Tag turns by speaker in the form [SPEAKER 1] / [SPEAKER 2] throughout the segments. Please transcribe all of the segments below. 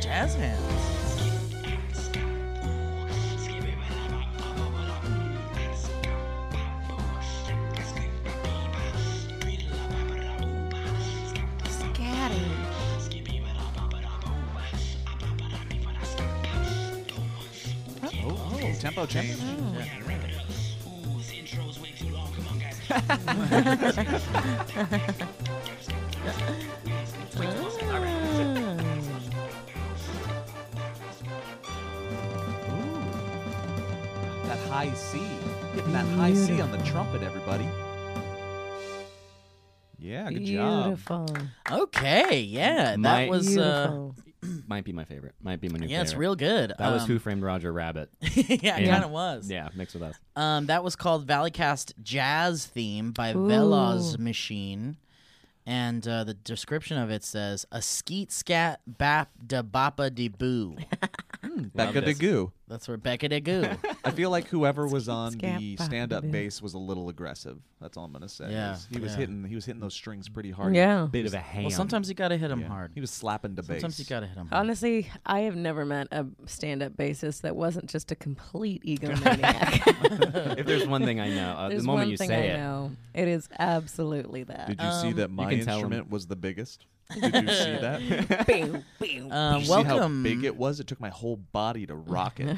[SPEAKER 1] jazz hands.
[SPEAKER 2] Scatty.
[SPEAKER 1] Oh,
[SPEAKER 3] Tempo change. That high C. Getting that high C on the trumpet, everybody. Yeah, good job.
[SPEAKER 4] Beautiful.
[SPEAKER 1] Okay, yeah, that
[SPEAKER 5] My-
[SPEAKER 1] was uh,
[SPEAKER 4] Beautiful.
[SPEAKER 5] Might be my favorite. Might be my new
[SPEAKER 1] yeah, it's
[SPEAKER 5] favorite.
[SPEAKER 1] real good.
[SPEAKER 5] That was
[SPEAKER 1] Um,
[SPEAKER 5] Who Framed Roger Rabbit.
[SPEAKER 1] yeah, it
[SPEAKER 5] Yeah.
[SPEAKER 1] kind of was.
[SPEAKER 5] Yeah, mixed with us.
[SPEAKER 1] Um, that was called Valleycast Jazz Theme by
[SPEAKER 4] Ooh.
[SPEAKER 1] Veloz Machine. And uh, the description of it says a skeet scat bap da bapa de boo.
[SPEAKER 5] Love
[SPEAKER 3] Becca
[SPEAKER 5] this.
[SPEAKER 3] DeGoo.
[SPEAKER 1] That's Rebecca de Goo.
[SPEAKER 3] I feel like whoever was on
[SPEAKER 4] Scat,
[SPEAKER 3] the
[SPEAKER 4] bop,
[SPEAKER 3] stand-up
[SPEAKER 4] boo.
[SPEAKER 3] bass was a little aggressive. That's all I'm gonna say.
[SPEAKER 1] Yeah,
[SPEAKER 3] He was- he was
[SPEAKER 1] yeah.
[SPEAKER 3] hitting he was hitting those strings pretty hard.
[SPEAKER 4] Yeah.
[SPEAKER 5] Bit of a ham.
[SPEAKER 1] well, sometimes you gotta hit them
[SPEAKER 3] Yeah.
[SPEAKER 1] hard.
[SPEAKER 3] He was slapping the bass.
[SPEAKER 1] Sometimes you gotta hit them hard.
[SPEAKER 4] Honestly, I have never met a stand-up bassist that wasn't just a complete egomaniac.
[SPEAKER 5] if there's one thing I know, uh, the
[SPEAKER 4] There's
[SPEAKER 5] moment
[SPEAKER 4] one
[SPEAKER 5] you
[SPEAKER 4] thing
[SPEAKER 5] say
[SPEAKER 4] I
[SPEAKER 5] it,
[SPEAKER 4] know. It is absolutely that.
[SPEAKER 3] Did you see that my
[SPEAKER 5] can tell 'em.
[SPEAKER 3] instrument was the biggest? Did you see that? Did
[SPEAKER 4] Bing, bing.
[SPEAKER 5] Uh,
[SPEAKER 1] Um,
[SPEAKER 3] you see how
[SPEAKER 1] welcome.
[SPEAKER 3] big it was? It took my whole body to rock it.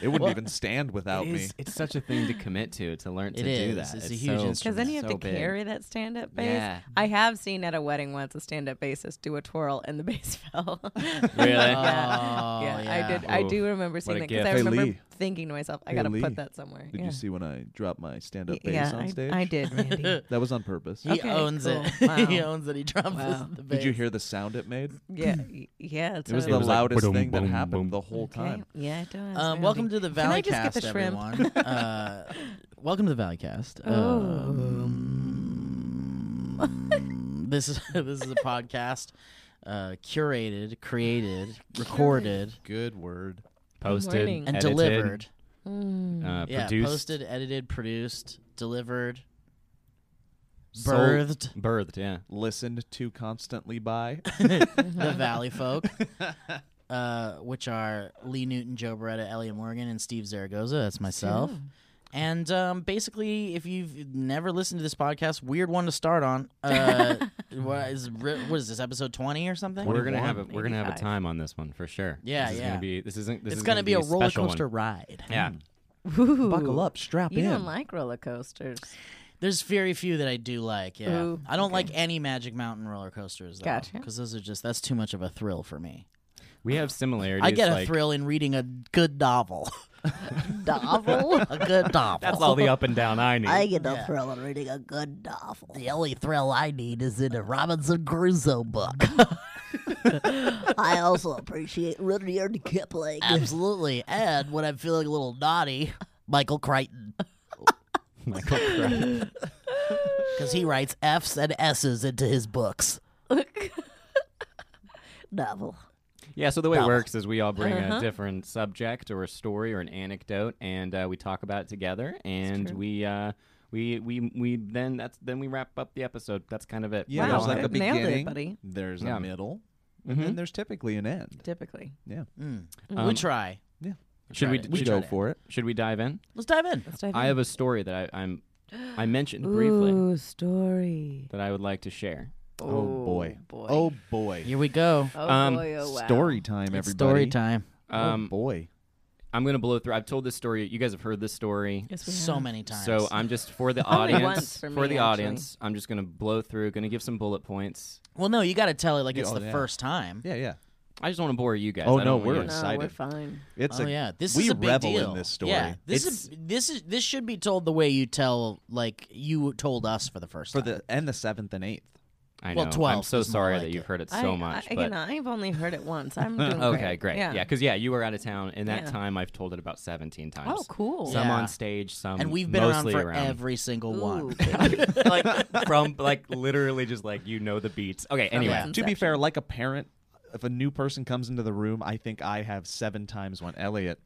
[SPEAKER 3] it wouldn't even stand without me.
[SPEAKER 5] it's, it's such a thing to commit to, to learn to
[SPEAKER 1] It
[SPEAKER 5] do
[SPEAKER 1] is.
[SPEAKER 5] that.
[SPEAKER 1] It's a huge
[SPEAKER 5] so,
[SPEAKER 1] instrument.
[SPEAKER 4] Because then you have
[SPEAKER 5] so
[SPEAKER 4] to
[SPEAKER 5] big.
[SPEAKER 4] carry that stand up bass.
[SPEAKER 5] Yeah.
[SPEAKER 4] I have seen at a wedding once a stand up bassist do a twirl and the bass fell.
[SPEAKER 5] Really?
[SPEAKER 1] Oh,
[SPEAKER 4] yeah,
[SPEAKER 1] yeah.
[SPEAKER 4] I did. I
[SPEAKER 5] Oof.
[SPEAKER 4] do remember seeing
[SPEAKER 5] a
[SPEAKER 4] that because
[SPEAKER 5] gift.
[SPEAKER 4] I
[SPEAKER 5] Hey,
[SPEAKER 4] remember
[SPEAKER 3] Lee.
[SPEAKER 4] thinking to myself, I
[SPEAKER 3] Hey,
[SPEAKER 4] got to
[SPEAKER 3] Lee.
[SPEAKER 4] put that somewhere.
[SPEAKER 3] Did
[SPEAKER 4] yeah.
[SPEAKER 3] you see when I dropped my stand-up
[SPEAKER 4] Y-
[SPEAKER 3] bass
[SPEAKER 4] yeah,
[SPEAKER 3] on
[SPEAKER 4] I-
[SPEAKER 3] stage?
[SPEAKER 4] I, did, Randy.
[SPEAKER 3] That was on purpose.
[SPEAKER 1] He
[SPEAKER 4] Okay,
[SPEAKER 1] owns it.
[SPEAKER 4] cool.
[SPEAKER 1] he
[SPEAKER 4] Wow.
[SPEAKER 1] owns it. He drops
[SPEAKER 4] Wow.
[SPEAKER 1] the bass.
[SPEAKER 3] Did you hear the sound it made?
[SPEAKER 4] yeah, y- yeah.
[SPEAKER 3] It was
[SPEAKER 5] It
[SPEAKER 3] the
[SPEAKER 5] was like
[SPEAKER 3] loudest
[SPEAKER 5] boom,
[SPEAKER 3] thing that
[SPEAKER 5] boom,
[SPEAKER 3] happened
[SPEAKER 5] boom.
[SPEAKER 3] the whole time.
[SPEAKER 4] Yeah, it does.
[SPEAKER 1] Um, welcome to the
[SPEAKER 4] Can I
[SPEAKER 1] Valleycast,
[SPEAKER 4] just get the shrimp?
[SPEAKER 1] everyone. uh, welcome to the Valleycast.
[SPEAKER 4] Oh.
[SPEAKER 1] Um, this is this is a podcast uh, curated, created, recorded,
[SPEAKER 3] Good word.
[SPEAKER 5] Posted,
[SPEAKER 4] morning.
[SPEAKER 1] and
[SPEAKER 5] edited,
[SPEAKER 1] delivered.
[SPEAKER 4] Mm.
[SPEAKER 5] uh,
[SPEAKER 1] Yeah,
[SPEAKER 5] produced,
[SPEAKER 1] posted, edited, produced, delivered,
[SPEAKER 3] Sold.
[SPEAKER 1] birthed.
[SPEAKER 5] birthed. Yeah,
[SPEAKER 3] Listened to constantly by.
[SPEAKER 4] Mm-hmm.
[SPEAKER 1] the Valley Folk, uh, which are Lee Newton, Joe Beretta, Elliot Morgan, and Steve Zaragoza. That's myself. And um, basically, if you've never listened to this podcast, weird one to start on. Uh, what, is, ri- what is this episode twenty or something?
[SPEAKER 5] we're gonna have a we're
[SPEAKER 4] 21,
[SPEAKER 5] gonna have a
[SPEAKER 4] 85.
[SPEAKER 5] time on this one for sure.
[SPEAKER 1] Yeah,
[SPEAKER 5] this is
[SPEAKER 1] yeah.
[SPEAKER 5] Gonna be, this isn't. This
[SPEAKER 1] it's
[SPEAKER 5] is
[SPEAKER 1] gonna, be, a roller
[SPEAKER 5] special one.
[SPEAKER 1] coaster ride.
[SPEAKER 5] Yeah,
[SPEAKER 3] Buckle up, strap
[SPEAKER 4] You
[SPEAKER 3] in.
[SPEAKER 4] don't like roller coasters.
[SPEAKER 1] There's very few that I do like. Yeah,
[SPEAKER 4] Ooh,
[SPEAKER 1] I don't like any Magic Mountain roller coasters. Though,
[SPEAKER 4] Gotcha.
[SPEAKER 1] Because those are just that's too much of a thrill for me.
[SPEAKER 5] we have similarities.
[SPEAKER 1] I get a
[SPEAKER 5] like-
[SPEAKER 1] thrill in reading a good novel.
[SPEAKER 4] Novel?
[SPEAKER 1] a good novel.
[SPEAKER 5] That's all the up and down I need.
[SPEAKER 6] get
[SPEAKER 1] a Yeah.
[SPEAKER 6] thrill in reading a good novel. The only
[SPEAKER 1] thrill I need is in a Robinson Crusoe book.
[SPEAKER 6] I also appreciate Rudyard Kipling.
[SPEAKER 1] Absolutely. And when I'm feeling a little naughty, Michael Crichton.
[SPEAKER 5] Michael Crichton.
[SPEAKER 1] Because he writes F's and S's into his books.
[SPEAKER 6] Novel.
[SPEAKER 5] Yeah, so the way it works is we all bring
[SPEAKER 4] Uh-huh.
[SPEAKER 5] a different subject or a story or an anecdote, and uh, we talk about it together, and we. Uh, we, we we then that's then we wrap up the episode. That's kind of it.
[SPEAKER 3] Yeah,
[SPEAKER 4] Wow,
[SPEAKER 3] there's like
[SPEAKER 4] I
[SPEAKER 3] a
[SPEAKER 4] nailed it,
[SPEAKER 3] beginning.
[SPEAKER 4] buddy.
[SPEAKER 3] There's
[SPEAKER 5] Yeah.
[SPEAKER 3] a middle, and then there's typically an end.
[SPEAKER 4] Typically.
[SPEAKER 3] Yeah,
[SPEAKER 1] Hmm.
[SPEAKER 4] Mm-hmm.
[SPEAKER 5] Um,
[SPEAKER 1] we try.
[SPEAKER 3] yeah.
[SPEAKER 5] should we
[SPEAKER 1] Right.
[SPEAKER 5] d-
[SPEAKER 1] We
[SPEAKER 3] We
[SPEAKER 5] should,
[SPEAKER 3] go for it.
[SPEAKER 5] should we dive in?
[SPEAKER 4] Mm-hmm.
[SPEAKER 1] Let's dive in.
[SPEAKER 4] Let's dive
[SPEAKER 5] I
[SPEAKER 4] in.
[SPEAKER 5] have a story that I, I'm I mentioned briefly
[SPEAKER 4] Ooh, story.
[SPEAKER 5] that I would like to share.
[SPEAKER 3] Oh boy.
[SPEAKER 4] boy.
[SPEAKER 3] Oh boy.
[SPEAKER 1] Here we go.
[SPEAKER 4] Oh,
[SPEAKER 5] Um,
[SPEAKER 4] boy, oh, wow.
[SPEAKER 3] Story time, everybody.
[SPEAKER 1] It's story time.
[SPEAKER 3] Oh
[SPEAKER 5] Um,
[SPEAKER 3] boy.
[SPEAKER 5] I'm gonna blow through. I've told this story. You guys have heard this story.
[SPEAKER 4] Yes, we
[SPEAKER 1] So
[SPEAKER 4] have.
[SPEAKER 1] many times.
[SPEAKER 5] So I'm just for the
[SPEAKER 4] Only
[SPEAKER 5] audience.
[SPEAKER 4] once for me,
[SPEAKER 5] the
[SPEAKER 4] actually.
[SPEAKER 5] audience, I'm just gonna blow through. Gonna give some bullet points.
[SPEAKER 1] well, no, you got to tell it like it's
[SPEAKER 3] oh,
[SPEAKER 1] the
[SPEAKER 3] yeah.
[SPEAKER 1] first time.
[SPEAKER 3] Yeah, yeah.
[SPEAKER 5] I just want to bore you guys.
[SPEAKER 3] Oh,
[SPEAKER 5] I don't
[SPEAKER 3] no,
[SPEAKER 5] want you
[SPEAKER 3] we're
[SPEAKER 5] guys-
[SPEAKER 4] No,
[SPEAKER 3] excited.
[SPEAKER 4] we're fine.
[SPEAKER 3] It's
[SPEAKER 1] oh
[SPEAKER 3] a,
[SPEAKER 1] yeah, this
[SPEAKER 3] we
[SPEAKER 1] is a big
[SPEAKER 3] revel
[SPEAKER 1] deal.
[SPEAKER 3] in this story.
[SPEAKER 1] Yeah, this is this is this should be told the way you tell like you told us for the first
[SPEAKER 3] for
[SPEAKER 1] time.
[SPEAKER 3] the and the seventh and eighth.
[SPEAKER 5] I know.
[SPEAKER 1] Well, 12
[SPEAKER 5] I'm so
[SPEAKER 1] is more
[SPEAKER 5] sorry
[SPEAKER 1] like
[SPEAKER 5] that you've
[SPEAKER 1] it.
[SPEAKER 5] heard it so
[SPEAKER 4] I,
[SPEAKER 5] much.
[SPEAKER 4] I,
[SPEAKER 5] but
[SPEAKER 4] again, I've only heard it once. I'm doing
[SPEAKER 5] okay, great.
[SPEAKER 4] Yeah.
[SPEAKER 5] Yeah, because yeah. you were out of town, and that
[SPEAKER 4] Yeah.
[SPEAKER 5] time I've told it about 17 times.
[SPEAKER 4] Oh, cool.
[SPEAKER 5] Some
[SPEAKER 1] Yeah.
[SPEAKER 5] on stage, some
[SPEAKER 1] and we've been around
[SPEAKER 5] um, mostly
[SPEAKER 1] for
[SPEAKER 5] around.
[SPEAKER 1] every single one.
[SPEAKER 5] like from like literally just like you know the beats. Okay, anyway.
[SPEAKER 1] Yeah.
[SPEAKER 3] To be fair, like a parent, if a new person comes into the room, I think I have seven times when Elliot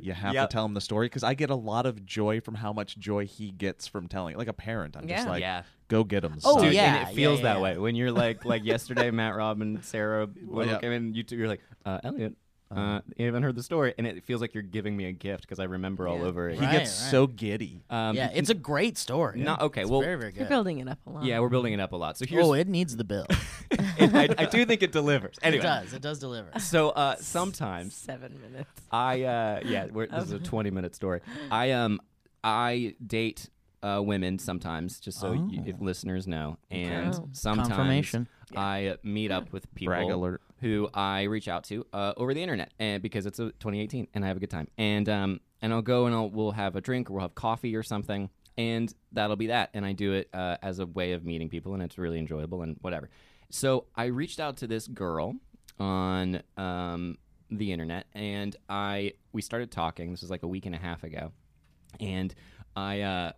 [SPEAKER 3] You have
[SPEAKER 5] Yep.
[SPEAKER 3] to tell him the story because I get a lot of joy from how much joy he gets from telling it. Like a parent, I'm just
[SPEAKER 4] Yeah.
[SPEAKER 3] like,
[SPEAKER 5] Yeah.
[SPEAKER 3] go get him.
[SPEAKER 1] Oh,
[SPEAKER 3] son.
[SPEAKER 5] Dude,
[SPEAKER 1] yeah.
[SPEAKER 5] and it feels
[SPEAKER 1] yeah,
[SPEAKER 5] that
[SPEAKER 1] yeah.
[SPEAKER 5] way when you're like like yesterday Matt Rob and Sarah when
[SPEAKER 3] Yeah.
[SPEAKER 5] came in you two you're like uh, Elliot
[SPEAKER 1] Uh-huh.
[SPEAKER 5] uh, you haven't heard the story and it feels like you're giving me a gift because I remember all over it.
[SPEAKER 3] He
[SPEAKER 1] Right,
[SPEAKER 3] gets
[SPEAKER 1] right.
[SPEAKER 3] so giddy.
[SPEAKER 5] Um,
[SPEAKER 1] yeah, it's a great story.
[SPEAKER 5] not okay.
[SPEAKER 1] It's
[SPEAKER 5] well,
[SPEAKER 1] very very
[SPEAKER 4] You're
[SPEAKER 1] good.
[SPEAKER 4] building it up a lot.
[SPEAKER 5] yeah, we're building it up a lot. So here's
[SPEAKER 1] Oh, it needs the bill.
[SPEAKER 5] I, I do think it delivers. Anyway,
[SPEAKER 1] It does. It does deliver.
[SPEAKER 5] so uh, sometimes
[SPEAKER 4] Seven minutes.
[SPEAKER 5] I uh, yeah, we're, this is a twenty minute story. I um I date uh, women sometimes, just so you, if listeners know, and
[SPEAKER 4] Oh.
[SPEAKER 5] sometimes
[SPEAKER 1] Confirmation.
[SPEAKER 5] I uh, meet up with people
[SPEAKER 3] Brag alert.
[SPEAKER 5] who I reach out to uh, over the internet, and because it's a 2018, and I have a good time, and um and I'll go and I'll, we'll have a drink or we'll have coffee or something. And that'll be that. And I do it uh, as a way of meeting people, and it's really enjoyable and whatever. So I reached out to this girl on um, the internet and I we started talking. This was like a week and a half ago, and I uh,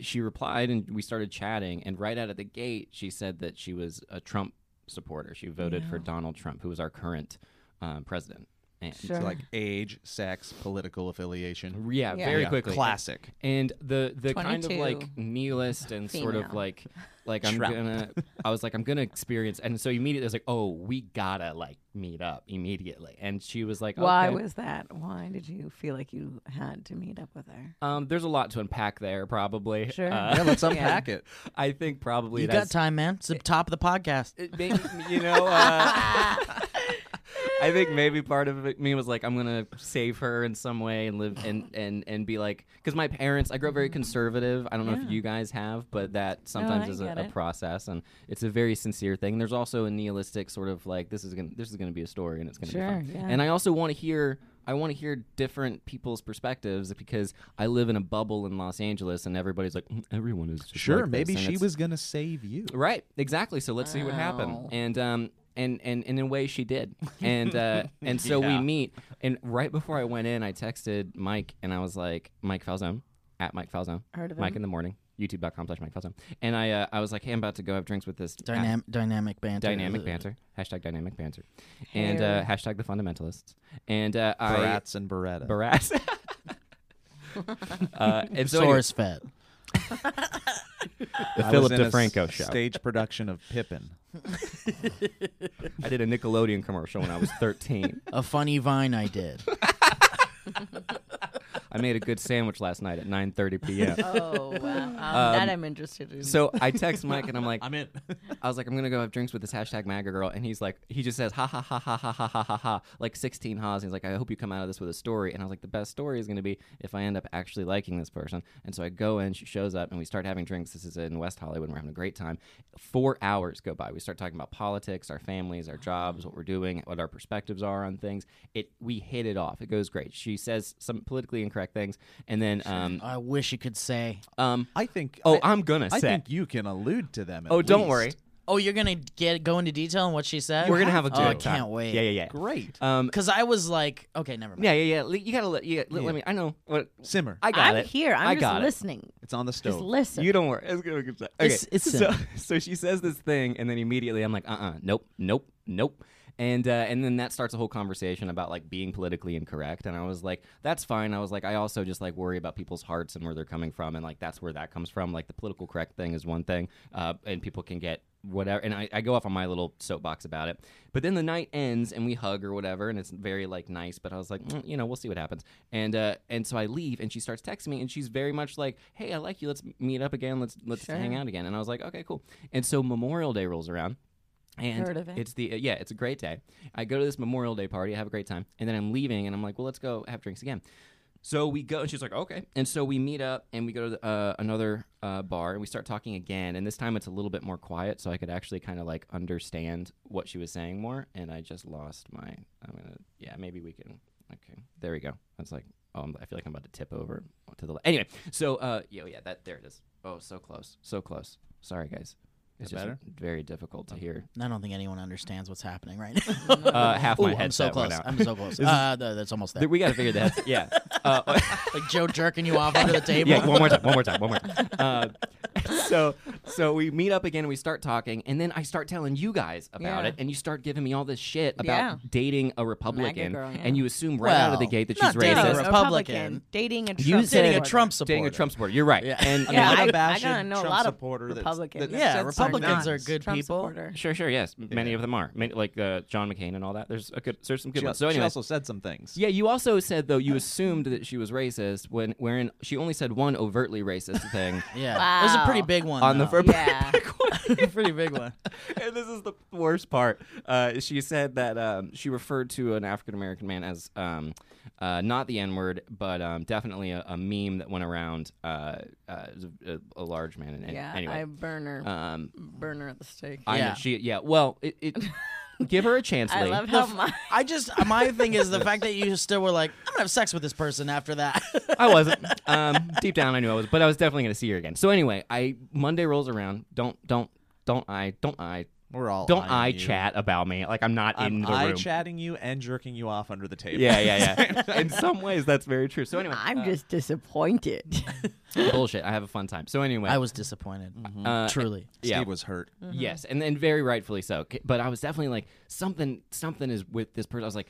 [SPEAKER 5] she replied and we started chatting. And right out of the gate, she said that she was a Trump supporter. She voted for Donald Trump, who was our current um, president. And
[SPEAKER 4] Sure.
[SPEAKER 3] Like age, sex, political affiliation.
[SPEAKER 5] yeah,
[SPEAKER 4] Yeah.
[SPEAKER 5] very
[SPEAKER 3] Yeah,
[SPEAKER 5] quickly.
[SPEAKER 3] Classic.
[SPEAKER 5] And the the kind of
[SPEAKER 4] 22.
[SPEAKER 5] like nihilist and sort of
[SPEAKER 4] Female.
[SPEAKER 5] like like I'm
[SPEAKER 3] Trump.
[SPEAKER 5] gonna I was like I'm gonna experience and so immediately I was like oh we gotta like meet up immediately and she was like
[SPEAKER 4] Why
[SPEAKER 5] okay.
[SPEAKER 4] was that? Why did you feel like you had to meet up with her?
[SPEAKER 5] Um, there's a lot to unpack there, probably.
[SPEAKER 4] Sure.
[SPEAKER 5] Uh,
[SPEAKER 3] Yeah, let's unpack it.
[SPEAKER 5] I think probably
[SPEAKER 1] You
[SPEAKER 5] it
[SPEAKER 1] got
[SPEAKER 5] has-
[SPEAKER 1] time, man. It's the top of the podcast.
[SPEAKER 5] it may- you know. Uh, I think maybe part of it, me was like, I'm gonna save her in some way and live and and and be like, because my parents, I grew up very conservative. I don't know if
[SPEAKER 4] Mm-hmm. Yeah.
[SPEAKER 5] you guys have, but that sometimes
[SPEAKER 4] I
[SPEAKER 5] is a,
[SPEAKER 4] get
[SPEAKER 5] a
[SPEAKER 4] it.
[SPEAKER 5] process, and it's a very sincere thing. There's also a nihilistic sort of like, this is gonna this is gonna be a story, and it's gonna
[SPEAKER 4] Sure,
[SPEAKER 5] be fun.
[SPEAKER 4] yeah.
[SPEAKER 5] And I also want to hear. I want to hear different people's perspectives because I live in a bubble in Los Angeles, and everybody's like, "Mm, everyone is just
[SPEAKER 3] Sure,
[SPEAKER 5] like this,"
[SPEAKER 3] maybe
[SPEAKER 5] and
[SPEAKER 3] she
[SPEAKER 5] it's-
[SPEAKER 3] was gonna save you.
[SPEAKER 5] Right, exactly. So let's see what happened.
[SPEAKER 4] Wow.
[SPEAKER 5] And um and, and, and in a way she did. And uh and so
[SPEAKER 3] Yeah.
[SPEAKER 5] we meet and right before I went in I texted Mike and I was like Mike Falzone at Mike Falzone.
[SPEAKER 4] Heard of
[SPEAKER 5] Mike
[SPEAKER 4] him.
[SPEAKER 5] in the morning. YouTube.com slash Mike Falzone. And I uh, I was like, Hey, I'm about to go have drinks with this
[SPEAKER 1] Dynam- dynamic banter. Uh,
[SPEAKER 5] dynamic banter. Hashtag dynamic banter. And uh, hashtag the fundamentalists. And uh I
[SPEAKER 3] Barats and Beretta.
[SPEAKER 5] Barats. uh, and so anyway,
[SPEAKER 1] Source fed.
[SPEAKER 3] the
[SPEAKER 5] Philip DeFranco show.
[SPEAKER 3] Stage production of Pippin.
[SPEAKER 5] I did a Nickelodeon commercial when I was 13.
[SPEAKER 1] A funny vine I did.
[SPEAKER 5] I made a good sandwich last night at 9:30 p.m.
[SPEAKER 4] Oh wow! that I'm interested in.
[SPEAKER 5] So I text Mike and I'm like,
[SPEAKER 3] in.
[SPEAKER 5] I was like, I'm gonna go have drinks with this hashtag MAGA girl, and he's like, he just says ha ha ha ha ha ha ha ha ha, like 16 ha's. He's like, I hope you come out of this with a story. And I was like, the best story is gonna be if I end up actually liking this person. And so I go in, she shows up, and we start having drinks. This is in West Hollywood, and we're having a great time. Four hours go by. We start talking about politics, our families, our jobs, what we're doing, what our perspectives are on things. It we hit it off. It goes great. She says some politically incorrect things, and then um
[SPEAKER 1] I wish you could say.
[SPEAKER 5] um.
[SPEAKER 3] I think.
[SPEAKER 5] Oh,
[SPEAKER 3] I,
[SPEAKER 5] I'm gonna
[SPEAKER 3] I
[SPEAKER 5] say.
[SPEAKER 3] think you can allude to them. at
[SPEAKER 5] oh, don't
[SPEAKER 3] least.
[SPEAKER 5] worry.
[SPEAKER 1] Oh, you're gonna get go into detail on what she said.
[SPEAKER 5] We're gonna have a good
[SPEAKER 1] Oh, I
[SPEAKER 5] time.
[SPEAKER 1] can't wait.
[SPEAKER 5] Yeah, yeah, yeah.
[SPEAKER 3] Great.
[SPEAKER 5] Um,
[SPEAKER 1] Because I was like, okay, never mind.
[SPEAKER 5] yeah, yeah, yeah. Le- You gotta let, you, let,
[SPEAKER 3] Yeah.
[SPEAKER 5] let me. I know what
[SPEAKER 3] Simmer.
[SPEAKER 5] I got
[SPEAKER 4] I'm
[SPEAKER 5] it.
[SPEAKER 4] here. I'm
[SPEAKER 5] I
[SPEAKER 4] just
[SPEAKER 5] got it.
[SPEAKER 4] listening.
[SPEAKER 3] it's on the
[SPEAKER 4] Just
[SPEAKER 3] stove.
[SPEAKER 4] listen.
[SPEAKER 5] You don't worry. It's gonna be good. Okay.
[SPEAKER 1] It's- it's
[SPEAKER 5] so,
[SPEAKER 1] simple.
[SPEAKER 5] so she says this thing, and then immediately I'm like, uh, uh nope, nope, nope. And, uh, and then that starts a whole conversation about like being politically incorrect and i was like that's fine i was like i also just like worry about people's hearts and where they're coming from and like that's where that comes from like the political correct thing is one thing uh, and people can get whatever and I, I go off on my little soapbox about it but then the night ends and we hug or whatever and it's very like nice but i was like "Mm, you know we'll see what happens and uh and so i leave and she starts texting me and she's very much like hey i like you let's meet up again let's let's hang out again and i was like okay cool and so memorial day rolls around and
[SPEAKER 4] Heard of it.
[SPEAKER 5] it's the yeah, it's a great day. I go to this Memorial Day party, I have a great time, and then I'm leaving, and I'm like, well, let's go have drinks again. So we go, and she's like, okay. And so we meet up, and we go to the, uh, another uh, bar, and we start talking again. And this time it's a little bit more quiet, so I could actually kind of like understand what she was saying more. And I just lost my. I'm gonna, yeah, maybe we can. Okay, there we go. I was like, oh, I'm, I feel like I'm about to tip over to the. le- Anyway, so uh, yeah, yeah, that there it is. Oh, so close, so close. Sorry, guys. It's
[SPEAKER 3] That
[SPEAKER 5] just
[SPEAKER 3] better?
[SPEAKER 5] very difficult to hear
[SPEAKER 1] I don't think anyone understands what's happening right now.
[SPEAKER 5] uh, half
[SPEAKER 1] Ooh,
[SPEAKER 5] my
[SPEAKER 1] I'm so
[SPEAKER 5] headset
[SPEAKER 1] close.
[SPEAKER 5] went out.
[SPEAKER 1] I'm so close. uh, th- that's almost there.
[SPEAKER 5] we got to figure that. Yeah. Uh,
[SPEAKER 1] like Joe jerking you off under the table.
[SPEAKER 5] yeah. One more time. One more time. One more. Time. Uh, so so we meet up again and we start talking and then I start telling you guys about
[SPEAKER 4] Yeah.
[SPEAKER 5] it and you start giving me all this shit about
[SPEAKER 4] Yeah.
[SPEAKER 5] dating a Republican
[SPEAKER 4] girl, yeah.
[SPEAKER 5] and you assume right out of the
[SPEAKER 1] Well,
[SPEAKER 5] gate that
[SPEAKER 1] not
[SPEAKER 5] she's
[SPEAKER 1] dating
[SPEAKER 5] racist.
[SPEAKER 1] a Republican.
[SPEAKER 4] dating a Trump.
[SPEAKER 5] You said-
[SPEAKER 1] dating a Trump supporter.
[SPEAKER 5] Dating a Trump supporter. You're right.
[SPEAKER 1] Yeah.
[SPEAKER 5] And
[SPEAKER 4] Yeah,
[SPEAKER 5] I mean,
[SPEAKER 4] I, I
[SPEAKER 1] unabashed
[SPEAKER 4] gotta know a
[SPEAKER 3] Trump
[SPEAKER 4] lot of
[SPEAKER 3] supporter that's- that
[SPEAKER 4] Republicans.
[SPEAKER 1] Yeah,
[SPEAKER 3] sets our
[SPEAKER 1] Republicans are
[SPEAKER 3] nuts.
[SPEAKER 1] good
[SPEAKER 4] Trump
[SPEAKER 1] people.
[SPEAKER 4] supporter.
[SPEAKER 5] sure, sure, yes. Many of them are. Many, like uh, John McCain and all that. There's a good there's some good
[SPEAKER 3] She,
[SPEAKER 5] ones. So
[SPEAKER 3] she
[SPEAKER 5] anyway,
[SPEAKER 3] also said some things.
[SPEAKER 5] yeah, you also said though you assumed that she was racist when wherein she only said one overtly racist thing.
[SPEAKER 1] Yeah, it was a pretty
[SPEAKER 4] Wow.
[SPEAKER 1] big one
[SPEAKER 5] On the
[SPEAKER 1] though.
[SPEAKER 5] fir-
[SPEAKER 4] Yeah.
[SPEAKER 1] pretty big one.
[SPEAKER 5] and this is the worst part. Uh, she said that um, she referred to an African American man as um, uh, not the N word, but um, definitely a, a meme that went around uh, uh, a, a large man. And, and
[SPEAKER 4] yeah, I
[SPEAKER 5] anyway,
[SPEAKER 4] burner,
[SPEAKER 5] um,
[SPEAKER 4] burner at the stake.
[SPEAKER 5] I
[SPEAKER 1] Yeah.
[SPEAKER 5] she yeah. Well, it, it give her a chance.
[SPEAKER 4] I
[SPEAKER 5] Lee.
[SPEAKER 4] love how my
[SPEAKER 1] I just uh, my thing is the fact that you still were like, I'm gonna have sex with this person after that.
[SPEAKER 5] I wasn't. Um, deep down, I knew I was, but I was definitely going to see her again. So anyway, I Monday rolls around. Don't don't don't I don't I
[SPEAKER 3] We're all
[SPEAKER 5] don't
[SPEAKER 3] eyeing
[SPEAKER 5] I
[SPEAKER 3] you.
[SPEAKER 5] chat about me like I'm not in
[SPEAKER 3] I'm
[SPEAKER 5] the
[SPEAKER 3] eye
[SPEAKER 5] room.
[SPEAKER 3] chatting you and jerking you off under the table.
[SPEAKER 5] Yeah, yeah, yeah. In some ways, that's very true. So anyway,
[SPEAKER 4] I'm just disappointed.
[SPEAKER 5] bullshit. I have a fun time. So anyway,
[SPEAKER 1] I was disappointed,
[SPEAKER 5] uh,
[SPEAKER 1] truly.
[SPEAKER 3] Steve
[SPEAKER 5] yeah.
[SPEAKER 3] was hurt.
[SPEAKER 5] Yes, and then very rightfully so. C- But I was definitely like something. Something is with this person. I was like,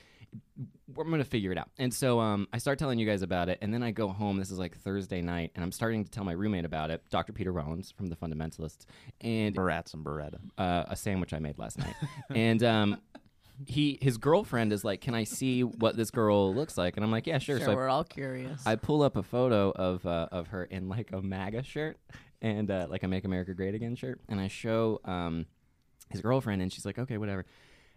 [SPEAKER 5] I'm gonna figure it out. And so um, I start telling you guys about it, and then I go home. This is like Thursday night, and I'm starting to tell my roommate about it, Dr. Peter Rollins from the Fundamentalists, and
[SPEAKER 3] Barats and Beretta.
[SPEAKER 5] uh, a sandwich I made last night, and um, he his girlfriend is like, "Can I see what this girl looks like?" And I'm like, "Yeah, sure."
[SPEAKER 4] sure,
[SPEAKER 5] so I
[SPEAKER 4] we're all curious.
[SPEAKER 5] I pull up a photo of uh, of her in like a MAGA shirt and uh, like a Make America Great Again shirt, and I show um, his girlfriend, and she's like, okay, whatever.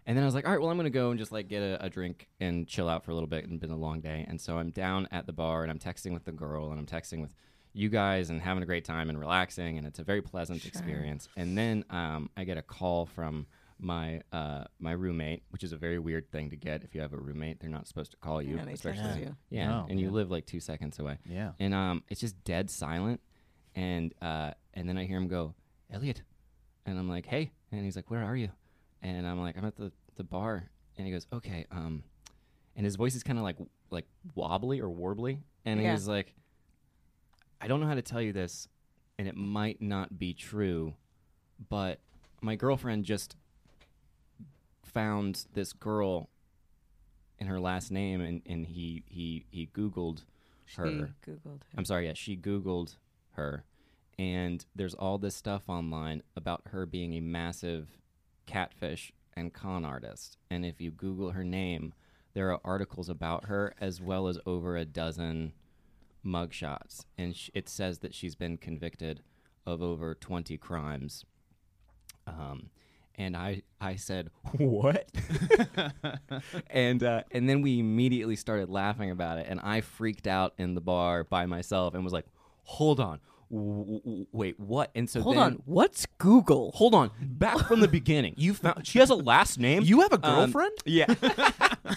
[SPEAKER 5] And then I was like, all right, well, I'm gonna go and just like get a, a drink and chill out for a little bit. And it's been a long day, and so I'm down at the bar and I'm texting with the girl and I'm texting with you guys and having a great time and relaxing, and it's a very pleasant experience. And then um, I get a call from my uh, my roommate, which is a very weird thing to get if you have a roommate. They're not supposed to call you,
[SPEAKER 4] Yeah, they
[SPEAKER 5] especially
[SPEAKER 4] text you.
[SPEAKER 5] yeah,
[SPEAKER 3] No.
[SPEAKER 5] and you live like two seconds away.
[SPEAKER 3] Yeah.
[SPEAKER 5] and um, it's just dead silent, and uh, and then I hear him go, Elliot, and I'm like, hey, and he's like, where are you? And I'm like, I'm at the the bar, and he goes, okay, um, and his voice is kind of like like wobbly or warbly, and
[SPEAKER 4] Yeah.
[SPEAKER 5] he's like, I don't know how to tell you this, and it might not be true, but my girlfriend just found this girl in her last name and, and he, he he googled her
[SPEAKER 4] She googled her.
[SPEAKER 5] i'm sorry yeah she googled her and there's all this stuff online about her being a massive catfish and con artist and if you google her name there are articles about her as well as over a dozen mugshots and sh- it says that she's been convicted of over 20 crimes um, and I, I said what and uh, and then we immediately started laughing about it and i freaked out in the bar by myself and was like hold on w- w- w- wait what and so
[SPEAKER 4] Hold
[SPEAKER 5] then-
[SPEAKER 4] on, what's Google?
[SPEAKER 5] hold on back from the beginning you found she has a last name
[SPEAKER 3] You have a
[SPEAKER 5] Um,
[SPEAKER 3] girlfriend?
[SPEAKER 5] yeah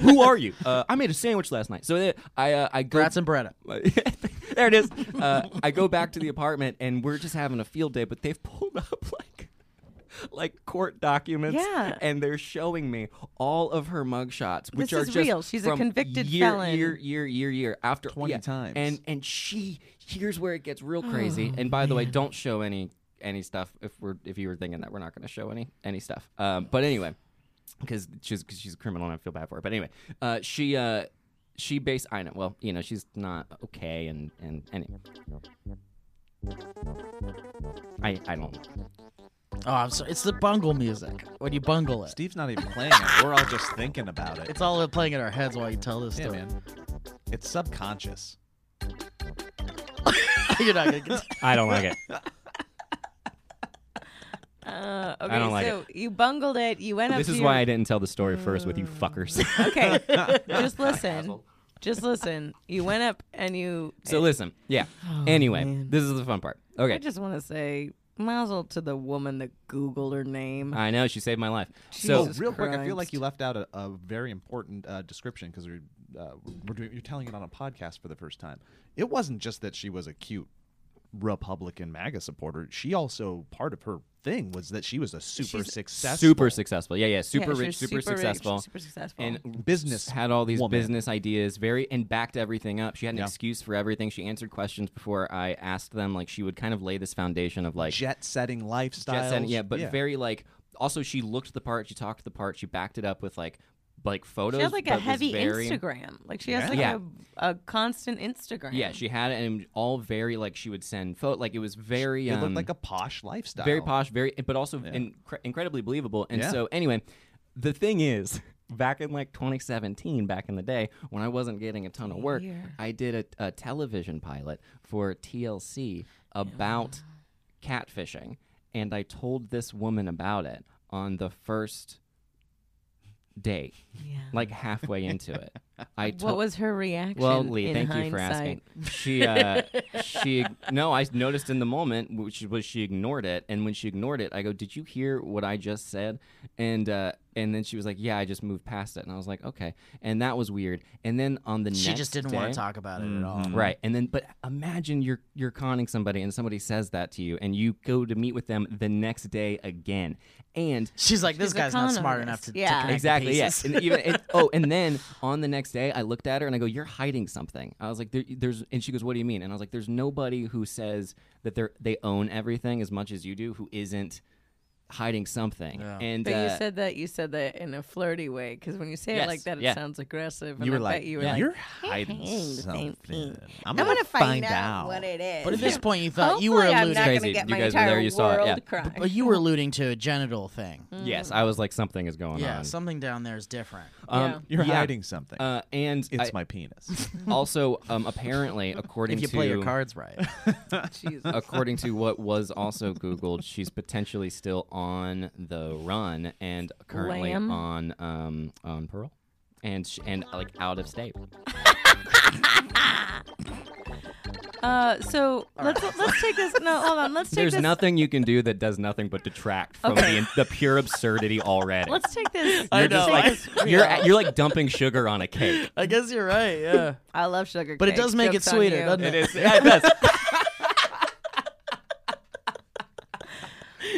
[SPEAKER 5] who are you uh, i made a sandwich last night so then i uh, i go
[SPEAKER 1] Brats and Beretta.
[SPEAKER 5] there it is. Uh, I go back to the apartment and we're just having a field day, but they've pulled up like like court documents
[SPEAKER 4] Yeah.
[SPEAKER 5] and they're showing me all of her mugshots which
[SPEAKER 4] This
[SPEAKER 5] are
[SPEAKER 4] is
[SPEAKER 5] just
[SPEAKER 4] real. She's a
[SPEAKER 5] from
[SPEAKER 4] convicted
[SPEAKER 5] year,
[SPEAKER 4] felon.
[SPEAKER 5] year year year year after
[SPEAKER 3] 20
[SPEAKER 5] yeah.
[SPEAKER 3] times.
[SPEAKER 5] and and she here's where it gets
[SPEAKER 4] Oh,
[SPEAKER 5] real crazy and by the way don't show any any stuff if we're if you were thinking that we're not going to show any any stuff um, but anyway because she's cause she's a criminal and I feel bad for her. But anyway, uh, she uh, she base I know well you know she's not okay and and anyway. I I don't.
[SPEAKER 1] Oh, I'm sorry. It's the bungle music when you bungle it.
[SPEAKER 3] Steve's not even playing it. We're all just thinking about it.
[SPEAKER 1] It's all playing in our heads while you tell this
[SPEAKER 3] yeah,
[SPEAKER 1] story.
[SPEAKER 3] man. It's subconscious.
[SPEAKER 1] You're not gonna get
[SPEAKER 5] I don't like it.
[SPEAKER 4] Uh, okay,
[SPEAKER 5] don't like
[SPEAKER 4] so you bungled it. You Oh. went up.
[SPEAKER 5] this
[SPEAKER 4] to
[SPEAKER 5] is
[SPEAKER 4] your-
[SPEAKER 5] why I didn't tell the story first with you fuckers.
[SPEAKER 4] Okay, just listen.
[SPEAKER 5] asshole.
[SPEAKER 4] Just listen. You went up and you.
[SPEAKER 5] so listen, yeah. anyway,
[SPEAKER 4] Oh, man.
[SPEAKER 5] this is the fun part. Okay,
[SPEAKER 4] I just want to say, mazel to the woman that Googled her name.
[SPEAKER 5] I know she saved my life.
[SPEAKER 3] Oh,
[SPEAKER 5] So
[SPEAKER 4] Jesus
[SPEAKER 3] real quick, I feel
[SPEAKER 4] Christ.
[SPEAKER 3] like you left out a, a very important uh, description because we're, uh, we're doing, you're telling it on a podcast for the first time. It wasn't just that she was a cute Republican MAGA supporter, she also part of her thing was that she was a super
[SPEAKER 4] She's
[SPEAKER 3] successful
[SPEAKER 5] Super successful. Yeah, yeah. Super
[SPEAKER 4] Yeah, she
[SPEAKER 5] rich,
[SPEAKER 4] was
[SPEAKER 5] super,
[SPEAKER 4] rich,
[SPEAKER 5] successful.
[SPEAKER 4] super successful.
[SPEAKER 5] and
[SPEAKER 3] Business
[SPEAKER 5] had all these
[SPEAKER 3] woman.
[SPEAKER 5] business ideas very and backed everything up she had an
[SPEAKER 3] Yeah.
[SPEAKER 5] excuse for everything she answered questions before i asked them like she would kind of lay this foundation of like
[SPEAKER 3] jet setting lifestyle.
[SPEAKER 5] jet set, yeah but very like also she looked the part she talked the part she backed it up with like like photos
[SPEAKER 4] she has like
[SPEAKER 5] but
[SPEAKER 4] a
[SPEAKER 5] was
[SPEAKER 4] heavy
[SPEAKER 5] very,
[SPEAKER 4] Instagram. Like she has like
[SPEAKER 5] Yeah.
[SPEAKER 4] a, a constant Instagram.
[SPEAKER 5] yeah she had it and all very like she would send photo like it was very
[SPEAKER 3] it
[SPEAKER 5] um,
[SPEAKER 3] looked like a posh lifestyle.
[SPEAKER 5] very posh, very, but also incre- incredibly believable. And
[SPEAKER 3] Yeah.
[SPEAKER 5] so, anyway, the thing is, back in like 2017, back in the day when I wasn't getting a ton of work,
[SPEAKER 4] Dear.
[SPEAKER 5] I did a, a television pilot for TLC about catfishing, and I told this woman about it on the first date,
[SPEAKER 4] Yeah.
[SPEAKER 5] like halfway into it. I
[SPEAKER 4] What
[SPEAKER 5] told.
[SPEAKER 4] was her reaction?
[SPEAKER 5] Well, Lee,
[SPEAKER 4] in
[SPEAKER 5] thank
[SPEAKER 4] hindsight?
[SPEAKER 5] you for asking. She, uh, she, no, I noticed in the moment, which was she ignored it, and when she ignored it, I go, "Did you hear what I just said?" And uh, and then she was like, "Yeah, I just moved past it," and I was like, "Okay," and that was weird. And then on the
[SPEAKER 1] She
[SPEAKER 5] next
[SPEAKER 1] just didn't want
[SPEAKER 5] day- Mm-hmm.
[SPEAKER 1] to talk Mm-hmm. about it at all.
[SPEAKER 5] Right. And then but imagine you're you're conning somebody and somebody says that to you and you go to meet with them the next day again. And
[SPEAKER 1] She's like, this
[SPEAKER 4] She's a
[SPEAKER 1] guy's not
[SPEAKER 4] con
[SPEAKER 1] smart
[SPEAKER 4] artist.
[SPEAKER 1] enough to, to
[SPEAKER 4] Yeah.
[SPEAKER 1] connect the
[SPEAKER 5] exactly yes
[SPEAKER 1] pieces.
[SPEAKER 5] and even and, oh and then on the next day i looked at her and i go you're hiding something i was like there, there's and she goes what do you mean and i was like there's nobody who says that they're they own everything as much as you do who isn't hiding something and
[SPEAKER 4] But
[SPEAKER 5] uh,
[SPEAKER 4] you said that you said that in a flirty way because when you say
[SPEAKER 5] Yes,
[SPEAKER 4] it like that, it
[SPEAKER 5] yeah.
[SPEAKER 4] sounds aggressive. And
[SPEAKER 3] You were
[SPEAKER 4] I
[SPEAKER 3] like,
[SPEAKER 4] bet you were
[SPEAKER 5] yeah.
[SPEAKER 4] like,
[SPEAKER 3] you're hiding something. I'm
[SPEAKER 6] I
[SPEAKER 3] gonna,
[SPEAKER 6] want to
[SPEAKER 3] find,
[SPEAKER 6] find out what it is.
[SPEAKER 1] But at this point, you thought you were
[SPEAKER 4] Hopefully I'm
[SPEAKER 1] alluding,
[SPEAKER 4] not
[SPEAKER 5] Crazy.
[SPEAKER 4] gonna get
[SPEAKER 5] You
[SPEAKER 4] my
[SPEAKER 5] guys were there,
[SPEAKER 4] entire
[SPEAKER 5] you saw it,
[SPEAKER 4] world
[SPEAKER 5] yeah.
[SPEAKER 4] crying.
[SPEAKER 1] but you were alluding to a genital thing.
[SPEAKER 4] Mm.
[SPEAKER 5] yes i was like something is going
[SPEAKER 1] Yeah,
[SPEAKER 5] on
[SPEAKER 1] something down there is different.
[SPEAKER 5] um,
[SPEAKER 3] You're
[SPEAKER 5] yeah.
[SPEAKER 3] hiding something.
[SPEAKER 5] uh, and
[SPEAKER 3] it's
[SPEAKER 5] I-
[SPEAKER 3] my penis.
[SPEAKER 5] also um, apparently according
[SPEAKER 1] If you
[SPEAKER 5] to
[SPEAKER 1] play your cards right.
[SPEAKER 4] Jesus.
[SPEAKER 5] according to what was also googled, she's potentially still on the run and currently
[SPEAKER 4] Lamb?
[SPEAKER 5] on um on parole and sh- and like out of state.
[SPEAKER 4] Uh, so let's let's take this. No, hold on. Let's take
[SPEAKER 5] There's
[SPEAKER 4] this.
[SPEAKER 5] nothing you can do that does nothing but detract from the, the pure absurdity already.
[SPEAKER 4] Let's take this.
[SPEAKER 1] I
[SPEAKER 4] let's
[SPEAKER 1] know,
[SPEAKER 4] take
[SPEAKER 1] like,
[SPEAKER 4] this
[SPEAKER 5] you're
[SPEAKER 4] real.
[SPEAKER 5] you're like dumping sugar on a cake.
[SPEAKER 1] I guess you're right, yeah.
[SPEAKER 4] I love sugar,
[SPEAKER 1] But it
[SPEAKER 4] cake.
[SPEAKER 1] does make it
[SPEAKER 4] Joke's on
[SPEAKER 1] sweeter,
[SPEAKER 4] you.
[SPEAKER 1] doesn't it?
[SPEAKER 5] is. Yeah, it does.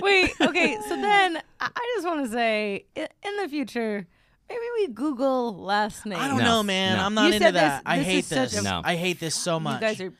[SPEAKER 4] Wait, okay. So then I I just want to say, i- in the future, maybe we Google last name.
[SPEAKER 1] I don't
[SPEAKER 5] No,
[SPEAKER 1] know, man.
[SPEAKER 5] no.
[SPEAKER 1] I'm
[SPEAKER 4] You
[SPEAKER 1] not into
[SPEAKER 4] said this-
[SPEAKER 1] that. I
[SPEAKER 4] this
[SPEAKER 1] hate
[SPEAKER 4] is such
[SPEAKER 1] this.
[SPEAKER 5] a- No.
[SPEAKER 1] I hate this so much.
[SPEAKER 4] You guys are.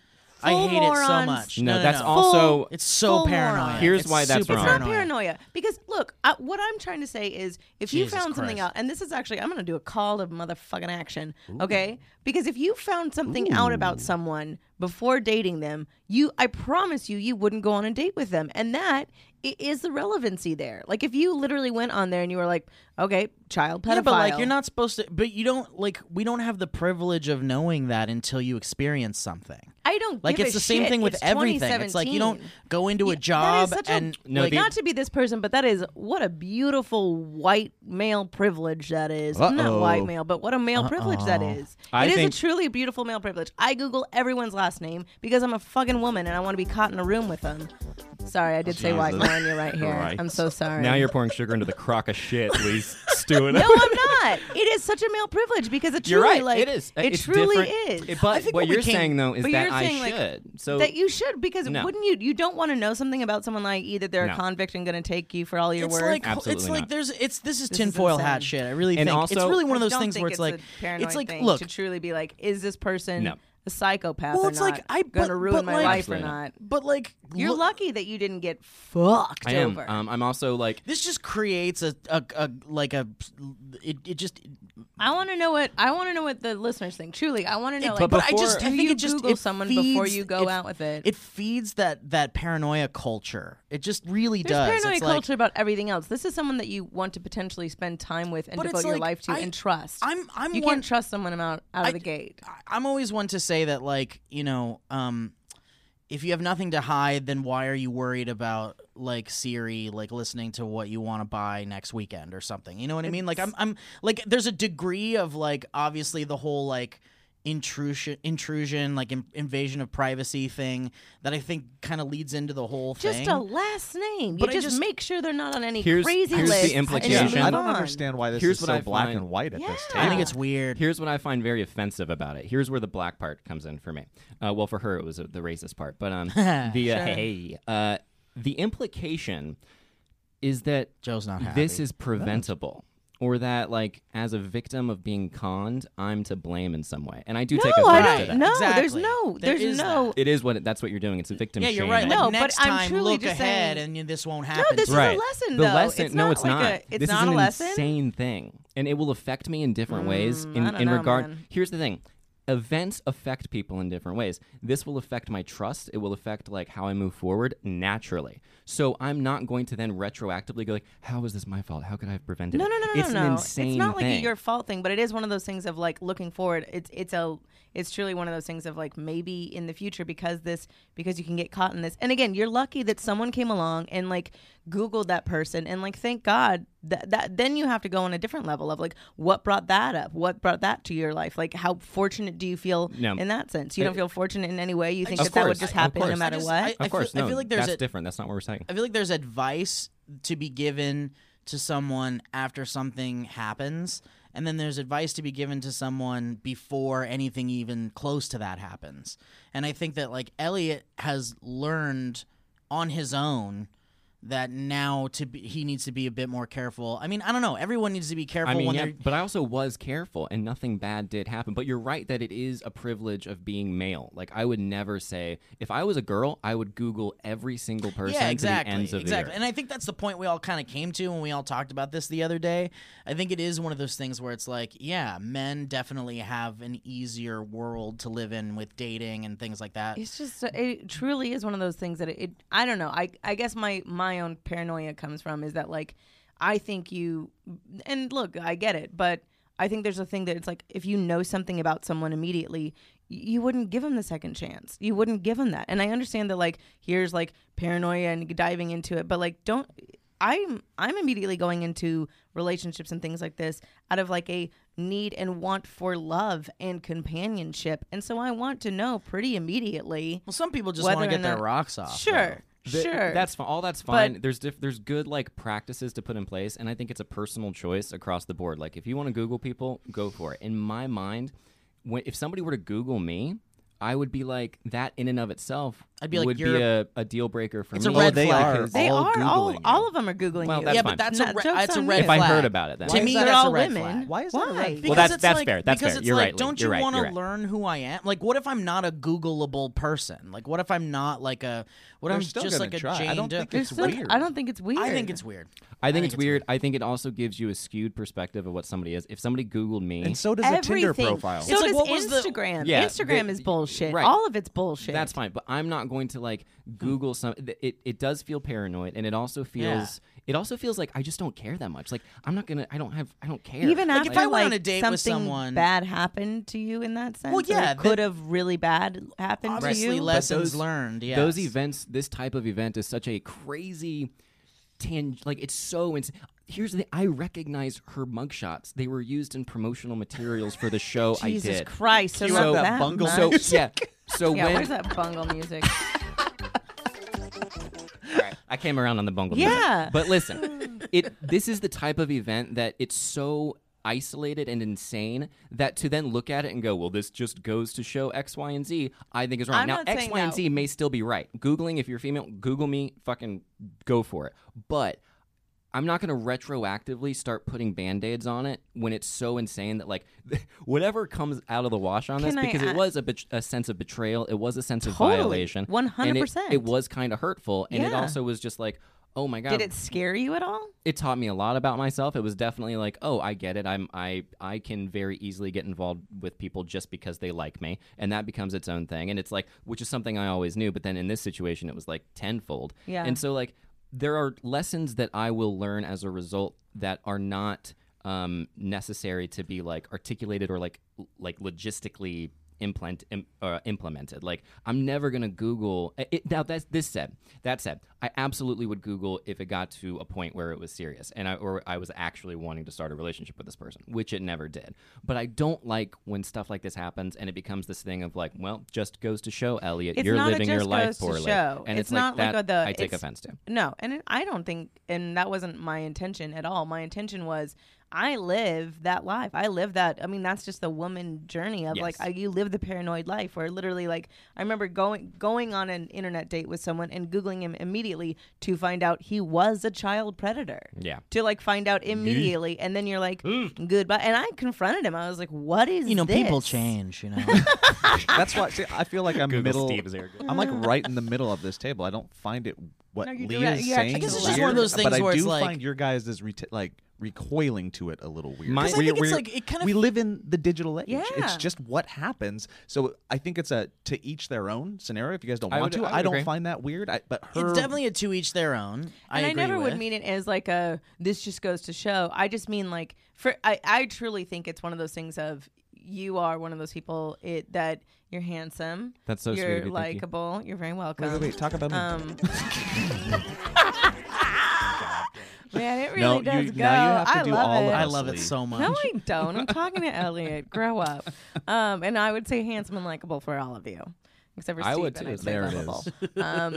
[SPEAKER 1] I
[SPEAKER 4] full
[SPEAKER 1] hate it so
[SPEAKER 4] morons.
[SPEAKER 1] much.
[SPEAKER 5] No, that's
[SPEAKER 1] no.
[SPEAKER 5] also
[SPEAKER 1] It's so
[SPEAKER 4] full
[SPEAKER 1] paranoia.
[SPEAKER 4] moron.
[SPEAKER 5] Here's
[SPEAKER 1] It's
[SPEAKER 5] why that's
[SPEAKER 1] super
[SPEAKER 5] wrong.
[SPEAKER 4] It's not
[SPEAKER 1] Paranoia.
[SPEAKER 4] paranoia because look, I, what I'm trying to say is if
[SPEAKER 1] Jesus
[SPEAKER 4] you found something
[SPEAKER 1] Christ.
[SPEAKER 4] out, and this is actually I'm going to do a call to motherfucking action, okay? Because if you found something out about someone before dating them, you I promise you you wouldn't go on a date with them, and that i- is the relevancy there. Like if you literally went on there and you were like, okay, child pedophile,
[SPEAKER 1] Yeah, but like you're not supposed to. But you don't like. We don't have the privilege of knowing that until you experience something.
[SPEAKER 4] I don't
[SPEAKER 1] Like
[SPEAKER 4] give
[SPEAKER 1] it's
[SPEAKER 4] a
[SPEAKER 1] the same
[SPEAKER 4] shit.
[SPEAKER 1] thing with
[SPEAKER 4] It's
[SPEAKER 1] everything. It's like you don't
[SPEAKER 4] 2017.
[SPEAKER 1] go into a
[SPEAKER 4] That is
[SPEAKER 1] job
[SPEAKER 4] such a-
[SPEAKER 1] and
[SPEAKER 5] No,
[SPEAKER 1] like,
[SPEAKER 5] the-
[SPEAKER 4] not to be this person, but that is what a beautiful white male privilege that is.
[SPEAKER 3] Uh-oh.
[SPEAKER 4] Not white male, but what a male privilege that is.
[SPEAKER 5] I
[SPEAKER 4] it is
[SPEAKER 5] think-
[SPEAKER 4] a truly beautiful male privilege. I Google everyone's last name because I'm a fucking woman and I want to be caught in a room with them. Sorry, I did say white
[SPEAKER 3] Jesus
[SPEAKER 4] male on you right here.
[SPEAKER 5] Christ.
[SPEAKER 4] I'm so sorry.
[SPEAKER 5] Now you're pouring sugar into the crock of shit, Please stew it
[SPEAKER 4] no,
[SPEAKER 5] up.
[SPEAKER 4] I'm not. It is such a male privilege because it
[SPEAKER 5] You're
[SPEAKER 4] truly,
[SPEAKER 5] right.
[SPEAKER 4] like,
[SPEAKER 5] it is.
[SPEAKER 4] It
[SPEAKER 5] it's
[SPEAKER 4] truly
[SPEAKER 5] different.
[SPEAKER 4] is.
[SPEAKER 5] But what,
[SPEAKER 1] what we
[SPEAKER 5] you're
[SPEAKER 1] came-
[SPEAKER 5] saying though is
[SPEAKER 4] but
[SPEAKER 5] that
[SPEAKER 4] you're
[SPEAKER 5] I
[SPEAKER 4] saying, like,
[SPEAKER 5] should. so
[SPEAKER 4] that you should because
[SPEAKER 5] No.
[SPEAKER 4] wouldn't you? You don't want to know something about someone like either they're
[SPEAKER 5] No.
[SPEAKER 4] a convict and going to take you for all your
[SPEAKER 1] it's
[SPEAKER 4] worth.
[SPEAKER 1] like
[SPEAKER 5] Absolutely
[SPEAKER 1] it's like
[SPEAKER 5] not.
[SPEAKER 1] there's it's this is
[SPEAKER 4] is
[SPEAKER 1] tinfoil hat
[SPEAKER 4] insane.
[SPEAKER 1] shit. I really
[SPEAKER 5] And
[SPEAKER 1] think it's
[SPEAKER 5] also-
[SPEAKER 1] really one
[SPEAKER 4] I
[SPEAKER 1] of those
[SPEAKER 4] don't
[SPEAKER 1] things
[SPEAKER 4] think
[SPEAKER 1] where it's like
[SPEAKER 4] a paranoid
[SPEAKER 1] it's like
[SPEAKER 4] thing
[SPEAKER 1] look
[SPEAKER 4] to truly be like, is this person
[SPEAKER 5] No.
[SPEAKER 4] a psychopath?
[SPEAKER 1] Well,
[SPEAKER 4] or
[SPEAKER 1] it's like,
[SPEAKER 4] not?
[SPEAKER 1] I-
[SPEAKER 4] gonna
[SPEAKER 1] but-
[SPEAKER 4] ruin
[SPEAKER 1] but
[SPEAKER 4] my
[SPEAKER 1] like-
[SPEAKER 4] life or
[SPEAKER 5] Absolutely not.
[SPEAKER 4] not.
[SPEAKER 1] but like
[SPEAKER 4] You're
[SPEAKER 1] look-
[SPEAKER 4] lucky that you didn't get fucked
[SPEAKER 5] I am.
[SPEAKER 4] over.
[SPEAKER 5] Um, I'm also like
[SPEAKER 1] This just creates a, a, a like a it, it just
[SPEAKER 4] I want to know what I want to know what the listeners think. Truly, I want to know.
[SPEAKER 1] It-
[SPEAKER 4] like,
[SPEAKER 1] but I just-
[SPEAKER 4] do
[SPEAKER 1] I think
[SPEAKER 4] you
[SPEAKER 1] it just-
[SPEAKER 4] Google
[SPEAKER 1] it
[SPEAKER 4] someone before
[SPEAKER 1] feeds-
[SPEAKER 4] you go
[SPEAKER 1] it-
[SPEAKER 4] out with it.
[SPEAKER 1] it feeds that that paranoia culture. It just really
[SPEAKER 4] There's
[SPEAKER 1] does.
[SPEAKER 4] paranoid
[SPEAKER 1] it's like,
[SPEAKER 4] culture about everything else. This is someone that you want to potentially spend time with and
[SPEAKER 1] But
[SPEAKER 4] devote
[SPEAKER 1] it's
[SPEAKER 4] your
[SPEAKER 1] like,
[SPEAKER 4] life to
[SPEAKER 1] I-
[SPEAKER 4] and trust.
[SPEAKER 1] I'm I'm
[SPEAKER 4] you
[SPEAKER 1] one,
[SPEAKER 4] can't trust someone out out
[SPEAKER 1] I-
[SPEAKER 4] of the gate.
[SPEAKER 1] I- I'm always one to say that, like, you know, um, if you have nothing to hide, then why are you worried about like Siri, like listening to what you want to buy next weekend or something? You know what I mean? Like, I'm, I'm, like, there's a degree of like, obviously, the whole like intrusion intrusion like in, invasion of privacy thing that I think kind of leads into the whole
[SPEAKER 4] Just
[SPEAKER 1] thing.
[SPEAKER 4] a last name.
[SPEAKER 1] But I
[SPEAKER 4] you just,
[SPEAKER 1] just-
[SPEAKER 4] make sure they're not on any
[SPEAKER 5] Here's-
[SPEAKER 4] crazy
[SPEAKER 5] here's the
[SPEAKER 4] list. and
[SPEAKER 5] implication.
[SPEAKER 4] just
[SPEAKER 5] Yeah,
[SPEAKER 3] I
[SPEAKER 4] move
[SPEAKER 3] don't
[SPEAKER 4] on.
[SPEAKER 3] understand why this
[SPEAKER 5] Here's
[SPEAKER 3] is
[SPEAKER 5] what
[SPEAKER 3] so
[SPEAKER 5] I
[SPEAKER 3] black
[SPEAKER 5] find-
[SPEAKER 3] and white at this
[SPEAKER 4] Yeah.
[SPEAKER 1] I
[SPEAKER 3] table.
[SPEAKER 1] think it's weird.
[SPEAKER 5] Here's what I find very offensive about it. Here's where the black part comes in for me. Uh, well, for her, it was uh, the racist part, but um, the uh, hey, uh, the implication is that
[SPEAKER 1] Joe's not happy.
[SPEAKER 5] this is preventable. Or that, like, as a victim of being conned, I'm to blame in some way, and I do take
[SPEAKER 4] No,
[SPEAKER 5] offense
[SPEAKER 4] I don't.
[SPEAKER 5] to that.
[SPEAKER 4] No, there's
[SPEAKER 1] Exactly. There
[SPEAKER 4] no, there's
[SPEAKER 1] is
[SPEAKER 4] no.
[SPEAKER 1] that.
[SPEAKER 5] It is what it, that's what you're doing. It's a victim
[SPEAKER 1] yeah,
[SPEAKER 5] shaming.
[SPEAKER 1] you're right.
[SPEAKER 4] No,
[SPEAKER 1] Like,
[SPEAKER 4] but
[SPEAKER 1] next
[SPEAKER 4] I'm
[SPEAKER 1] time,
[SPEAKER 4] truly
[SPEAKER 1] look
[SPEAKER 4] just
[SPEAKER 1] ahead,
[SPEAKER 4] saying-
[SPEAKER 1] and this won't
[SPEAKER 4] No,
[SPEAKER 1] happen.
[SPEAKER 4] this
[SPEAKER 1] to you.
[SPEAKER 4] is
[SPEAKER 5] Right.
[SPEAKER 4] a lesson,
[SPEAKER 5] the
[SPEAKER 4] though.
[SPEAKER 5] lesson,
[SPEAKER 4] It's
[SPEAKER 5] no,
[SPEAKER 4] not
[SPEAKER 5] it's
[SPEAKER 4] like
[SPEAKER 5] not.
[SPEAKER 4] a- it's
[SPEAKER 5] this
[SPEAKER 4] not
[SPEAKER 5] is
[SPEAKER 4] a
[SPEAKER 5] an
[SPEAKER 4] lesson. Mm,
[SPEAKER 5] insane thing, and it will affect me in different ways. In,
[SPEAKER 4] I don't
[SPEAKER 5] in
[SPEAKER 4] know,
[SPEAKER 5] regard,
[SPEAKER 4] man.
[SPEAKER 5] here's the thing: events affect people in different ways. This will affect my trust. It will affect like how I move forward naturally. So I'm not going to then retroactively go like, "How is this my fault? How could I have prevented
[SPEAKER 4] No,
[SPEAKER 5] it?"
[SPEAKER 4] no, no, no,
[SPEAKER 5] it's
[SPEAKER 4] no,
[SPEAKER 5] An
[SPEAKER 4] no.
[SPEAKER 5] insane
[SPEAKER 4] it's not like
[SPEAKER 5] thing.
[SPEAKER 4] a your fault thing, but it is one of those things of like looking forward. It's it's a it's truly one of those things of like maybe in the future because this because you can get caught in this. And again, you're lucky that someone came along and like Googled that person and like thank God that that then you have to go on a different level of like what brought that up, what brought that to your life, like how fortunate do you feel
[SPEAKER 5] No.
[SPEAKER 4] in that sense? You don't feel fortunate in any way. You think that
[SPEAKER 5] just-
[SPEAKER 4] that
[SPEAKER 5] Of
[SPEAKER 4] would
[SPEAKER 5] course,
[SPEAKER 4] just
[SPEAKER 5] I- of
[SPEAKER 4] happen no
[SPEAKER 5] course. I
[SPEAKER 4] matter
[SPEAKER 1] just-
[SPEAKER 4] what.
[SPEAKER 1] I
[SPEAKER 5] of course,
[SPEAKER 1] feel- I
[SPEAKER 5] no,
[SPEAKER 1] feel like there's
[SPEAKER 5] that's
[SPEAKER 1] a-
[SPEAKER 5] different. That's not what we're saying.
[SPEAKER 1] I feel like there's advice to be given to someone after something happens, and then there's advice to be given to someone before anything even close to that happens. And I think that like Elliot has learned on his own that now to be, he needs to be a bit more careful. I mean, I don't know. Everyone needs to be careful
[SPEAKER 5] I mean,
[SPEAKER 1] when
[SPEAKER 5] yeah,
[SPEAKER 1] they're
[SPEAKER 5] but I also was careful, and nothing bad did happen. But you're right that it is a privilege of being male. Like I would never say if I was a girl, I would Google every single person
[SPEAKER 1] yeah, exactly,
[SPEAKER 5] to the ends of
[SPEAKER 1] exactly.
[SPEAKER 5] the earth.
[SPEAKER 1] And I think that's the point we all kind of came to when we all talked about this the other day. I think it is one of those things where it's like, yeah, men definitely have an easier world to live in with dating and things like that.
[SPEAKER 4] It's just uh, it truly is one of those things that it, it I don't know. I I guess my my own paranoia comes from is that like I think you and look, I get it, but I think there's a thing that it's like if you know something about someone immediately, y- you wouldn't give them the second chance. You wouldn't give them that. And I understand that like here's like paranoia and diving into it, but like don't I'm I'm immediately going into relationships and things like this out of like a need and want for love and companionship. And so I want to know pretty immediately.
[SPEAKER 1] Well, some people just
[SPEAKER 4] Whether
[SPEAKER 1] want to
[SPEAKER 4] or
[SPEAKER 1] get their
[SPEAKER 4] not-
[SPEAKER 1] rocks off. though.
[SPEAKER 4] Sure.
[SPEAKER 5] Th-
[SPEAKER 4] sure.
[SPEAKER 5] that's fi- all. That's fine. there's diff- there's good like practices to put in place, and I think it's a personal choice across the board. Like if you want to Google people, go for it. In my mind, when if somebody were to Google me. I would be like that in and of itself.
[SPEAKER 1] I'd be like,
[SPEAKER 5] would be
[SPEAKER 1] "You're
[SPEAKER 5] a, a deal breaker for
[SPEAKER 1] It's a
[SPEAKER 5] me.
[SPEAKER 1] red
[SPEAKER 3] Oh, they
[SPEAKER 1] flag.
[SPEAKER 3] are
[SPEAKER 4] they
[SPEAKER 3] all
[SPEAKER 4] are all
[SPEAKER 3] Googling
[SPEAKER 4] all
[SPEAKER 3] you.
[SPEAKER 4] of them are googling
[SPEAKER 5] Well,
[SPEAKER 4] you.
[SPEAKER 5] that's
[SPEAKER 1] yeah,
[SPEAKER 5] fine.
[SPEAKER 1] but that's
[SPEAKER 4] Not-
[SPEAKER 1] a re-
[SPEAKER 4] joke's
[SPEAKER 1] that's a
[SPEAKER 4] on
[SPEAKER 1] red
[SPEAKER 4] you.
[SPEAKER 5] if I
[SPEAKER 1] flag.
[SPEAKER 5] heard about it, then
[SPEAKER 1] to me,
[SPEAKER 4] they're
[SPEAKER 1] that's
[SPEAKER 4] all
[SPEAKER 1] a red
[SPEAKER 4] women.
[SPEAKER 1] flag.
[SPEAKER 3] Why is that a
[SPEAKER 4] Why?
[SPEAKER 3] red
[SPEAKER 4] Because
[SPEAKER 5] Well, that's-
[SPEAKER 1] it's
[SPEAKER 5] that's
[SPEAKER 1] like-
[SPEAKER 5] fair. That's
[SPEAKER 1] because
[SPEAKER 5] fair.
[SPEAKER 1] it's
[SPEAKER 5] You're
[SPEAKER 1] like,
[SPEAKER 5] right, Lee.
[SPEAKER 1] Don't
[SPEAKER 5] You're
[SPEAKER 1] you
[SPEAKER 5] right.
[SPEAKER 1] want
[SPEAKER 5] You're
[SPEAKER 1] to
[SPEAKER 5] right.
[SPEAKER 1] learn who I am? Like, what if I'm not a Googleable person? Like, what if I'm not like a? What if
[SPEAKER 3] They're
[SPEAKER 1] I'm
[SPEAKER 3] still
[SPEAKER 1] just
[SPEAKER 3] gonna
[SPEAKER 1] like a
[SPEAKER 3] try. I
[SPEAKER 1] Jane
[SPEAKER 3] don't
[SPEAKER 1] Doe?
[SPEAKER 3] think it's
[SPEAKER 4] Still-
[SPEAKER 3] weird.
[SPEAKER 4] I don't think it's weird.
[SPEAKER 1] I think it's weird.
[SPEAKER 5] I think it's
[SPEAKER 1] it's
[SPEAKER 5] weird. I think it also gives you a skewed perspective of what somebody is. If somebody Googled me,
[SPEAKER 3] And so does a Tinder
[SPEAKER 4] everything.
[SPEAKER 3] profile.
[SPEAKER 4] So
[SPEAKER 1] It's like,
[SPEAKER 4] does
[SPEAKER 1] what was the-
[SPEAKER 4] Instagram.
[SPEAKER 5] Yeah,
[SPEAKER 4] Instagram
[SPEAKER 5] the-
[SPEAKER 4] is bullshit.
[SPEAKER 5] right.
[SPEAKER 4] All of it's bullshit.
[SPEAKER 5] That's fine, but I'm not going to like Google some. th- It it does feel paranoid, and it also feels it also feels like I just don't care that much. Like I'm not gonna. I don't have. I don't care.
[SPEAKER 4] Even
[SPEAKER 1] Like,
[SPEAKER 4] after
[SPEAKER 1] if I went on
[SPEAKER 4] like,
[SPEAKER 1] a date
[SPEAKER 4] something
[SPEAKER 1] with someone-
[SPEAKER 4] bad happened to you in that sense,
[SPEAKER 1] Well,
[SPEAKER 4] like,
[SPEAKER 1] yeah,
[SPEAKER 4] could have really bad happened to
[SPEAKER 1] Obviously,
[SPEAKER 4] you.
[SPEAKER 1] lessons
[SPEAKER 5] those-
[SPEAKER 1] learned. Yeah.
[SPEAKER 5] those events, this type of event is such a crazy tang. Like it's so insane. Here's the thing. I recognize her mugshots. They were used in promotional materials for the show I did.
[SPEAKER 4] Jesus Christ! So
[SPEAKER 3] You
[SPEAKER 4] not
[SPEAKER 3] have that
[SPEAKER 4] that
[SPEAKER 3] bungle-
[SPEAKER 4] much.
[SPEAKER 5] So yeah. So
[SPEAKER 4] yeah,
[SPEAKER 5] when
[SPEAKER 4] where's that bungle music?
[SPEAKER 5] I came around on the bungled.
[SPEAKER 4] Yeah.
[SPEAKER 5] But listen, it this is the type of event that it's so isolated and insane that to then look at it and go, well, this just goes to show X, Y, and Z. I think is wrong.
[SPEAKER 4] I'm
[SPEAKER 5] now
[SPEAKER 4] not
[SPEAKER 5] X,
[SPEAKER 4] saying
[SPEAKER 5] Y, and
[SPEAKER 4] that-
[SPEAKER 5] Z may still be right. Googling if you're female, Google me, fucking go for it. But I'm not going to retroactively start putting band-aids on it when it's so insane that like whatever comes out of the wash on this
[SPEAKER 4] Can I
[SPEAKER 5] because it
[SPEAKER 4] a-
[SPEAKER 5] was a, bet- a sense of betrayal, it was a sense of
[SPEAKER 4] Totally.
[SPEAKER 5] violation. and it-
[SPEAKER 4] 100%.
[SPEAKER 5] It was kind of hurtful and it
[SPEAKER 4] Yeah.
[SPEAKER 5] also was just like, "Oh my god,
[SPEAKER 4] Did it scare you at all?
[SPEAKER 5] it taught me a lot about myself. It was definitely like, oh, I get it. I'm I I can very easily get involved with people just because they like me, and that becomes its own thing. And it's like, which is something I always knew, but then in this situation, it was like tenfold.
[SPEAKER 4] Yeah.
[SPEAKER 5] And so like, there are lessons that I will learn as a result that are not um, necessary to be like articulated or like l- like logistically implant im, uh, implemented. Like I'm never gonna Google. i- It, now that's this said. That said, I absolutely would Google if it got to a point where it was serious and I or I was actually wanting to start a relationship with this person, which it never did. But I don't like when stuff like this happens and it becomes this thing of like, well, just goes to show, Elliot,
[SPEAKER 4] It's
[SPEAKER 5] you're
[SPEAKER 4] not a
[SPEAKER 5] living your
[SPEAKER 4] just
[SPEAKER 5] life
[SPEAKER 4] goes to
[SPEAKER 5] poorly,
[SPEAKER 4] show.
[SPEAKER 5] and
[SPEAKER 4] It's
[SPEAKER 5] it's,
[SPEAKER 4] not like
[SPEAKER 5] like
[SPEAKER 4] a-
[SPEAKER 5] that.
[SPEAKER 4] the-
[SPEAKER 5] I take
[SPEAKER 4] it's-
[SPEAKER 5] offense to.
[SPEAKER 4] No, and it- I don't think, and that wasn't my intention at all. My intention was I live that life. I live that. I mean, that's just the woman journey of like
[SPEAKER 5] Yes.
[SPEAKER 4] I, you live the paranoid life, where literally like I remember going going on an internet date with someone and googling him immediately to find out he was a child predator.
[SPEAKER 5] Yeah.
[SPEAKER 4] To like find out immediately, and then you're like
[SPEAKER 5] Mm.
[SPEAKER 4] goodbye. And I confronted him. I was like, "What is
[SPEAKER 1] You know, people
[SPEAKER 4] this?
[SPEAKER 1] change. You know,
[SPEAKER 3] That's why see, I feel like I'm middle.
[SPEAKER 5] Google Steve Zergo.
[SPEAKER 3] I'm like right in the middle of this table. I don't find it what
[SPEAKER 4] No, you do
[SPEAKER 3] Lee
[SPEAKER 4] that.
[SPEAKER 3] is
[SPEAKER 4] You actually
[SPEAKER 3] saying.
[SPEAKER 4] I guess it's
[SPEAKER 3] is
[SPEAKER 4] just
[SPEAKER 3] weird,
[SPEAKER 4] one of
[SPEAKER 1] those
[SPEAKER 3] but
[SPEAKER 1] things
[SPEAKER 3] I
[SPEAKER 1] where
[SPEAKER 3] do
[SPEAKER 1] it's like-
[SPEAKER 3] find your guys as reti- like recoiling to it a little weird.
[SPEAKER 5] My- 'Cause I
[SPEAKER 1] think it's
[SPEAKER 3] we're-
[SPEAKER 1] like- it kind of-
[SPEAKER 3] we live in the digital age.
[SPEAKER 4] Yeah.
[SPEAKER 3] It's just what happens. So I think it's a to each their own scenario. If you guys don't
[SPEAKER 5] I
[SPEAKER 3] want
[SPEAKER 5] would-
[SPEAKER 3] to,
[SPEAKER 5] I would
[SPEAKER 3] I, don't
[SPEAKER 5] agree.
[SPEAKER 3] find that weird. I, but her,
[SPEAKER 1] it's definitely a two each their own.
[SPEAKER 4] and I,
[SPEAKER 1] agree
[SPEAKER 4] never
[SPEAKER 1] with.
[SPEAKER 4] would mean it as like a this just goes to show. I just mean like for I, I truly think it's one of those things of you are one of those people it, that you're handsome.
[SPEAKER 5] That's so sweet of you,
[SPEAKER 4] You're
[SPEAKER 5] thank you.
[SPEAKER 4] likable. You're very welcome.
[SPEAKER 3] Wait, wait, talk about me.
[SPEAKER 4] Um, man, it really
[SPEAKER 3] No, you-
[SPEAKER 4] does go.
[SPEAKER 3] now you have to
[SPEAKER 4] I
[SPEAKER 3] do
[SPEAKER 4] love
[SPEAKER 3] all
[SPEAKER 4] it.
[SPEAKER 3] of
[SPEAKER 1] I
[SPEAKER 3] us,
[SPEAKER 1] love it
[SPEAKER 3] Lee.
[SPEAKER 1] so much.
[SPEAKER 4] No, I don't. I'm talking to Elliot. Grow up. Um, and I would say handsome and likable for all of you, except for
[SPEAKER 5] I
[SPEAKER 4] Steve.
[SPEAKER 5] would
[SPEAKER 4] and
[SPEAKER 5] too.
[SPEAKER 4] I'd say
[SPEAKER 5] There it is.
[SPEAKER 4] lovable. Um,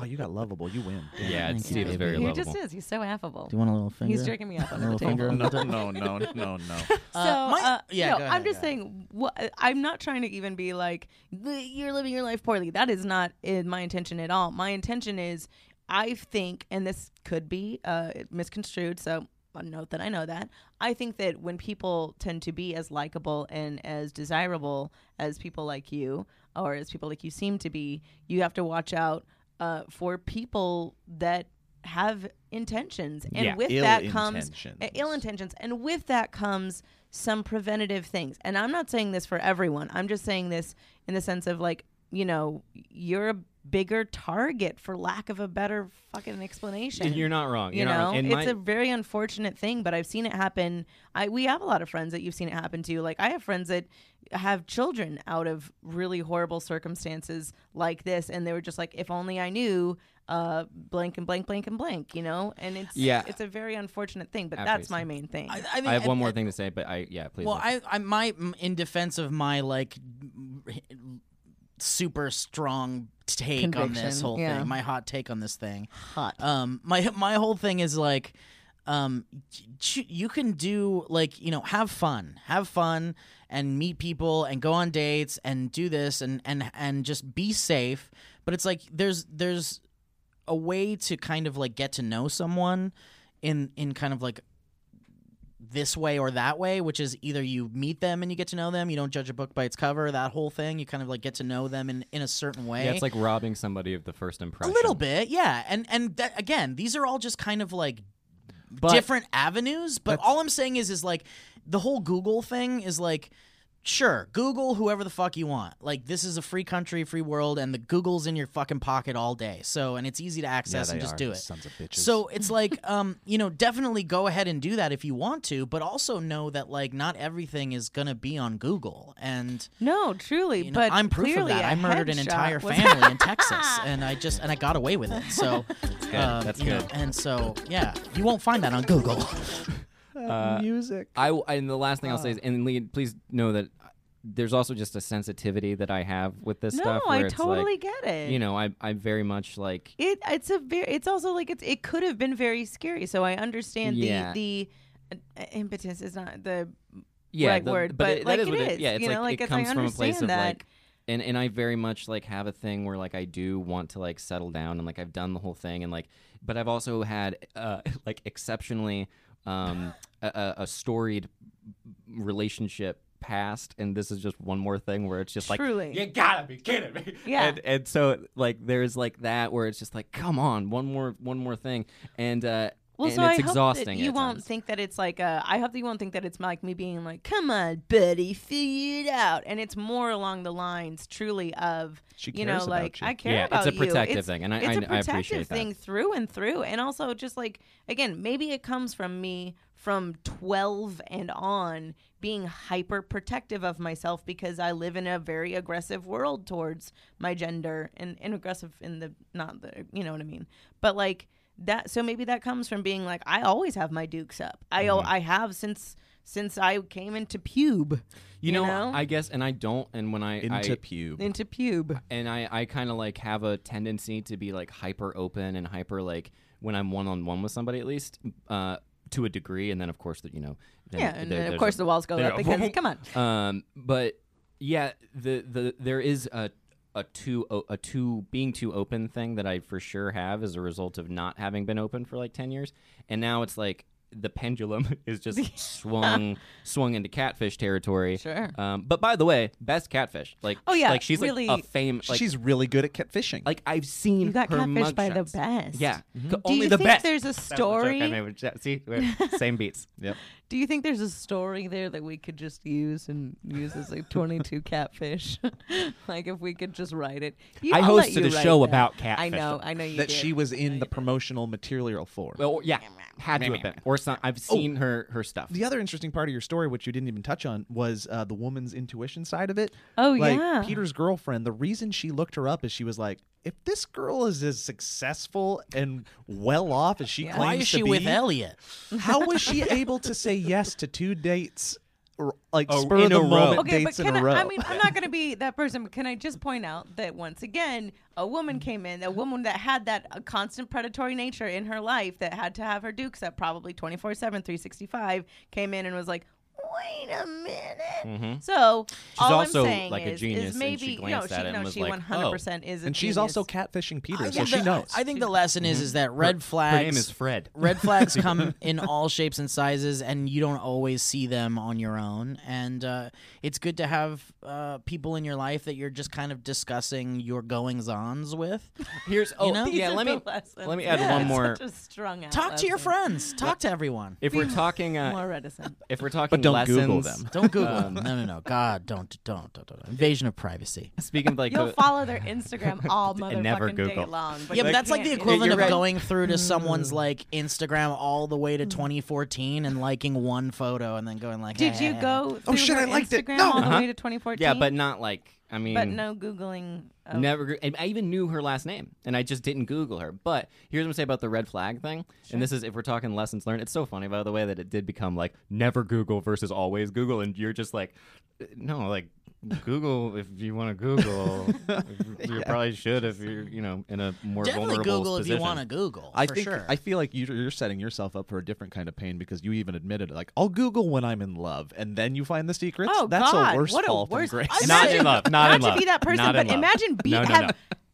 [SPEAKER 3] oh, you got lovable. You win. Damn.
[SPEAKER 5] Yeah, it's,
[SPEAKER 1] Thank you.
[SPEAKER 5] Steve is very
[SPEAKER 4] he
[SPEAKER 5] lovable.
[SPEAKER 4] just is. He's so affable.
[SPEAKER 1] Do you want a little finger?
[SPEAKER 4] He's jerking me up
[SPEAKER 1] A
[SPEAKER 4] under the
[SPEAKER 1] little finger.
[SPEAKER 4] table.
[SPEAKER 1] on
[SPEAKER 3] No,
[SPEAKER 1] the table?
[SPEAKER 3] no, no, no, no.
[SPEAKER 4] So
[SPEAKER 1] Uh, my-
[SPEAKER 4] uh,
[SPEAKER 1] yeah,
[SPEAKER 4] no,
[SPEAKER 1] go
[SPEAKER 4] I'm
[SPEAKER 1] ahead,
[SPEAKER 4] just
[SPEAKER 1] go ahead.
[SPEAKER 4] saying. Wha I'm not trying to even be like "The- you're living your life poorly. That is not in my intention at all. My intention is, I think, and this could be uh, misconstrued. So uh, note that I know that. I think that when people tend to be as likable and as desirable as people like you, or as people like you seem to be, you have to watch out uh, for people that have intentions, and
[SPEAKER 5] Yeah,
[SPEAKER 4] with
[SPEAKER 3] ill
[SPEAKER 4] that comes eh,
[SPEAKER 3] intentions.
[SPEAKER 4] ill intentions. And with that comes some preventative things. And I'm not saying this for everyone. I'm just saying this in the sense of like, you know, you're a bigger target for lack of a better fucking explanation.
[SPEAKER 5] You're not wrong.
[SPEAKER 4] You
[SPEAKER 5] You're not
[SPEAKER 4] know,
[SPEAKER 5] wrong. And
[SPEAKER 4] it's
[SPEAKER 5] my-
[SPEAKER 4] a very unfortunate thing, but I've seen it happen. I we have a lot of friends that you've seen it happen to. Like I have friends that have children out of really horrible circumstances like this, and they were just like, "If only I knew." Uh, blank and blank, blank and blank. You know, and it's
[SPEAKER 5] Yeah.
[SPEAKER 4] it's a very unfortunate thing, but that's
[SPEAKER 5] Obviously.
[SPEAKER 4] my main thing.
[SPEAKER 1] I, think,
[SPEAKER 5] I have one
[SPEAKER 1] and-
[SPEAKER 5] more thing to say, but I yeah, please.
[SPEAKER 1] Well,
[SPEAKER 5] let's-
[SPEAKER 1] I, I my m- in defense of my like m- super strong take on this
[SPEAKER 4] Conviction,
[SPEAKER 1] whole
[SPEAKER 4] yeah.
[SPEAKER 1] thing, my hot take on this thing.
[SPEAKER 6] Hot.
[SPEAKER 1] Um, my my whole thing is like, um, ch- you can do like you know have fun, have fun, and meet people, and go on dates, and do this, and and and just be safe. But it's like there's there's a way to kind of like get to know someone in in kind of like this way or that way, which is either you meet them and you get to know them, you don't judge a book by its cover, that whole thing. You kind of like get to know them in, in a certain way.
[SPEAKER 5] yeah, it's like robbing somebody of the first
[SPEAKER 1] a
[SPEAKER 5] impression.
[SPEAKER 1] little bit, yeah. And and that, again, these are all just kind of like
[SPEAKER 5] But-
[SPEAKER 1] different avenues. But all I'm saying is, is like the whole Google thing is like, sure, Google whoever the fuck you want. Like this is a free country, free world, and the Google's in your fucking pocket all day. So and it's easy to access and just do it.
[SPEAKER 3] Sons of bitches.
[SPEAKER 1] So it's like, um, you know, definitely go ahead and do that if you want to, but also know that like not everything is gonna be on Google. And
[SPEAKER 4] No, truly,
[SPEAKER 1] you know,
[SPEAKER 4] but
[SPEAKER 1] I'm proof of
[SPEAKER 4] clearly
[SPEAKER 1] that.
[SPEAKER 4] a
[SPEAKER 1] I murdered an
[SPEAKER 4] headshot
[SPEAKER 1] entire
[SPEAKER 4] was-
[SPEAKER 1] family in Texas, and I just and I got away with it. So
[SPEAKER 5] Good.
[SPEAKER 1] um,
[SPEAKER 5] That's
[SPEAKER 1] you know,
[SPEAKER 5] good.
[SPEAKER 1] and so yeah, you won't find that on Google.
[SPEAKER 3] Uh, music.
[SPEAKER 5] I w- and the last thing I'll say
[SPEAKER 4] Oh.
[SPEAKER 5] is, and Lee, please know that there's also just a sensitivity that I have with this
[SPEAKER 4] no,
[SPEAKER 5] stuff.
[SPEAKER 4] I
[SPEAKER 5] where it's like,
[SPEAKER 4] totally get it.
[SPEAKER 5] You know, I I very much like
[SPEAKER 4] it it's a very it's also like it's it could have been very scary. So I understand
[SPEAKER 5] Yeah.
[SPEAKER 4] the the uh, impetus is not the
[SPEAKER 5] yeah
[SPEAKER 4] right
[SPEAKER 5] the-
[SPEAKER 4] word, but
[SPEAKER 5] but, it, that
[SPEAKER 4] like
[SPEAKER 5] is
[SPEAKER 4] it
[SPEAKER 5] what
[SPEAKER 4] is,
[SPEAKER 5] yeah, it's
[SPEAKER 4] you
[SPEAKER 5] like
[SPEAKER 4] know, like,
[SPEAKER 5] it
[SPEAKER 4] it's- I
[SPEAKER 5] comes from a place of
[SPEAKER 4] understand that.
[SPEAKER 5] like. And, and I very much like have a thing where like I do want to like settle down and like I've done the whole thing and like but I've also had uh, like exceptionally um, a, a a storied relationship past and this is just one more thing where it's just like
[SPEAKER 4] Truly.
[SPEAKER 5] you gotta be kidding me
[SPEAKER 4] Yeah.
[SPEAKER 5] and, and so like there's like that where it's just like come on one more one more thing and uh
[SPEAKER 4] Well,
[SPEAKER 5] and
[SPEAKER 4] so
[SPEAKER 5] it's
[SPEAKER 4] I hope
[SPEAKER 5] exhausting
[SPEAKER 4] that you
[SPEAKER 5] at
[SPEAKER 4] won't
[SPEAKER 5] times.
[SPEAKER 4] think that it's like uh, I hope that you won't think that it's like me being like, "Come on, buddy, figure it out." And it's more along the lines, truly, of
[SPEAKER 3] She
[SPEAKER 4] you
[SPEAKER 3] cares
[SPEAKER 4] know,
[SPEAKER 3] about
[SPEAKER 4] like
[SPEAKER 3] you.
[SPEAKER 4] I care
[SPEAKER 5] Yeah, it's
[SPEAKER 4] about
[SPEAKER 5] a
[SPEAKER 4] you.
[SPEAKER 5] protective
[SPEAKER 4] It's-
[SPEAKER 5] thing, and I-
[SPEAKER 4] it's a
[SPEAKER 5] I- I
[SPEAKER 4] protective
[SPEAKER 5] appreciate that.
[SPEAKER 4] thing through and through, and also just like again, maybe it comes from me from twelve and on being hyper protective of myself because I live in a very aggressive world towards my gender and, and aggressive in the not the you know what I mean, but like that so maybe that comes from being like I always have my dukes up. I oh I have since since I came into pube.
[SPEAKER 5] Mm-hmm. You know,
[SPEAKER 4] know?
[SPEAKER 5] I guess, and I don't, and when I
[SPEAKER 3] Into
[SPEAKER 5] I,
[SPEAKER 3] pube.
[SPEAKER 4] Into pube.
[SPEAKER 5] and I, I kind of like have a tendency to be like hyper open and hyper like when I'm one on one with somebody at least uh, to a degree, and then of course that you know then
[SPEAKER 4] Yeah, and
[SPEAKER 5] there-
[SPEAKER 4] then of
[SPEAKER 5] there's
[SPEAKER 4] course
[SPEAKER 5] a-
[SPEAKER 4] the walls go
[SPEAKER 5] there-
[SPEAKER 4] up because come on.
[SPEAKER 5] um, but yeah, the the there is a a too o- a too being too open thing that I for sure have as a result of not having been open for like ten years, and now it's like the pendulum is just swung swung into catfish territory.
[SPEAKER 4] Sure.
[SPEAKER 5] Um, but by the way, best catfish. Like
[SPEAKER 4] Oh, yeah,
[SPEAKER 5] like she's
[SPEAKER 4] really-
[SPEAKER 5] like a fame. Like,
[SPEAKER 3] She's really good at catfishing.
[SPEAKER 5] like I've seen
[SPEAKER 4] You got
[SPEAKER 5] her
[SPEAKER 4] catfished by the
[SPEAKER 5] mugshots.
[SPEAKER 4] best.
[SPEAKER 5] Yeah, C-
[SPEAKER 4] Do
[SPEAKER 5] only
[SPEAKER 4] you
[SPEAKER 5] the
[SPEAKER 4] think
[SPEAKER 5] best.
[SPEAKER 4] there's a
[SPEAKER 5] Mm-hmm. That's the joke I
[SPEAKER 4] story?
[SPEAKER 5] made with Jeff. See, We're- same beats.
[SPEAKER 3] yep.
[SPEAKER 4] Do you think there's a story there that we could just use and use as a 22 catfish? like if we could just write it. You,
[SPEAKER 5] I
[SPEAKER 4] I'll let
[SPEAKER 5] hosted
[SPEAKER 4] you
[SPEAKER 5] a
[SPEAKER 4] write
[SPEAKER 5] show
[SPEAKER 4] that.
[SPEAKER 5] about
[SPEAKER 4] I
[SPEAKER 5] catfish.
[SPEAKER 4] know, I know you
[SPEAKER 3] That
[SPEAKER 4] did.
[SPEAKER 3] she was in the promotional material for.
[SPEAKER 5] Well, yeah, had to have been. Or some, I've seen her her stuff.
[SPEAKER 3] the other interesting part of your story, which you didn't even touch on, was uh, the woman's intuition side of it.
[SPEAKER 4] Oh,
[SPEAKER 3] like,
[SPEAKER 4] yeah.
[SPEAKER 3] Peter's girlfriend. The reason she looked her up is she was like, if this girl is as successful and well off as she claims
[SPEAKER 1] Why is
[SPEAKER 3] to
[SPEAKER 1] she
[SPEAKER 3] be,
[SPEAKER 1] with Elliot?
[SPEAKER 3] how was she able to say yes to two dates, or, like
[SPEAKER 5] Oh,
[SPEAKER 3] spur
[SPEAKER 5] in
[SPEAKER 3] of the
[SPEAKER 5] a row.
[SPEAKER 3] moment
[SPEAKER 4] Okay, but
[SPEAKER 3] dates
[SPEAKER 4] can
[SPEAKER 3] in a
[SPEAKER 4] I,
[SPEAKER 3] row?
[SPEAKER 4] I mean, I'm not going to be that person, but can I just point out that once again, a woman came in, a woman that had that uh, constant predatory nature in her life that had to have her dukes up probably 24 7, 365, came in and was like, Wait a minute. So all
[SPEAKER 5] Mm-hmm. also,
[SPEAKER 4] I'm saying
[SPEAKER 5] like, a
[SPEAKER 4] is,
[SPEAKER 5] genius, and
[SPEAKER 4] is
[SPEAKER 5] she
[SPEAKER 4] maybe
[SPEAKER 5] glanced
[SPEAKER 4] no,
[SPEAKER 5] at
[SPEAKER 4] she
[SPEAKER 5] it
[SPEAKER 4] no,
[SPEAKER 5] and was
[SPEAKER 4] she
[SPEAKER 5] like, "Oh."
[SPEAKER 4] 100% is. a
[SPEAKER 3] and she's
[SPEAKER 4] genius.
[SPEAKER 3] also catfishing Peter, so
[SPEAKER 1] think
[SPEAKER 3] she
[SPEAKER 1] the-
[SPEAKER 3] knows.
[SPEAKER 1] I think the lesson is is that red flags.
[SPEAKER 5] Mm-hmm. Her name is Fred.
[SPEAKER 1] red flags come in all shapes and sizes, and you don't always see them on your own. And uh, it's good to have uh, people in your life that you're just kind of discussing your goings ons with.
[SPEAKER 5] Here's oh
[SPEAKER 1] know?
[SPEAKER 5] yeah. Let me let me add
[SPEAKER 4] Yeah,
[SPEAKER 5] one
[SPEAKER 4] it's
[SPEAKER 5] more.
[SPEAKER 4] such a strung out
[SPEAKER 1] Talk to your
[SPEAKER 4] lesson.
[SPEAKER 1] friends. Talk to everyone.
[SPEAKER 5] If we're talking,
[SPEAKER 4] More
[SPEAKER 5] uh,
[SPEAKER 4] reticent.
[SPEAKER 5] if we're talking,
[SPEAKER 3] don't Google
[SPEAKER 5] lessons-
[SPEAKER 3] them.
[SPEAKER 1] Don't Google. them. No, no, no. God, don't, don't, don't, don't. Invasion of privacy.
[SPEAKER 5] Speaking of like
[SPEAKER 4] You'll
[SPEAKER 5] the-
[SPEAKER 4] follow their Instagram all motherfucking
[SPEAKER 5] And Uh, never
[SPEAKER 4] day
[SPEAKER 5] Google.
[SPEAKER 4] long.
[SPEAKER 1] yeah, but
[SPEAKER 4] you
[SPEAKER 1] that's like the
[SPEAKER 4] can't-
[SPEAKER 1] equivalent
[SPEAKER 5] you're
[SPEAKER 1] of
[SPEAKER 5] right.
[SPEAKER 1] going through to someone's like Instagram all the way to 2014 and liking one photo and then going like,
[SPEAKER 4] Did you
[SPEAKER 1] "Eh."
[SPEAKER 3] Oh,
[SPEAKER 4] go? through
[SPEAKER 3] shit,
[SPEAKER 4] her
[SPEAKER 3] I liked it.
[SPEAKER 4] Instagram
[SPEAKER 3] No.
[SPEAKER 4] all the
[SPEAKER 5] Uh-huh.
[SPEAKER 4] way to 2014.
[SPEAKER 5] yeah, but not like I mean,
[SPEAKER 4] but no Oh. googling. Of,
[SPEAKER 5] Never. gr- And I even knew her last name, and I just didn't Google her. But here's what I'm say about the red flag thing. And this is if we're talking lessons learned. It's so funny, by the way, that it did become like never Google versus always Google, and you're just like, uh, no, like Google if you want to Google. you probably should if you're you know in a more
[SPEAKER 1] Definitely
[SPEAKER 5] vulnerable
[SPEAKER 1] Google
[SPEAKER 5] position.
[SPEAKER 1] if you want to Google.
[SPEAKER 3] I
[SPEAKER 1] for
[SPEAKER 3] think
[SPEAKER 1] sure.
[SPEAKER 3] I feel like you- you're setting yourself up for a different kind of pain because you even admitted it. Like, I'll Google when I'm in love, and then you find the secrets.
[SPEAKER 4] Oh
[SPEAKER 3] That's
[SPEAKER 4] God!
[SPEAKER 3] a worse
[SPEAKER 4] what
[SPEAKER 3] fall
[SPEAKER 4] a worse.
[SPEAKER 3] from grace.
[SPEAKER 4] I'm
[SPEAKER 5] Not
[SPEAKER 4] saying-
[SPEAKER 5] in love, not in
[SPEAKER 4] to be
[SPEAKER 5] love,
[SPEAKER 4] that person,
[SPEAKER 5] not
[SPEAKER 4] but
[SPEAKER 5] in love.
[SPEAKER 4] imagine be
[SPEAKER 5] No, no,
[SPEAKER 4] have.
[SPEAKER 5] no.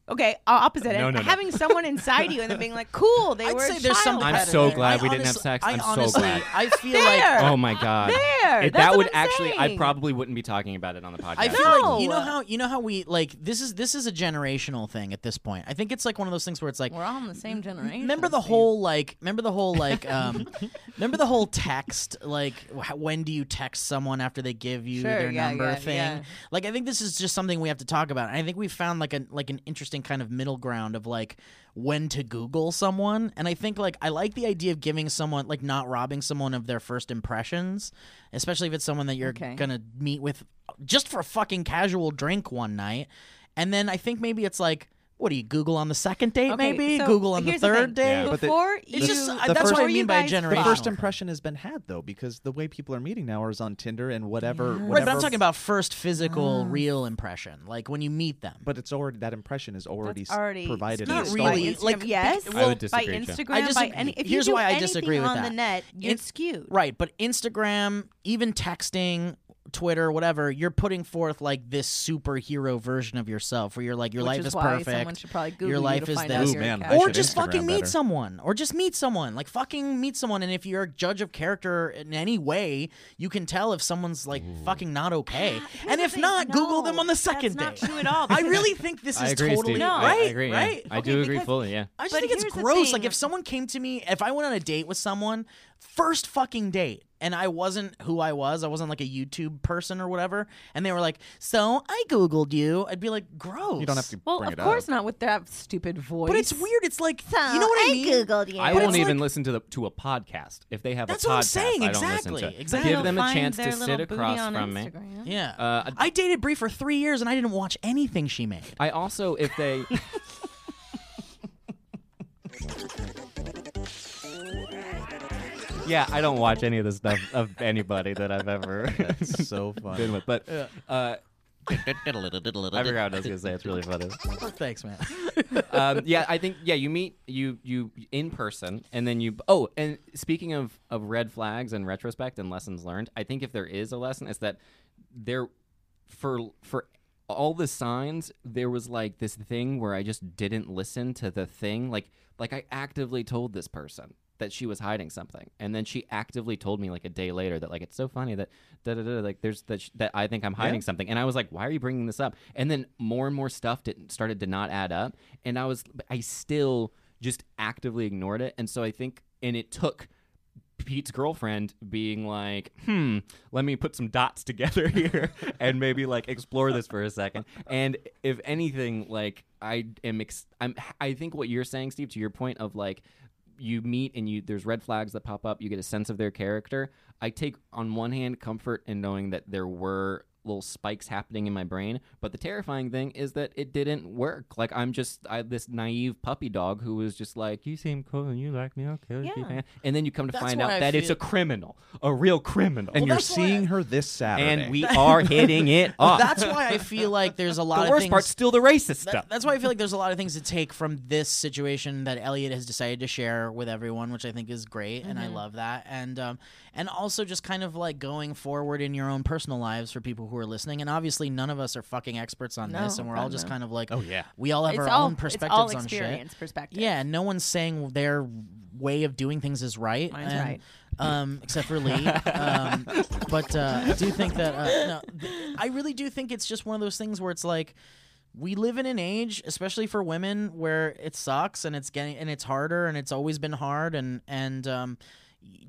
[SPEAKER 4] Okay, uh, opposite.
[SPEAKER 5] No,
[SPEAKER 4] end.
[SPEAKER 5] no, no.
[SPEAKER 4] having someone inside you and then being like, "Cool, they
[SPEAKER 1] I'd
[SPEAKER 4] were
[SPEAKER 1] say
[SPEAKER 4] a
[SPEAKER 1] there's some.
[SPEAKER 4] child."
[SPEAKER 5] I'm
[SPEAKER 1] credit
[SPEAKER 5] so
[SPEAKER 1] there.
[SPEAKER 5] glad
[SPEAKER 1] I
[SPEAKER 5] we didn't have
[SPEAKER 1] honest-
[SPEAKER 5] sex.
[SPEAKER 1] I
[SPEAKER 5] I'm so
[SPEAKER 1] honestly,
[SPEAKER 5] glad.
[SPEAKER 1] I feel
[SPEAKER 4] There!
[SPEAKER 1] like.
[SPEAKER 5] Oh my god!
[SPEAKER 4] There,
[SPEAKER 5] If
[SPEAKER 4] that's
[SPEAKER 5] that
[SPEAKER 4] what
[SPEAKER 5] would
[SPEAKER 4] I'm
[SPEAKER 5] actually, I
[SPEAKER 4] saying.
[SPEAKER 5] probably wouldn't be talking about it on the podcast.
[SPEAKER 1] I feel
[SPEAKER 4] No!
[SPEAKER 1] like you know how you know how we like this is this is a generational thing at this point. I think it's like one of those things where it's like
[SPEAKER 4] We're all in the same generation.
[SPEAKER 1] remember the whole like remember the whole like um remember the whole text like wh- when do you text someone after they give you
[SPEAKER 4] Sure,
[SPEAKER 1] their
[SPEAKER 4] yeah,
[SPEAKER 1] number
[SPEAKER 4] yeah,
[SPEAKER 1] thing
[SPEAKER 4] yeah.
[SPEAKER 1] like i think this is just something we have to talk about and i think we found like an like an interesting kind of middle ground of like when to google someone and i think like i like the idea of giving someone like not robbing someone of their first impressions especially if it's someone that you're
[SPEAKER 4] Okay.
[SPEAKER 1] gonna meet with just for a fucking casual drink one night and then i think maybe it's like what do you google on the second date
[SPEAKER 4] Okay,
[SPEAKER 1] maybe
[SPEAKER 4] so
[SPEAKER 1] google on the
[SPEAKER 4] here's the
[SPEAKER 1] third
[SPEAKER 4] thing.
[SPEAKER 1] date
[SPEAKER 3] Yeah, but the-
[SPEAKER 4] Before you,
[SPEAKER 1] it's just I-
[SPEAKER 3] the
[SPEAKER 1] that's what I
[SPEAKER 3] first-
[SPEAKER 1] mean
[SPEAKER 4] you
[SPEAKER 1] by
[SPEAKER 4] guys-
[SPEAKER 1] generation.
[SPEAKER 3] The
[SPEAKER 4] Wow.
[SPEAKER 3] first impression has been had though, because the way people are meeting now is on Tinder and whatever.
[SPEAKER 1] right,
[SPEAKER 3] whatever
[SPEAKER 1] but I'm talking about first physical,
[SPEAKER 4] Mm.
[SPEAKER 1] real impression, like when you meet them.
[SPEAKER 3] But it's already that impression is already,
[SPEAKER 4] That's
[SPEAKER 3] s-
[SPEAKER 4] already-
[SPEAKER 3] provided.
[SPEAKER 1] It's not
[SPEAKER 3] and
[SPEAKER 1] really-
[SPEAKER 3] installed.
[SPEAKER 1] like,
[SPEAKER 4] like yes,
[SPEAKER 1] I
[SPEAKER 5] would disagree,
[SPEAKER 4] by
[SPEAKER 5] Jeff.
[SPEAKER 4] Instagram.
[SPEAKER 1] I disagree.
[SPEAKER 4] by any, if
[SPEAKER 1] Here's
[SPEAKER 4] you do
[SPEAKER 1] why I
[SPEAKER 4] anything
[SPEAKER 1] disagree with
[SPEAKER 4] on
[SPEAKER 1] that.
[SPEAKER 4] the net, you're
[SPEAKER 1] It's-
[SPEAKER 4] skewed.
[SPEAKER 1] right, but Instagram, even texting, Twitter, whatever, you're putting forth like this superhero version of yourself where you're like, your
[SPEAKER 4] Which
[SPEAKER 1] life
[SPEAKER 4] is
[SPEAKER 1] is,
[SPEAKER 4] why
[SPEAKER 1] perfect.
[SPEAKER 4] someone should probably Google
[SPEAKER 1] your
[SPEAKER 4] you
[SPEAKER 1] life
[SPEAKER 4] to
[SPEAKER 1] is
[SPEAKER 4] find out
[SPEAKER 1] this.
[SPEAKER 3] Ooh,
[SPEAKER 4] your
[SPEAKER 3] man,
[SPEAKER 4] character.
[SPEAKER 3] I
[SPEAKER 1] or
[SPEAKER 3] should
[SPEAKER 1] just fucking
[SPEAKER 3] Instagram
[SPEAKER 1] meet
[SPEAKER 3] better.
[SPEAKER 1] someone. Or just meet someone. Like fucking meet someone. And if you're a judge of character in any way, you can tell if someone's like fucking not okay. and if not, Google them on the second
[SPEAKER 4] that's
[SPEAKER 1] day.
[SPEAKER 4] not true at all.
[SPEAKER 1] I really think this is
[SPEAKER 5] I agree,
[SPEAKER 1] totally
[SPEAKER 5] Steve.
[SPEAKER 4] No.
[SPEAKER 5] I-
[SPEAKER 1] right.
[SPEAKER 5] I agree. yeah.
[SPEAKER 1] Right.
[SPEAKER 5] I do agree fully. Yeah.
[SPEAKER 1] I just
[SPEAKER 4] But
[SPEAKER 1] think it's
[SPEAKER 4] here's the
[SPEAKER 1] gross. Like
[SPEAKER 4] thing.
[SPEAKER 1] if someone came to me, if I went on a date with someone, first fucking date, and I wasn't who I was, I wasn't like a YouTube person or whatever, and they were like, "So I googled you," I'd be like, "Gross."
[SPEAKER 3] You don't have to
[SPEAKER 4] Well,
[SPEAKER 3] bring
[SPEAKER 4] of
[SPEAKER 3] it
[SPEAKER 4] course
[SPEAKER 3] up.
[SPEAKER 4] not with that stupid voice.
[SPEAKER 1] But it's weird. It's like you know what Oh, I mean.
[SPEAKER 6] Googled you.
[SPEAKER 5] I
[SPEAKER 1] But
[SPEAKER 5] won't
[SPEAKER 1] it's
[SPEAKER 5] even
[SPEAKER 1] like-
[SPEAKER 5] listen to the to a podcast if they have
[SPEAKER 1] That's
[SPEAKER 5] a podcast.
[SPEAKER 1] what I'm saying,
[SPEAKER 5] I don't listen
[SPEAKER 1] exactly,
[SPEAKER 5] to it.
[SPEAKER 1] exactly.
[SPEAKER 5] Give them a
[SPEAKER 4] Find
[SPEAKER 5] chance
[SPEAKER 4] their
[SPEAKER 5] to
[SPEAKER 4] little
[SPEAKER 5] sit
[SPEAKER 4] booty
[SPEAKER 5] across
[SPEAKER 4] on
[SPEAKER 5] from me.
[SPEAKER 4] Instagram.
[SPEAKER 1] Yeah.
[SPEAKER 5] Uh,
[SPEAKER 1] I dated Bree for three years and I didn't watch anything she made.
[SPEAKER 5] I also, if they, yeah, I don't watch any of the stuff of anybody that I've ever
[SPEAKER 3] That's so
[SPEAKER 5] been
[SPEAKER 3] funny.
[SPEAKER 5] with, but uh, I forgot what I was gonna say. It's really funny.
[SPEAKER 1] Oh, Thanks, man.
[SPEAKER 5] um, yeah, I think yeah, you meet you you in person, and then you. Oh, and speaking of of red flags and retrospect and lessons learned, I think if there is a lesson, it's that there for for all the signs there was like this thing where I just didn't listen to the thing, like like I actively told this person that she was hiding something and then she actively told me like a day later that like it's so funny that da da da like there's that sh- that I think I'm hiding something and I was like why are you bringing this up and then more and more stuff didn't started to not add up and I was I still just actively ignored it and so I think and it took Pete's girlfriend being like, hmm, let me put some dots together here and maybe like explore this for a second. And if anything, like I am, ex- I'm, I think what you're saying, Steve, to your point of like, you meet and you there's red flags that pop up. You get a sense of their character. I take on one hand comfort in knowing that there were little spikes happening in my brain. But the terrifying thing is that it didn't work. Like I'm just I, this naive puppy dog who was just like, "You seem cool and you like me, okay."
[SPEAKER 4] Yeah.
[SPEAKER 5] And then you come to
[SPEAKER 1] That's
[SPEAKER 5] find
[SPEAKER 1] why
[SPEAKER 5] out
[SPEAKER 1] I
[SPEAKER 5] that it's
[SPEAKER 1] feel-
[SPEAKER 5] a criminal, a real criminal,
[SPEAKER 3] And
[SPEAKER 1] Well,
[SPEAKER 3] you're
[SPEAKER 1] that's why I-
[SPEAKER 3] seeing her this Saturday.
[SPEAKER 5] and we are hitting it off.
[SPEAKER 1] That's why I feel like there's a lot
[SPEAKER 5] Ah. the
[SPEAKER 1] of
[SPEAKER 5] worst
[SPEAKER 1] things.
[SPEAKER 5] part's still the racist
[SPEAKER 1] That-
[SPEAKER 5] stuff.
[SPEAKER 1] that's why I feel like there's a lot of things to take from this situation that Elliot has decided to share with everyone, which I think is great, and
[SPEAKER 4] Mm-hmm.
[SPEAKER 1] I love that. And um, and also just kind of like going forward in your own personal lives for people who are listening. And obviously, none of us are fucking experts on
[SPEAKER 4] No,
[SPEAKER 1] this, and we're all
[SPEAKER 4] God,
[SPEAKER 1] just
[SPEAKER 4] no.
[SPEAKER 1] kind of like,
[SPEAKER 3] Oh, yeah.
[SPEAKER 1] we all have
[SPEAKER 4] It's
[SPEAKER 1] our
[SPEAKER 4] all-
[SPEAKER 1] own
[SPEAKER 4] it's
[SPEAKER 1] perspectives
[SPEAKER 4] all
[SPEAKER 1] on shit.
[SPEAKER 4] experience perspective.
[SPEAKER 1] Yeah, no one's saying their way of doing things is right.
[SPEAKER 4] Mine's
[SPEAKER 1] and,
[SPEAKER 4] right.
[SPEAKER 1] Um, except for Lee. um, but uh, I do think that uh, no, th- I really do think it's just one of those things where it's like we live in an age, especially for women, where it sucks and it's getting and it's harder and it's always been hard and and um,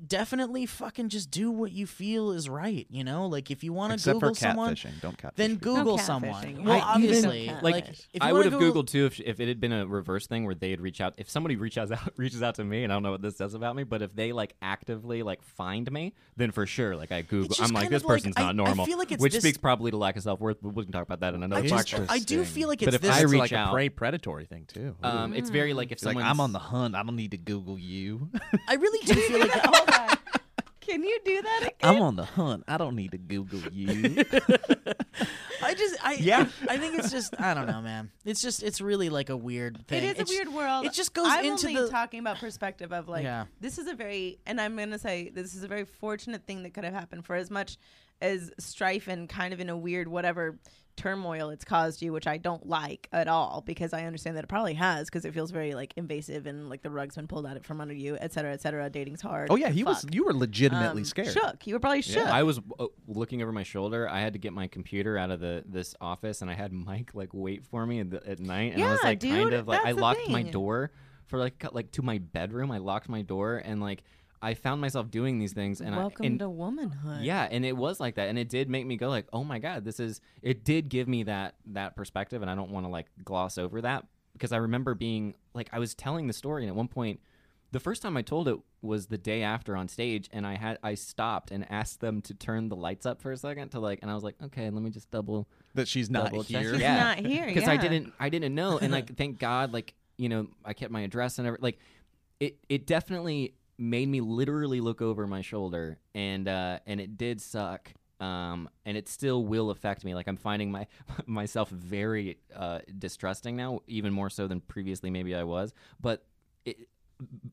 [SPEAKER 1] definitely fucking just do what you feel is right. You know, like if you want to
[SPEAKER 3] Except for
[SPEAKER 1] Google someone,
[SPEAKER 3] catfishing. Don't catfish.
[SPEAKER 1] then
[SPEAKER 3] people.
[SPEAKER 1] Google
[SPEAKER 4] catfishing.
[SPEAKER 1] someone.
[SPEAKER 4] I
[SPEAKER 1] Well,
[SPEAKER 5] even-
[SPEAKER 1] obviously,
[SPEAKER 4] Don't
[SPEAKER 1] like
[SPEAKER 4] catfish.
[SPEAKER 1] if you
[SPEAKER 5] I
[SPEAKER 1] wanna
[SPEAKER 5] would have
[SPEAKER 1] Google-
[SPEAKER 5] googled too if, if it had been a reverse thing where they'd reach out. If somebody reaches out reaches out to me, and I don't know what this says about me, but if they like actively like find me, then for sure, like I Google,
[SPEAKER 1] It's just
[SPEAKER 5] I'm like
[SPEAKER 1] kind of
[SPEAKER 5] this
[SPEAKER 1] like-
[SPEAKER 5] person's
[SPEAKER 1] I- I
[SPEAKER 5] not normal,
[SPEAKER 1] feel like it's
[SPEAKER 5] which
[SPEAKER 1] this-
[SPEAKER 5] speaks probably to lack of self worth. But we can talk about that in another
[SPEAKER 1] I just,
[SPEAKER 5] podcast.
[SPEAKER 1] I do feel like it's
[SPEAKER 5] But if
[SPEAKER 1] this.
[SPEAKER 5] I
[SPEAKER 3] It's
[SPEAKER 5] reach
[SPEAKER 3] like Uh,
[SPEAKER 5] out-
[SPEAKER 3] a prey predatory thing too. Ooh.
[SPEAKER 5] Um, it's very like if
[SPEAKER 3] It's like
[SPEAKER 5] someone
[SPEAKER 3] I'm on the hunt. I'm gonna need to Google you.
[SPEAKER 1] I really do feel like
[SPEAKER 4] Hold on. "Oh Can you do that again?
[SPEAKER 3] I'm on the hunt. I don't need to Google you.
[SPEAKER 1] I just I
[SPEAKER 5] Yeah.
[SPEAKER 1] I, I think it's just I don't know, man. It's just it's really like a weird thing.
[SPEAKER 4] It is
[SPEAKER 1] It's-
[SPEAKER 4] a weird world.
[SPEAKER 1] It just goes
[SPEAKER 4] I'm
[SPEAKER 1] into
[SPEAKER 4] only
[SPEAKER 1] the
[SPEAKER 4] talking about perspective of like
[SPEAKER 1] Yeah.
[SPEAKER 4] this is a very and I'm gonna say this is a very fortunate thing that could have happened for as much as strife and kind of in a weird whatever turmoil it's caused you, which I don't like at all because I understand that it probably has because it feels very like invasive and like the rug's been pulled out from under you, et cetera, et cetera. Dating's hard.
[SPEAKER 3] oh yeah,
[SPEAKER 4] and
[SPEAKER 3] he was.
[SPEAKER 4] fuck.
[SPEAKER 3] You were legitimately
[SPEAKER 4] Um,
[SPEAKER 3] scared.
[SPEAKER 4] Shook. You were probably shook.
[SPEAKER 5] I was uh, looking over my shoulder. I had to get my computer out of the this office, and I had Mike like wait for me at, the, at night, and I was
[SPEAKER 4] Yeah,
[SPEAKER 5] like kind
[SPEAKER 4] dude,
[SPEAKER 5] of like I
[SPEAKER 4] that's the
[SPEAKER 5] locked my
[SPEAKER 4] thing.
[SPEAKER 5] door for like cut- like to my bedroom. I locked my door, and like I found myself doing these things, and
[SPEAKER 4] Welcome
[SPEAKER 5] I, and,
[SPEAKER 4] to womanhood.
[SPEAKER 5] yeah, and it was like that, and it did make me go like, oh my god, this is. It did give me that that perspective, and I don't want to like gloss over that because I remember being like I was telling the story, and at one point, the first time I told it was the day after on stage, and I had I stopped and asked them to turn the lights up for a second to like, and I was like, okay, let me just double
[SPEAKER 3] That she's not
[SPEAKER 5] double check.
[SPEAKER 3] here.
[SPEAKER 4] She's
[SPEAKER 5] Yeah.
[SPEAKER 4] not here.
[SPEAKER 5] because
[SPEAKER 4] yeah.
[SPEAKER 5] I didn't I didn't know, and like thank God, like you know, I kept my address and every, like it it definitely made me literally look over my shoulder, and uh, and it did suck. Um, and it still will affect me. Like I'm finding my myself very uh, distrusting now, even more so than previously maybe I was. But it,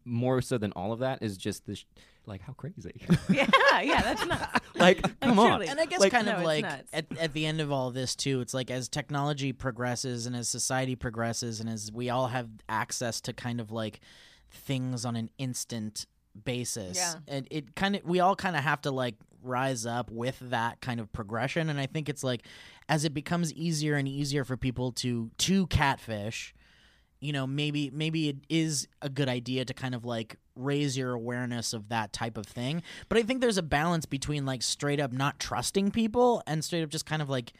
[SPEAKER 5] more so than all of that is just this, like how crazy.
[SPEAKER 4] yeah, yeah, that's not.
[SPEAKER 5] like, come on.
[SPEAKER 4] truly.
[SPEAKER 1] And I guess
[SPEAKER 5] Like-
[SPEAKER 1] kind
[SPEAKER 4] No,
[SPEAKER 1] of
[SPEAKER 4] it's
[SPEAKER 1] like
[SPEAKER 4] nuts.
[SPEAKER 1] at, at the end of all this too, it's like as technology progresses and as society progresses and as we all have access to kind of like things on an instant basis.
[SPEAKER 4] Yeah.
[SPEAKER 1] And it kind of we all kind of have to like rise up with that kind of progression and I think it's like as it becomes easier and easier for people to to catfish you know maybe maybe it is a good idea to kind of like raise your awareness of that type of thing but i think there's a balance between like straight up not trusting people and straight up just kind of like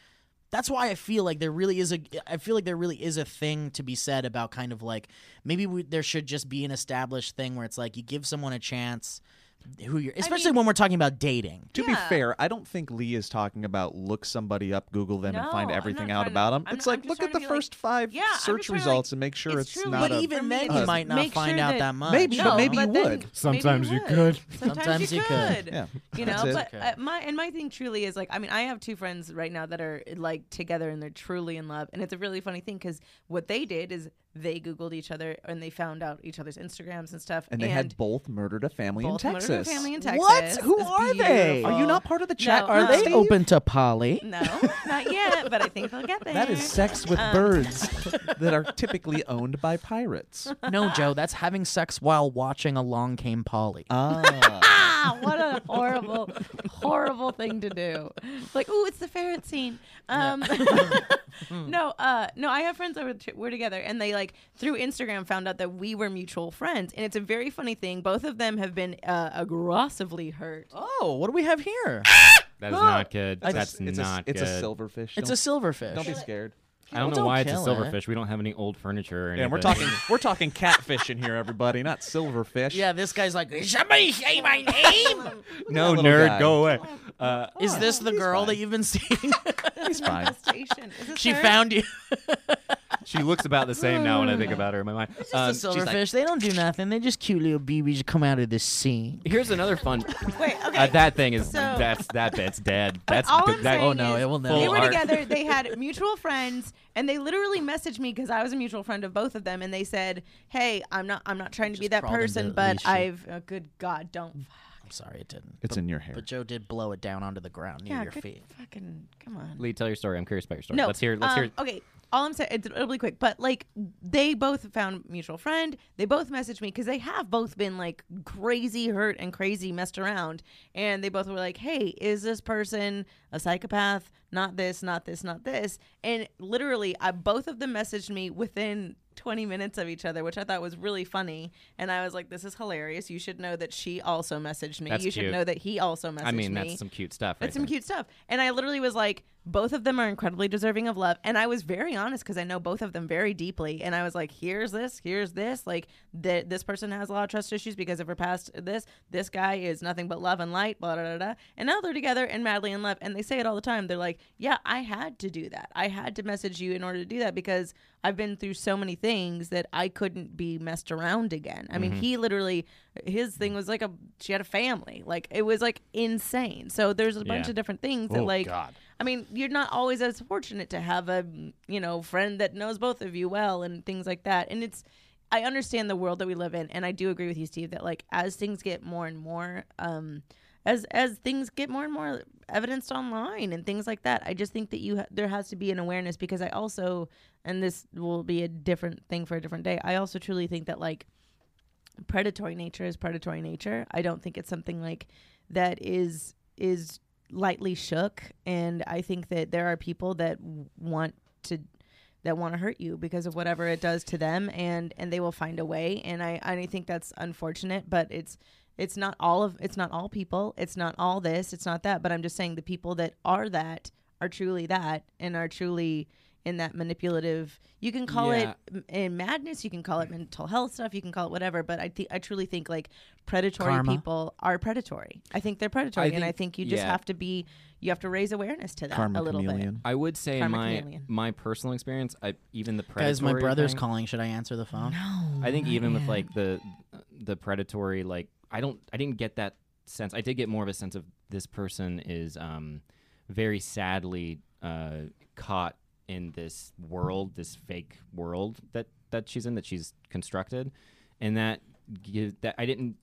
[SPEAKER 1] that's why i feel like there really is a i feel like there really is a thing to be said about kind of like maybe we, there should just be an established thing where it's like you give someone a chance who you're especially when we're talking about dating
[SPEAKER 3] To be fair, I don't think Lee is talking about look somebody up, Google them,
[SPEAKER 4] No,
[SPEAKER 3] and find
[SPEAKER 4] I'm
[SPEAKER 3] everything
[SPEAKER 4] not
[SPEAKER 3] out
[SPEAKER 4] trying to-
[SPEAKER 3] about them.
[SPEAKER 4] I'm
[SPEAKER 3] it's
[SPEAKER 4] not-
[SPEAKER 3] like
[SPEAKER 4] I'm just
[SPEAKER 3] look
[SPEAKER 4] trying
[SPEAKER 3] at
[SPEAKER 4] to
[SPEAKER 3] the
[SPEAKER 4] be like-
[SPEAKER 3] first five
[SPEAKER 4] Yeah, I'm just
[SPEAKER 3] search
[SPEAKER 4] trying to,
[SPEAKER 3] results
[SPEAKER 4] like,
[SPEAKER 3] and make sure
[SPEAKER 4] it's
[SPEAKER 3] it's,
[SPEAKER 4] truly-
[SPEAKER 3] not
[SPEAKER 1] but
[SPEAKER 4] But
[SPEAKER 3] a.
[SPEAKER 4] if-
[SPEAKER 1] even
[SPEAKER 4] for me
[SPEAKER 1] then
[SPEAKER 4] to
[SPEAKER 1] you
[SPEAKER 4] just
[SPEAKER 1] might not
[SPEAKER 4] make
[SPEAKER 1] find
[SPEAKER 4] sure
[SPEAKER 1] out
[SPEAKER 4] that-
[SPEAKER 1] that much
[SPEAKER 3] Maybe,
[SPEAKER 4] no,
[SPEAKER 3] but maybe
[SPEAKER 4] but
[SPEAKER 3] you
[SPEAKER 4] then
[SPEAKER 3] would.
[SPEAKER 4] maybe
[SPEAKER 5] Sometimes you could.
[SPEAKER 4] Sometimes,
[SPEAKER 1] Sometimes
[SPEAKER 4] you,
[SPEAKER 1] you could.
[SPEAKER 4] could.
[SPEAKER 3] Yeah,
[SPEAKER 4] You know,
[SPEAKER 3] that's it.
[SPEAKER 4] but uh, my and my thing truly is like I mean I have two friends right now that are like together and they're truly in love and it's a really funny thing because what they did is they googled each other and they found out each other's Instagrams and stuff
[SPEAKER 3] and they had both murdered a family in
[SPEAKER 4] both murdered a
[SPEAKER 3] Texas.
[SPEAKER 4] family in
[SPEAKER 3] What?
[SPEAKER 4] Texas.
[SPEAKER 3] Who
[SPEAKER 4] It's
[SPEAKER 3] are they? Are you
[SPEAKER 4] beautiful.
[SPEAKER 3] not part of the chat?
[SPEAKER 4] No,
[SPEAKER 3] group,
[SPEAKER 4] no. Are they
[SPEAKER 3] Steve?
[SPEAKER 1] to poly
[SPEAKER 4] no not yet but I think they'll get there Um,
[SPEAKER 3] That is sex with birds that are typically owned by pirates.
[SPEAKER 1] no joe that's having sex while watching along came polly
[SPEAKER 3] Ah.
[SPEAKER 4] ah, what a horrible, horrible thing to do. Like, oh, it's the ferret scene. Um, no, uh, no, I have friends that were, were together, and they like through Instagram found out that we were mutual friends, and it's a very funny thing. Both of them have been uh, aggressively hurt.
[SPEAKER 1] oh what do we have here
[SPEAKER 5] That is not good.
[SPEAKER 3] It's a-
[SPEAKER 5] That's
[SPEAKER 3] it's a,
[SPEAKER 5] not
[SPEAKER 3] It's
[SPEAKER 5] good.
[SPEAKER 3] a
[SPEAKER 1] it's
[SPEAKER 3] silverfish.
[SPEAKER 1] a
[SPEAKER 3] don't,
[SPEAKER 1] silverfish
[SPEAKER 3] Don't be scared.
[SPEAKER 5] I don't know
[SPEAKER 1] Don't
[SPEAKER 5] why it's a
[SPEAKER 1] kill
[SPEAKER 5] silverfish. We don't have any old furniture. Or
[SPEAKER 3] Yeah, we're
[SPEAKER 5] anything.
[SPEAKER 3] talking we're talking catfish in here, everybody, not silverfish.
[SPEAKER 1] Yeah, this guy's like, somebody say my name.
[SPEAKER 5] no,
[SPEAKER 3] little
[SPEAKER 5] nerd,
[SPEAKER 3] guy.
[SPEAKER 5] go away. Uh,
[SPEAKER 1] Is this the
[SPEAKER 3] he's
[SPEAKER 1] girl that
[SPEAKER 3] fine.
[SPEAKER 1] you've been seeing?
[SPEAKER 3] he's fine.
[SPEAKER 4] Station. Is this
[SPEAKER 1] she
[SPEAKER 4] her?
[SPEAKER 1] found you.
[SPEAKER 5] she looks about the same now when I think about her in my mind. Um,
[SPEAKER 1] It's a silverfish. they don't do nothing. They just cute little babies come out of the sea.
[SPEAKER 5] here's another fun.
[SPEAKER 4] Wait, okay.
[SPEAKER 5] Uh, that thing is
[SPEAKER 4] So-
[SPEAKER 5] that's that bit's dead. That's
[SPEAKER 4] all
[SPEAKER 5] th-
[SPEAKER 4] I'm
[SPEAKER 5] that,
[SPEAKER 4] saying
[SPEAKER 1] Oh, no,
[SPEAKER 4] is
[SPEAKER 1] it will
[SPEAKER 5] Full
[SPEAKER 4] They were
[SPEAKER 5] art.
[SPEAKER 4] together. They had mutual friends, and they literally messaged me because I was a mutual friend of both of them, and they said, "Hey, I'm not. I'm not trying to be that
[SPEAKER 1] crawled into
[SPEAKER 4] person,
[SPEAKER 1] the
[SPEAKER 4] but
[SPEAKER 1] leash.
[SPEAKER 4] I've. Oh, good God, don't.
[SPEAKER 1] I'm sorry, it didn't.
[SPEAKER 3] It's
[SPEAKER 1] but,
[SPEAKER 3] in your hair.
[SPEAKER 1] but Joe did blow it down onto the ground near
[SPEAKER 4] Yeah,
[SPEAKER 1] your
[SPEAKER 4] good
[SPEAKER 1] feet.
[SPEAKER 4] fucking. Come on.
[SPEAKER 5] Lee, tell your story. I'm curious about your story.
[SPEAKER 4] No,
[SPEAKER 5] let's hear. Let's
[SPEAKER 4] um,
[SPEAKER 5] hear.
[SPEAKER 4] Okay, all I'm saying it's really quick, but like they both found mutual friend. They both messaged me because they have both been like crazy hurt and crazy messed around, and they both were like, "Hey, is this person a psychopath? Not this, not this, not this." And literally, I, both of them messaged me within. 20 minutes of each other, which I thought was really funny. And I was like, this is hilarious. You should know that she also messaged me.
[SPEAKER 5] That's
[SPEAKER 4] you
[SPEAKER 5] cute.
[SPEAKER 4] should know that he also messaged me.
[SPEAKER 5] I mean, that's some cute stuff. Right
[SPEAKER 4] That's some
[SPEAKER 5] there.
[SPEAKER 4] cute stuff. And I literally was like, both of them are incredibly deserving of love. And I was very honest because I know both of them very deeply. And I was like, here's this, here's this. Like, th- this person has a lot of trust issues because of her past this. This guy is nothing but love and light, blah, blah, blah, blah. And now they're together and madly in love. And they say it all the time. They're like, yeah, I had to do that. I had to message you in order to do that because I've been through so many things that I couldn't be messed around again. I
[SPEAKER 5] Mm-hmm.
[SPEAKER 4] mean, he literally, his thing was like a, she had a family. Like, it was like insane. So there's a bunch
[SPEAKER 5] Yeah.
[SPEAKER 4] of different things that
[SPEAKER 5] Oh,
[SPEAKER 4] like
[SPEAKER 5] God.
[SPEAKER 4] I mean, you're not always as fortunate to have a you know friend that knows both of you well and things like that. And it's I understand the world that we live in, and I do agree with you, Steve, that like as things get more and more, um, as as things get more and more evidenced online and things like that, I just think that you ha- there has to be an awareness because I also, and this will be a different thing for a different day. I also truly think that like predatory nature is predatory nature. I don't think it's something like that is is lightly shook and I think that there are people that w- want to that want to hurt you because of whatever it does to them and and they will find a way and I I think that's unfortunate but it's it's not all of it's not all people, it's not all this, it's not that, but I'm just saying the people that are that are truly that and are truly in that manipulative you can call
[SPEAKER 5] Yeah.
[SPEAKER 4] it m- in madness you can call it mental health stuff you can call it whatever but i think i truly think like predatory
[SPEAKER 1] Karma.
[SPEAKER 4] people are predatory i think they're predatory and i think you just
[SPEAKER 5] yeah.
[SPEAKER 4] have to be you have to raise awareness to that
[SPEAKER 3] Karma
[SPEAKER 4] a little
[SPEAKER 3] chameleon.
[SPEAKER 5] I would say in
[SPEAKER 4] Karma
[SPEAKER 5] my
[SPEAKER 4] chameleon.
[SPEAKER 5] my personal experience, I even the predatory
[SPEAKER 1] Guys, my brother's
[SPEAKER 5] thing,
[SPEAKER 1] calling. Should I answer the phone?
[SPEAKER 5] I
[SPEAKER 4] Oh,
[SPEAKER 5] think even with like the the predatory, like I don't, I didn't get that sense. I did get more of a sense of this person is um, very sadly uh, caught in this world, this fake world that that she's in that she's constructed, and that give that. I didn't.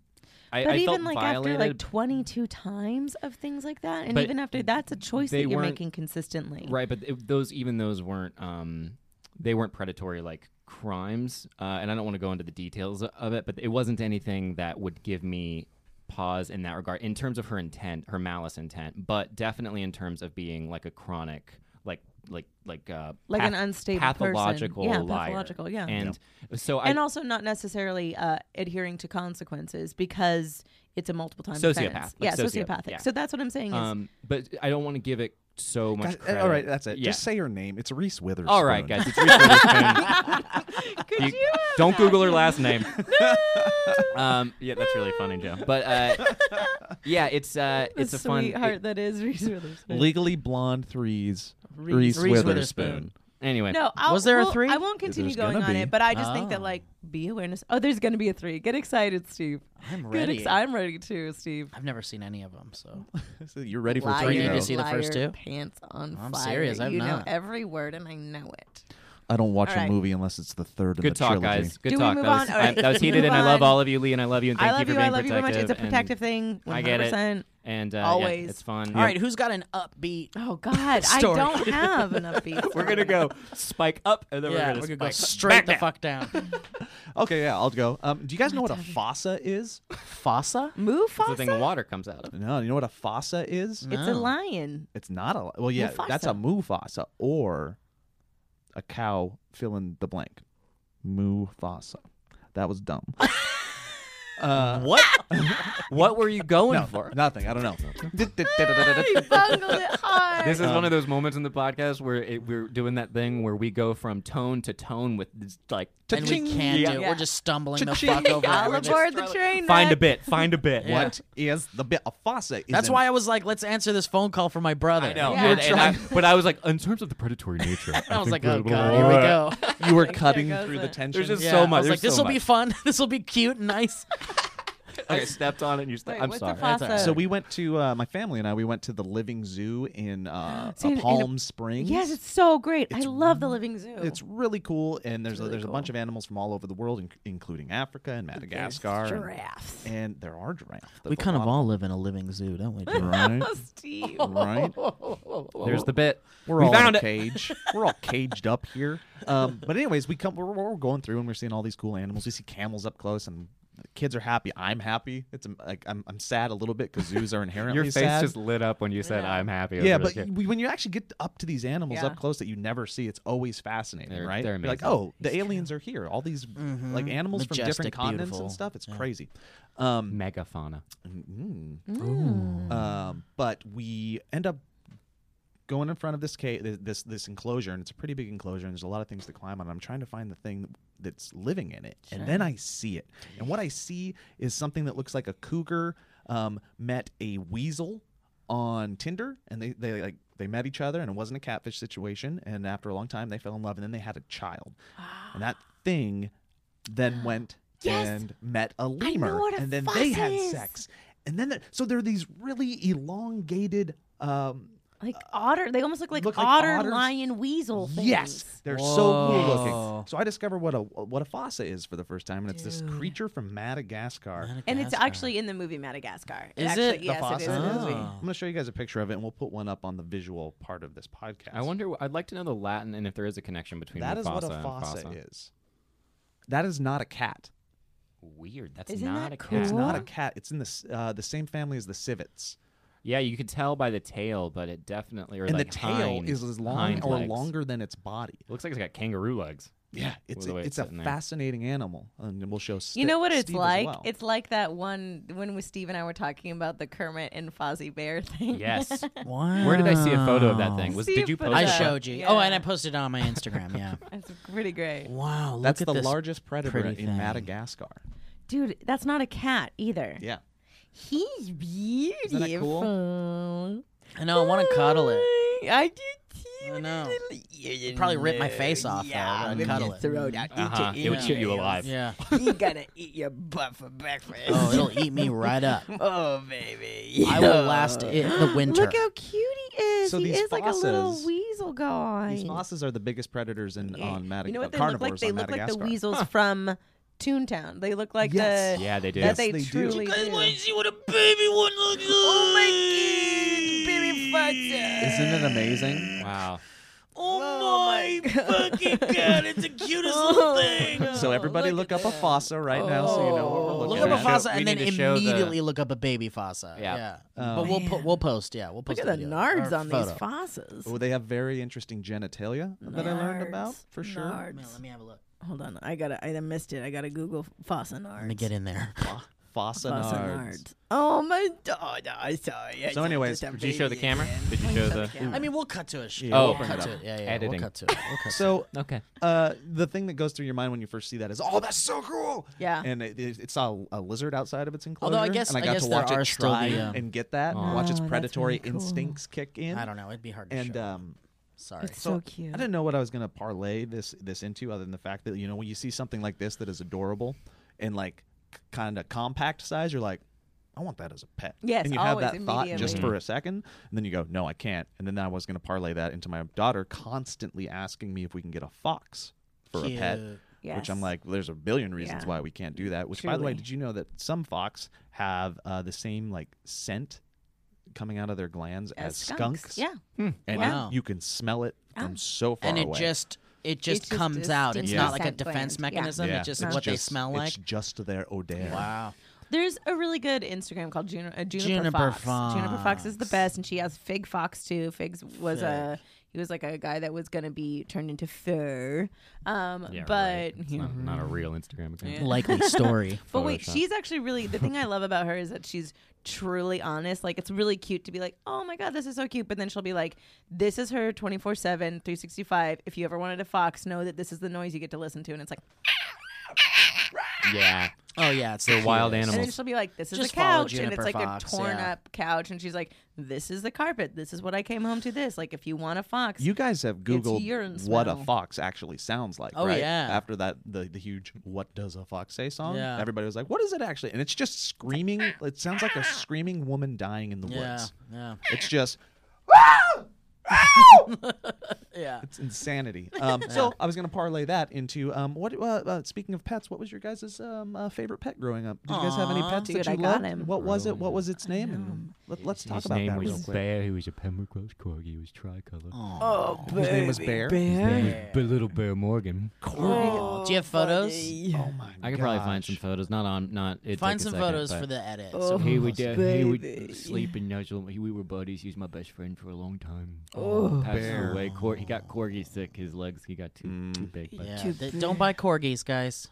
[SPEAKER 5] I,
[SPEAKER 4] But
[SPEAKER 5] I felt
[SPEAKER 4] even like
[SPEAKER 5] violated.
[SPEAKER 4] after like 22 times of things like that, and
[SPEAKER 5] But
[SPEAKER 4] even after that's a choice
[SPEAKER 5] they
[SPEAKER 4] that you're
[SPEAKER 5] weren't-
[SPEAKER 4] making consistently.
[SPEAKER 5] Right, but it, those even those weren't um, they weren't predatory like crimes, uh, and I don't want to go into the details of it, but it wasn't anything that would give me pause in that regard in terms of her intent, her malice intent, but definitely in terms of being like a chronic like like like uh,
[SPEAKER 4] Like an
[SPEAKER 5] path-
[SPEAKER 4] unstable person.
[SPEAKER 5] pathological
[SPEAKER 4] Yeah,
[SPEAKER 5] liar.
[SPEAKER 4] pathological, yeah.
[SPEAKER 5] and so I
[SPEAKER 4] and also not necessarily uh, adhering to consequences because it's a multiple time
[SPEAKER 5] Sociopath,
[SPEAKER 4] offense.
[SPEAKER 5] like
[SPEAKER 4] yeah,
[SPEAKER 5] sociopath,
[SPEAKER 4] sociopathic.
[SPEAKER 5] yeah.
[SPEAKER 4] So that's what I'm saying is
[SPEAKER 5] um, but I don't want to give it so much.
[SPEAKER 3] Guys,
[SPEAKER 5] credit.
[SPEAKER 3] all right, that's it.
[SPEAKER 5] Yeah.
[SPEAKER 3] Just say her name. It's Reese Witherspoon.
[SPEAKER 5] all right, guys. It's Reese Witherspoon.
[SPEAKER 4] could
[SPEAKER 5] You-
[SPEAKER 4] you
[SPEAKER 5] don't Google her last name. um, yeah, that's really funny, Joe. But uh, yeah, it's uh,
[SPEAKER 4] the
[SPEAKER 5] it's a fun.
[SPEAKER 4] sweetheart
[SPEAKER 5] it-
[SPEAKER 4] that is Reese Witherspoon.
[SPEAKER 3] Legally Blonde Threes. Reese,
[SPEAKER 1] Reese Witherspoon.
[SPEAKER 5] anyway,
[SPEAKER 4] No, I'll,
[SPEAKER 1] Was there a
[SPEAKER 4] well,
[SPEAKER 1] three?
[SPEAKER 4] I won't continue
[SPEAKER 3] There's
[SPEAKER 4] going
[SPEAKER 3] gonna
[SPEAKER 4] on
[SPEAKER 3] be.
[SPEAKER 4] it, but I just think that
[SPEAKER 1] Oh.
[SPEAKER 4] like be awareness. Oh, there's going to be a three. Get excited, Steve.
[SPEAKER 1] I'm
[SPEAKER 4] Get
[SPEAKER 1] ready.
[SPEAKER 4] ex- I'm ready too, Steve.
[SPEAKER 1] I've never seen any of them, so
[SPEAKER 3] So you're ready for
[SPEAKER 6] Liar,
[SPEAKER 3] three,
[SPEAKER 1] You need to
[SPEAKER 3] though.
[SPEAKER 1] see the first
[SPEAKER 4] liar,
[SPEAKER 1] two?
[SPEAKER 4] Pants on
[SPEAKER 1] I'm
[SPEAKER 4] fire.
[SPEAKER 1] serious, I've
[SPEAKER 4] you know
[SPEAKER 1] not.
[SPEAKER 4] every word, and I know it.
[SPEAKER 3] I don't watch
[SPEAKER 4] All
[SPEAKER 3] a
[SPEAKER 4] right.
[SPEAKER 3] movie unless it's the third in
[SPEAKER 5] good
[SPEAKER 3] the
[SPEAKER 5] talk,
[SPEAKER 3] trilogy.
[SPEAKER 5] guys. Good
[SPEAKER 4] Do we
[SPEAKER 5] talk.
[SPEAKER 4] move
[SPEAKER 5] that,
[SPEAKER 4] on?
[SPEAKER 5] was, I-
[SPEAKER 4] Alright,
[SPEAKER 5] that was
[SPEAKER 4] let's
[SPEAKER 5] heated,
[SPEAKER 4] move
[SPEAKER 5] and I love
[SPEAKER 4] on.
[SPEAKER 5] all of you, Lee, and I love you, and
[SPEAKER 4] I
[SPEAKER 5] thank
[SPEAKER 4] love
[SPEAKER 5] you
[SPEAKER 4] you.
[SPEAKER 5] for
[SPEAKER 4] I
[SPEAKER 5] being
[SPEAKER 4] love you very
[SPEAKER 5] protective.
[SPEAKER 4] much. It's a
[SPEAKER 5] and-
[SPEAKER 4] protective thing. 100%.
[SPEAKER 5] I get it. And uh, yeah,
[SPEAKER 4] Always.
[SPEAKER 5] it's fun.
[SPEAKER 1] All right, who's got an upbeat?
[SPEAKER 4] Oh God, I
[SPEAKER 1] Story.
[SPEAKER 4] don't have enough beats.
[SPEAKER 5] we're gonna go spike up, and then
[SPEAKER 1] yeah,
[SPEAKER 5] we're gonna,
[SPEAKER 1] we're gonna go
[SPEAKER 5] spike
[SPEAKER 1] straight the
[SPEAKER 5] back down.
[SPEAKER 1] fuck down.
[SPEAKER 3] Okay, yeah, I'll go. Um, do you guys know what a fossa is?
[SPEAKER 1] Fossa?
[SPEAKER 5] It's the thing
[SPEAKER 4] Mufasa.
[SPEAKER 5] water comes out of.
[SPEAKER 3] No, you know what a fossa is?
[SPEAKER 1] No.
[SPEAKER 4] It's a lion.
[SPEAKER 3] It's not a well, yeah, that's a mufasa or a cow fill in the blank. Mufasa. That was dumb. uh,
[SPEAKER 5] What? what were you going for?
[SPEAKER 3] nothing. I don't
[SPEAKER 4] You
[SPEAKER 3] know.
[SPEAKER 4] bungled it hard.
[SPEAKER 5] This is one of those moments in the podcast where it, we're doing that thing where we go from tone to tone with this, like
[SPEAKER 1] And we can't do it. We're just stumbling the
[SPEAKER 3] Cha-ching.
[SPEAKER 1] fuck over. it.
[SPEAKER 4] All
[SPEAKER 1] We're just-
[SPEAKER 4] aboard the train.
[SPEAKER 5] find a
[SPEAKER 4] Mac.
[SPEAKER 5] bit, find a bit.
[SPEAKER 1] Yeah.
[SPEAKER 3] What is the bit a fossa? Is
[SPEAKER 1] That's
[SPEAKER 3] an-
[SPEAKER 1] why I was like, let's answer this phone call for my brother.
[SPEAKER 5] I know.
[SPEAKER 1] You
[SPEAKER 4] Yeah.
[SPEAKER 1] were
[SPEAKER 5] And- and I-
[SPEAKER 1] trying-
[SPEAKER 5] but I was like, in terms of the predatory nature, I,
[SPEAKER 1] I was like,
[SPEAKER 5] think we're
[SPEAKER 1] oh
[SPEAKER 5] blah,
[SPEAKER 1] god,
[SPEAKER 5] blah,
[SPEAKER 1] here we
[SPEAKER 5] blah."
[SPEAKER 1] go.
[SPEAKER 3] you were
[SPEAKER 4] There
[SPEAKER 3] cutting
[SPEAKER 4] goes
[SPEAKER 3] through
[SPEAKER 4] it.
[SPEAKER 3] the
[SPEAKER 4] There's
[SPEAKER 3] tension.
[SPEAKER 5] There's just
[SPEAKER 1] Yeah,
[SPEAKER 5] so
[SPEAKER 1] I
[SPEAKER 5] much.
[SPEAKER 1] was like,
[SPEAKER 5] there's
[SPEAKER 1] this
[SPEAKER 5] so
[SPEAKER 1] will be
[SPEAKER 5] much."
[SPEAKER 1] fun. This will be cute and nice.
[SPEAKER 5] I stepped on it. And you stepped.
[SPEAKER 4] Wait,
[SPEAKER 5] I'm
[SPEAKER 4] what's
[SPEAKER 5] sorry.
[SPEAKER 4] the fossa?
[SPEAKER 3] so we went to uh, my family and I. We went to the Living Zoo in uh,
[SPEAKER 4] See, in a-
[SPEAKER 3] Palm Springs.
[SPEAKER 4] Yes, it's so great.
[SPEAKER 3] It's
[SPEAKER 4] I love the Living Zoo.
[SPEAKER 3] It's really cool, and there's a,
[SPEAKER 4] really
[SPEAKER 3] there's a bunch of animals from all over the world, in, including Africa and Madagascar. and-
[SPEAKER 6] Giraffes.
[SPEAKER 3] And, there are giraffes.
[SPEAKER 1] We
[SPEAKER 3] There's a
[SPEAKER 1] kind of
[SPEAKER 3] lot
[SPEAKER 1] all live in a living zoo, don't we? Jordan?
[SPEAKER 3] right,
[SPEAKER 4] Steve.
[SPEAKER 3] right.
[SPEAKER 5] There's the bit.
[SPEAKER 3] We're
[SPEAKER 5] We
[SPEAKER 3] all in
[SPEAKER 5] found it.
[SPEAKER 3] a cage. we're all caged up here. Um, but anyways, we come. We're, we're going through and we're seeing all these cool animals. We see camels up close, and the kids are happy. I'm happy. It's um, like I'm, I'm sad a little bit because zoos are inherently
[SPEAKER 5] Your face
[SPEAKER 3] sad.
[SPEAKER 5] just lit up when you said, "I'm happy." It was
[SPEAKER 3] yeah,
[SPEAKER 5] really
[SPEAKER 3] but
[SPEAKER 5] good.
[SPEAKER 3] we- when you actually get up to these animals
[SPEAKER 4] Yeah.
[SPEAKER 3] up close that you never see, it's always fascinating,
[SPEAKER 5] They're-
[SPEAKER 3] right?
[SPEAKER 5] they're
[SPEAKER 3] You're like,
[SPEAKER 5] amazing.
[SPEAKER 3] oh, the aliens are here. All these like animals from different
[SPEAKER 1] Mm-hmm. Majestic,
[SPEAKER 3] continents
[SPEAKER 1] beautiful.
[SPEAKER 3] and stuff. It's
[SPEAKER 1] Yeah.
[SPEAKER 3] crazy. Um,
[SPEAKER 5] megafauna.
[SPEAKER 3] Mm. Um, but we end up going in front of this cave, this this enclosure, and it's a pretty big enclosure, and there's a lot of things to climb on. I'm trying to find the thing that's living in it, and then I see it, and what I see is something that looks like a cougar um, met a weasel on Tinder, and they they like they met each other, and it wasn't a catfish situation, and after a long time they fell in love, and then they had a child, and that thing then went.
[SPEAKER 4] Yes.
[SPEAKER 3] And met a lemur,
[SPEAKER 4] what a
[SPEAKER 3] and then they
[SPEAKER 4] fuss
[SPEAKER 3] had sex
[SPEAKER 4] is.
[SPEAKER 3] sex. And then, there, so there are these really elongated. Um,
[SPEAKER 4] Like otter. They almost look like
[SPEAKER 3] Look like
[SPEAKER 4] otter,
[SPEAKER 3] otters.
[SPEAKER 4] lion, weasel things.
[SPEAKER 3] yes, they're so cool looking. So I discovered what a what a fossa is for the first time, and it's this creature from Madagascar.
[SPEAKER 4] And it's actually in the movie Madagascar.
[SPEAKER 1] Is
[SPEAKER 4] actually,
[SPEAKER 1] it? The
[SPEAKER 4] Yes, it is in the
[SPEAKER 1] fossa?
[SPEAKER 4] movie.
[SPEAKER 1] Oh.
[SPEAKER 3] I'm going to show you guys a picture of it, and we'll put one up on the visual part of this podcast.
[SPEAKER 5] I wonder. I'd like to know the Latin and if there is a connection between
[SPEAKER 3] That is
[SPEAKER 5] Mufasa
[SPEAKER 3] what a
[SPEAKER 5] and
[SPEAKER 3] fossa
[SPEAKER 5] fossa.
[SPEAKER 3] is. That is not a cat.
[SPEAKER 5] Weird. That's
[SPEAKER 4] Isn't
[SPEAKER 5] not
[SPEAKER 4] that
[SPEAKER 5] a
[SPEAKER 4] cool?
[SPEAKER 5] cat.
[SPEAKER 3] It's not a
[SPEAKER 4] What?
[SPEAKER 3] cat. It's in the s- uh, the same family as the civets,
[SPEAKER 5] Yeah, you could tell by the tail, but it definitely or
[SPEAKER 3] and
[SPEAKER 5] like
[SPEAKER 3] the tail
[SPEAKER 5] hind-
[SPEAKER 3] is as long
[SPEAKER 5] hind
[SPEAKER 3] or
[SPEAKER 5] legs.
[SPEAKER 3] longer than its body.
[SPEAKER 5] Looks like it's got kangaroo legs.
[SPEAKER 3] Yeah, it's
[SPEAKER 5] the
[SPEAKER 3] a,
[SPEAKER 5] way
[SPEAKER 3] it's
[SPEAKER 5] it's
[SPEAKER 3] a
[SPEAKER 5] sitting there.
[SPEAKER 3] fascinating animal, and we'll show.
[SPEAKER 4] You know what it's
[SPEAKER 3] Steve as
[SPEAKER 4] like?
[SPEAKER 3] well.
[SPEAKER 4] It's like that one when we, Steve and I were talking about the Kermit and Fozzie Bear thing.
[SPEAKER 5] Yes.
[SPEAKER 1] Wow.
[SPEAKER 5] Where did I see a photo of that thing? Was
[SPEAKER 4] See
[SPEAKER 5] did you
[SPEAKER 4] if it-
[SPEAKER 5] post?
[SPEAKER 1] I
[SPEAKER 5] that?
[SPEAKER 1] showed you. Oh,
[SPEAKER 4] Yeah.
[SPEAKER 1] and I posted it on my Instagram. Yeah.
[SPEAKER 4] It's pretty great.
[SPEAKER 1] wow. Look
[SPEAKER 3] That's
[SPEAKER 1] at
[SPEAKER 3] the
[SPEAKER 1] this.
[SPEAKER 3] largest predator
[SPEAKER 1] pretty
[SPEAKER 3] in
[SPEAKER 1] thing.
[SPEAKER 3] Madagascar.
[SPEAKER 4] Dude, that's not a cat either.
[SPEAKER 3] Yeah.
[SPEAKER 4] He's beautiful.
[SPEAKER 3] Isn't that cool?
[SPEAKER 1] I know. I want to cuddle it.
[SPEAKER 4] I do too.
[SPEAKER 1] I know. It'd probably rip my face off. Yeah. Though, I'd cuddle it.
[SPEAKER 6] Throw it out.
[SPEAKER 5] Uh-huh. It would
[SPEAKER 1] Yeah.
[SPEAKER 5] eat you alive.
[SPEAKER 1] Yeah.
[SPEAKER 6] You gotta eat your butt for breakfast.
[SPEAKER 1] Oh, it'll eat me right up.
[SPEAKER 6] Oh, baby.
[SPEAKER 1] I will last it the winter.
[SPEAKER 4] Look how cute he is.
[SPEAKER 3] So
[SPEAKER 4] he
[SPEAKER 3] these
[SPEAKER 4] is like a little
[SPEAKER 3] fossas-
[SPEAKER 4] weasel guy.
[SPEAKER 3] These fossas are the biggest predators in on Madagascar.
[SPEAKER 4] You know what they look like? They look like the weasels from Toontown. They look like
[SPEAKER 3] Yes.
[SPEAKER 4] the
[SPEAKER 5] Yeah, they do.
[SPEAKER 4] that
[SPEAKER 3] Yes,
[SPEAKER 4] they,
[SPEAKER 3] they do.
[SPEAKER 4] truly
[SPEAKER 3] You
[SPEAKER 4] do.
[SPEAKER 1] see what a baby one looks like.
[SPEAKER 4] Oh my god, baby butter.
[SPEAKER 7] Isn't it amazing?
[SPEAKER 5] Wow.
[SPEAKER 1] Oh my fucking god, it's the cutest
[SPEAKER 4] Oh,
[SPEAKER 1] little thing.
[SPEAKER 3] So everybody look, up a fossa right now so you know what we're
[SPEAKER 4] Oh.
[SPEAKER 3] looking
[SPEAKER 1] Look
[SPEAKER 5] at
[SPEAKER 1] up
[SPEAKER 5] Yeah.
[SPEAKER 1] a
[SPEAKER 5] Show-
[SPEAKER 3] at.
[SPEAKER 1] fossa
[SPEAKER 5] we
[SPEAKER 1] and then
[SPEAKER 5] need to show the-
[SPEAKER 1] immediately look up a baby fossa.
[SPEAKER 5] Yeah.
[SPEAKER 1] Yeah.
[SPEAKER 3] Oh.
[SPEAKER 1] But we'll po- we'll post, yeah, we'll
[SPEAKER 4] Look
[SPEAKER 1] post
[SPEAKER 4] at the
[SPEAKER 1] video,
[SPEAKER 4] nards
[SPEAKER 1] or
[SPEAKER 4] on
[SPEAKER 1] photo.
[SPEAKER 4] these fossas.
[SPEAKER 3] Oh, they have very interesting genitalia that I learned about
[SPEAKER 4] Nards.
[SPEAKER 3] for sure.
[SPEAKER 4] Nards.
[SPEAKER 1] Man, Let me have a look.
[SPEAKER 4] Hold on, I gotta. I missed it. I gotta Google fossa nards.
[SPEAKER 1] Let me get in there.
[SPEAKER 3] Fossa
[SPEAKER 4] Fossa
[SPEAKER 3] nards.
[SPEAKER 4] nards. Oh my god! I saw it.
[SPEAKER 3] So anyways,
[SPEAKER 5] Did you show the camera? Did
[SPEAKER 1] Oh,
[SPEAKER 5] you show the?
[SPEAKER 1] I mean, we'll cut to it. sh-
[SPEAKER 3] Yeah,
[SPEAKER 5] Oh.
[SPEAKER 1] we'll
[SPEAKER 5] bring
[SPEAKER 1] cut
[SPEAKER 5] it
[SPEAKER 1] to
[SPEAKER 5] up.
[SPEAKER 1] it. Yeah, yeah.
[SPEAKER 5] Editing.
[SPEAKER 1] We'll cut to it. We'll cut
[SPEAKER 3] So
[SPEAKER 5] Okay.
[SPEAKER 3] uh, the thing that goes through your mind when you first see that is, "Oh, that's so cool!"
[SPEAKER 4] Yeah.
[SPEAKER 3] and it, it, it saw a lizard outside of its enclosure.
[SPEAKER 1] Although I guess-
[SPEAKER 3] and I
[SPEAKER 1] I
[SPEAKER 3] got
[SPEAKER 1] guess
[SPEAKER 3] to
[SPEAKER 1] there
[SPEAKER 3] watch
[SPEAKER 1] are
[SPEAKER 3] it
[SPEAKER 1] still
[SPEAKER 3] try
[SPEAKER 1] the, um,
[SPEAKER 3] and get that,
[SPEAKER 5] Aw.
[SPEAKER 3] watch its
[SPEAKER 4] Oh, that's
[SPEAKER 3] predatory
[SPEAKER 4] really cool.
[SPEAKER 3] instincts kick in.
[SPEAKER 1] to it. I don't know. It'd be hard to
[SPEAKER 3] And
[SPEAKER 5] uh,
[SPEAKER 1] show.
[SPEAKER 3] um,
[SPEAKER 1] Sorry.
[SPEAKER 4] It's so, cute.
[SPEAKER 3] I didn't know what I was going to parlay this this into, other than the fact that you know when you see something like this that is adorable and like kind of compact size, you're like, I want that as a pet.
[SPEAKER 4] Yes,
[SPEAKER 3] and you
[SPEAKER 4] always,
[SPEAKER 3] have that thought just
[SPEAKER 4] immediately.
[SPEAKER 3] for a second, and then you go, No, I can't. And then I was going to parlay that into my daughter constantly asking me if we can get a fox for a pet.
[SPEAKER 1] Cute.
[SPEAKER 3] Which I'm like, there's a billion reasons
[SPEAKER 4] Yeah.
[SPEAKER 3] why we can't do that. Which, by the way,
[SPEAKER 4] Truly.
[SPEAKER 3] did you know that some fox have uh, the same like scent coming out of their glands as, skunks?
[SPEAKER 4] Yeah.
[SPEAKER 3] and
[SPEAKER 1] Wow.
[SPEAKER 3] you, you can smell it from so far
[SPEAKER 1] and it
[SPEAKER 3] away.
[SPEAKER 1] just it just
[SPEAKER 4] just
[SPEAKER 1] comes
[SPEAKER 4] a
[SPEAKER 1] out. It's
[SPEAKER 4] stinky
[SPEAKER 1] not like a
[SPEAKER 4] scent
[SPEAKER 1] defense
[SPEAKER 4] gland. Yeah.
[SPEAKER 1] mechanism.
[SPEAKER 3] Yeah,
[SPEAKER 1] It's just
[SPEAKER 3] it's
[SPEAKER 1] what they
[SPEAKER 3] just-
[SPEAKER 1] smell like.
[SPEAKER 3] It's just their odor.
[SPEAKER 1] Wow.
[SPEAKER 4] There's a really good Instagram called Juni- uh, Juniper,
[SPEAKER 1] Juniper
[SPEAKER 4] Fox. Juniper Fox is the
[SPEAKER 1] Fox.
[SPEAKER 4] best, and she has Fig Fox too. Figs was a he was like a guy that was gonna be turned into fur, um,
[SPEAKER 5] Yeah,
[SPEAKER 4] but
[SPEAKER 5] right. It's not, not a
[SPEAKER 1] hmm.
[SPEAKER 5] real Instagram account.
[SPEAKER 4] Yeah.
[SPEAKER 1] Likely story.
[SPEAKER 4] But wait,
[SPEAKER 5] Photoshop.
[SPEAKER 4] she's actually really the thing I love about her is that she's truly honest. Like it's really cute to be like, "Oh my god, this is so cute." But then she'll be like, "This is her 24/7, 365. If you ever wanted a fox, know that this is the noise you get to listen to." And it's like,
[SPEAKER 5] Yeah.
[SPEAKER 1] oh yeah, it's the
[SPEAKER 5] They're wild
[SPEAKER 1] cutest.
[SPEAKER 4] and then
[SPEAKER 5] animals.
[SPEAKER 4] she'll be like, "This is
[SPEAKER 1] Just
[SPEAKER 4] the
[SPEAKER 1] follow
[SPEAKER 4] couch." And it's
[SPEAKER 1] Juniper
[SPEAKER 4] like
[SPEAKER 1] Fox,
[SPEAKER 4] a torn
[SPEAKER 1] yeah.
[SPEAKER 4] up couch and she's like, "This is the carpet. This is what I came home to this. Like if you want a fox,
[SPEAKER 3] You guys have
[SPEAKER 4] urine
[SPEAKER 3] Googled what a
[SPEAKER 4] smell.
[SPEAKER 3] fox actually sounds like,
[SPEAKER 1] Oh,
[SPEAKER 3] right?
[SPEAKER 1] yeah.
[SPEAKER 3] After that, the, the huge "What Does a Fox Say" song,
[SPEAKER 1] Yeah.
[SPEAKER 3] everybody was like, "What is it actually?" And it's just screaming. It sounds like a screaming woman dying in the
[SPEAKER 1] Yeah,
[SPEAKER 3] woods.
[SPEAKER 1] yeah,
[SPEAKER 3] It's just
[SPEAKER 1] yeah.
[SPEAKER 3] it's insanity. Um, So I was going to parlay that into um, what? Uh, uh, speaking of pets, what was your guys' um, uh, favorite pet growing up? Did you guys have any
[SPEAKER 1] Aw.
[SPEAKER 3] pets
[SPEAKER 4] Dude,
[SPEAKER 3] that you
[SPEAKER 4] I got
[SPEAKER 3] loved?
[SPEAKER 4] him.
[SPEAKER 3] What was it? What was its name? And let, let's talk
[SPEAKER 8] His
[SPEAKER 3] about
[SPEAKER 8] name
[SPEAKER 3] that real
[SPEAKER 8] was
[SPEAKER 3] quick.
[SPEAKER 8] Bear. He was a Pembroke Corgi. He was tricolor.
[SPEAKER 4] oh,
[SPEAKER 3] Whose name was Bear?
[SPEAKER 8] His name was B- Little Bear Morgan.
[SPEAKER 1] Aw. Do you have photos?
[SPEAKER 3] Oh my!
[SPEAKER 5] I could probably
[SPEAKER 3] gosh.
[SPEAKER 5] find some photos. Not on. Not. It'd
[SPEAKER 1] Find
[SPEAKER 5] take a
[SPEAKER 1] some
[SPEAKER 5] second,
[SPEAKER 1] photos
[SPEAKER 5] but-
[SPEAKER 1] for the edit.
[SPEAKER 4] Oh.
[SPEAKER 1] so we
[SPEAKER 8] He
[SPEAKER 1] can
[SPEAKER 8] would
[SPEAKER 1] post
[SPEAKER 8] uh,
[SPEAKER 1] it.
[SPEAKER 8] he
[SPEAKER 4] Baby.
[SPEAKER 8] would sleep and nuzzle. me. We were buddies. He was my best friend for a long time. Oh, passed
[SPEAKER 3] Bear.
[SPEAKER 8] away. Cor- he got corgi sick. His legs. He got too
[SPEAKER 3] Mm.
[SPEAKER 8] too big. But
[SPEAKER 1] Yeah, they- don't buy corgis, guys.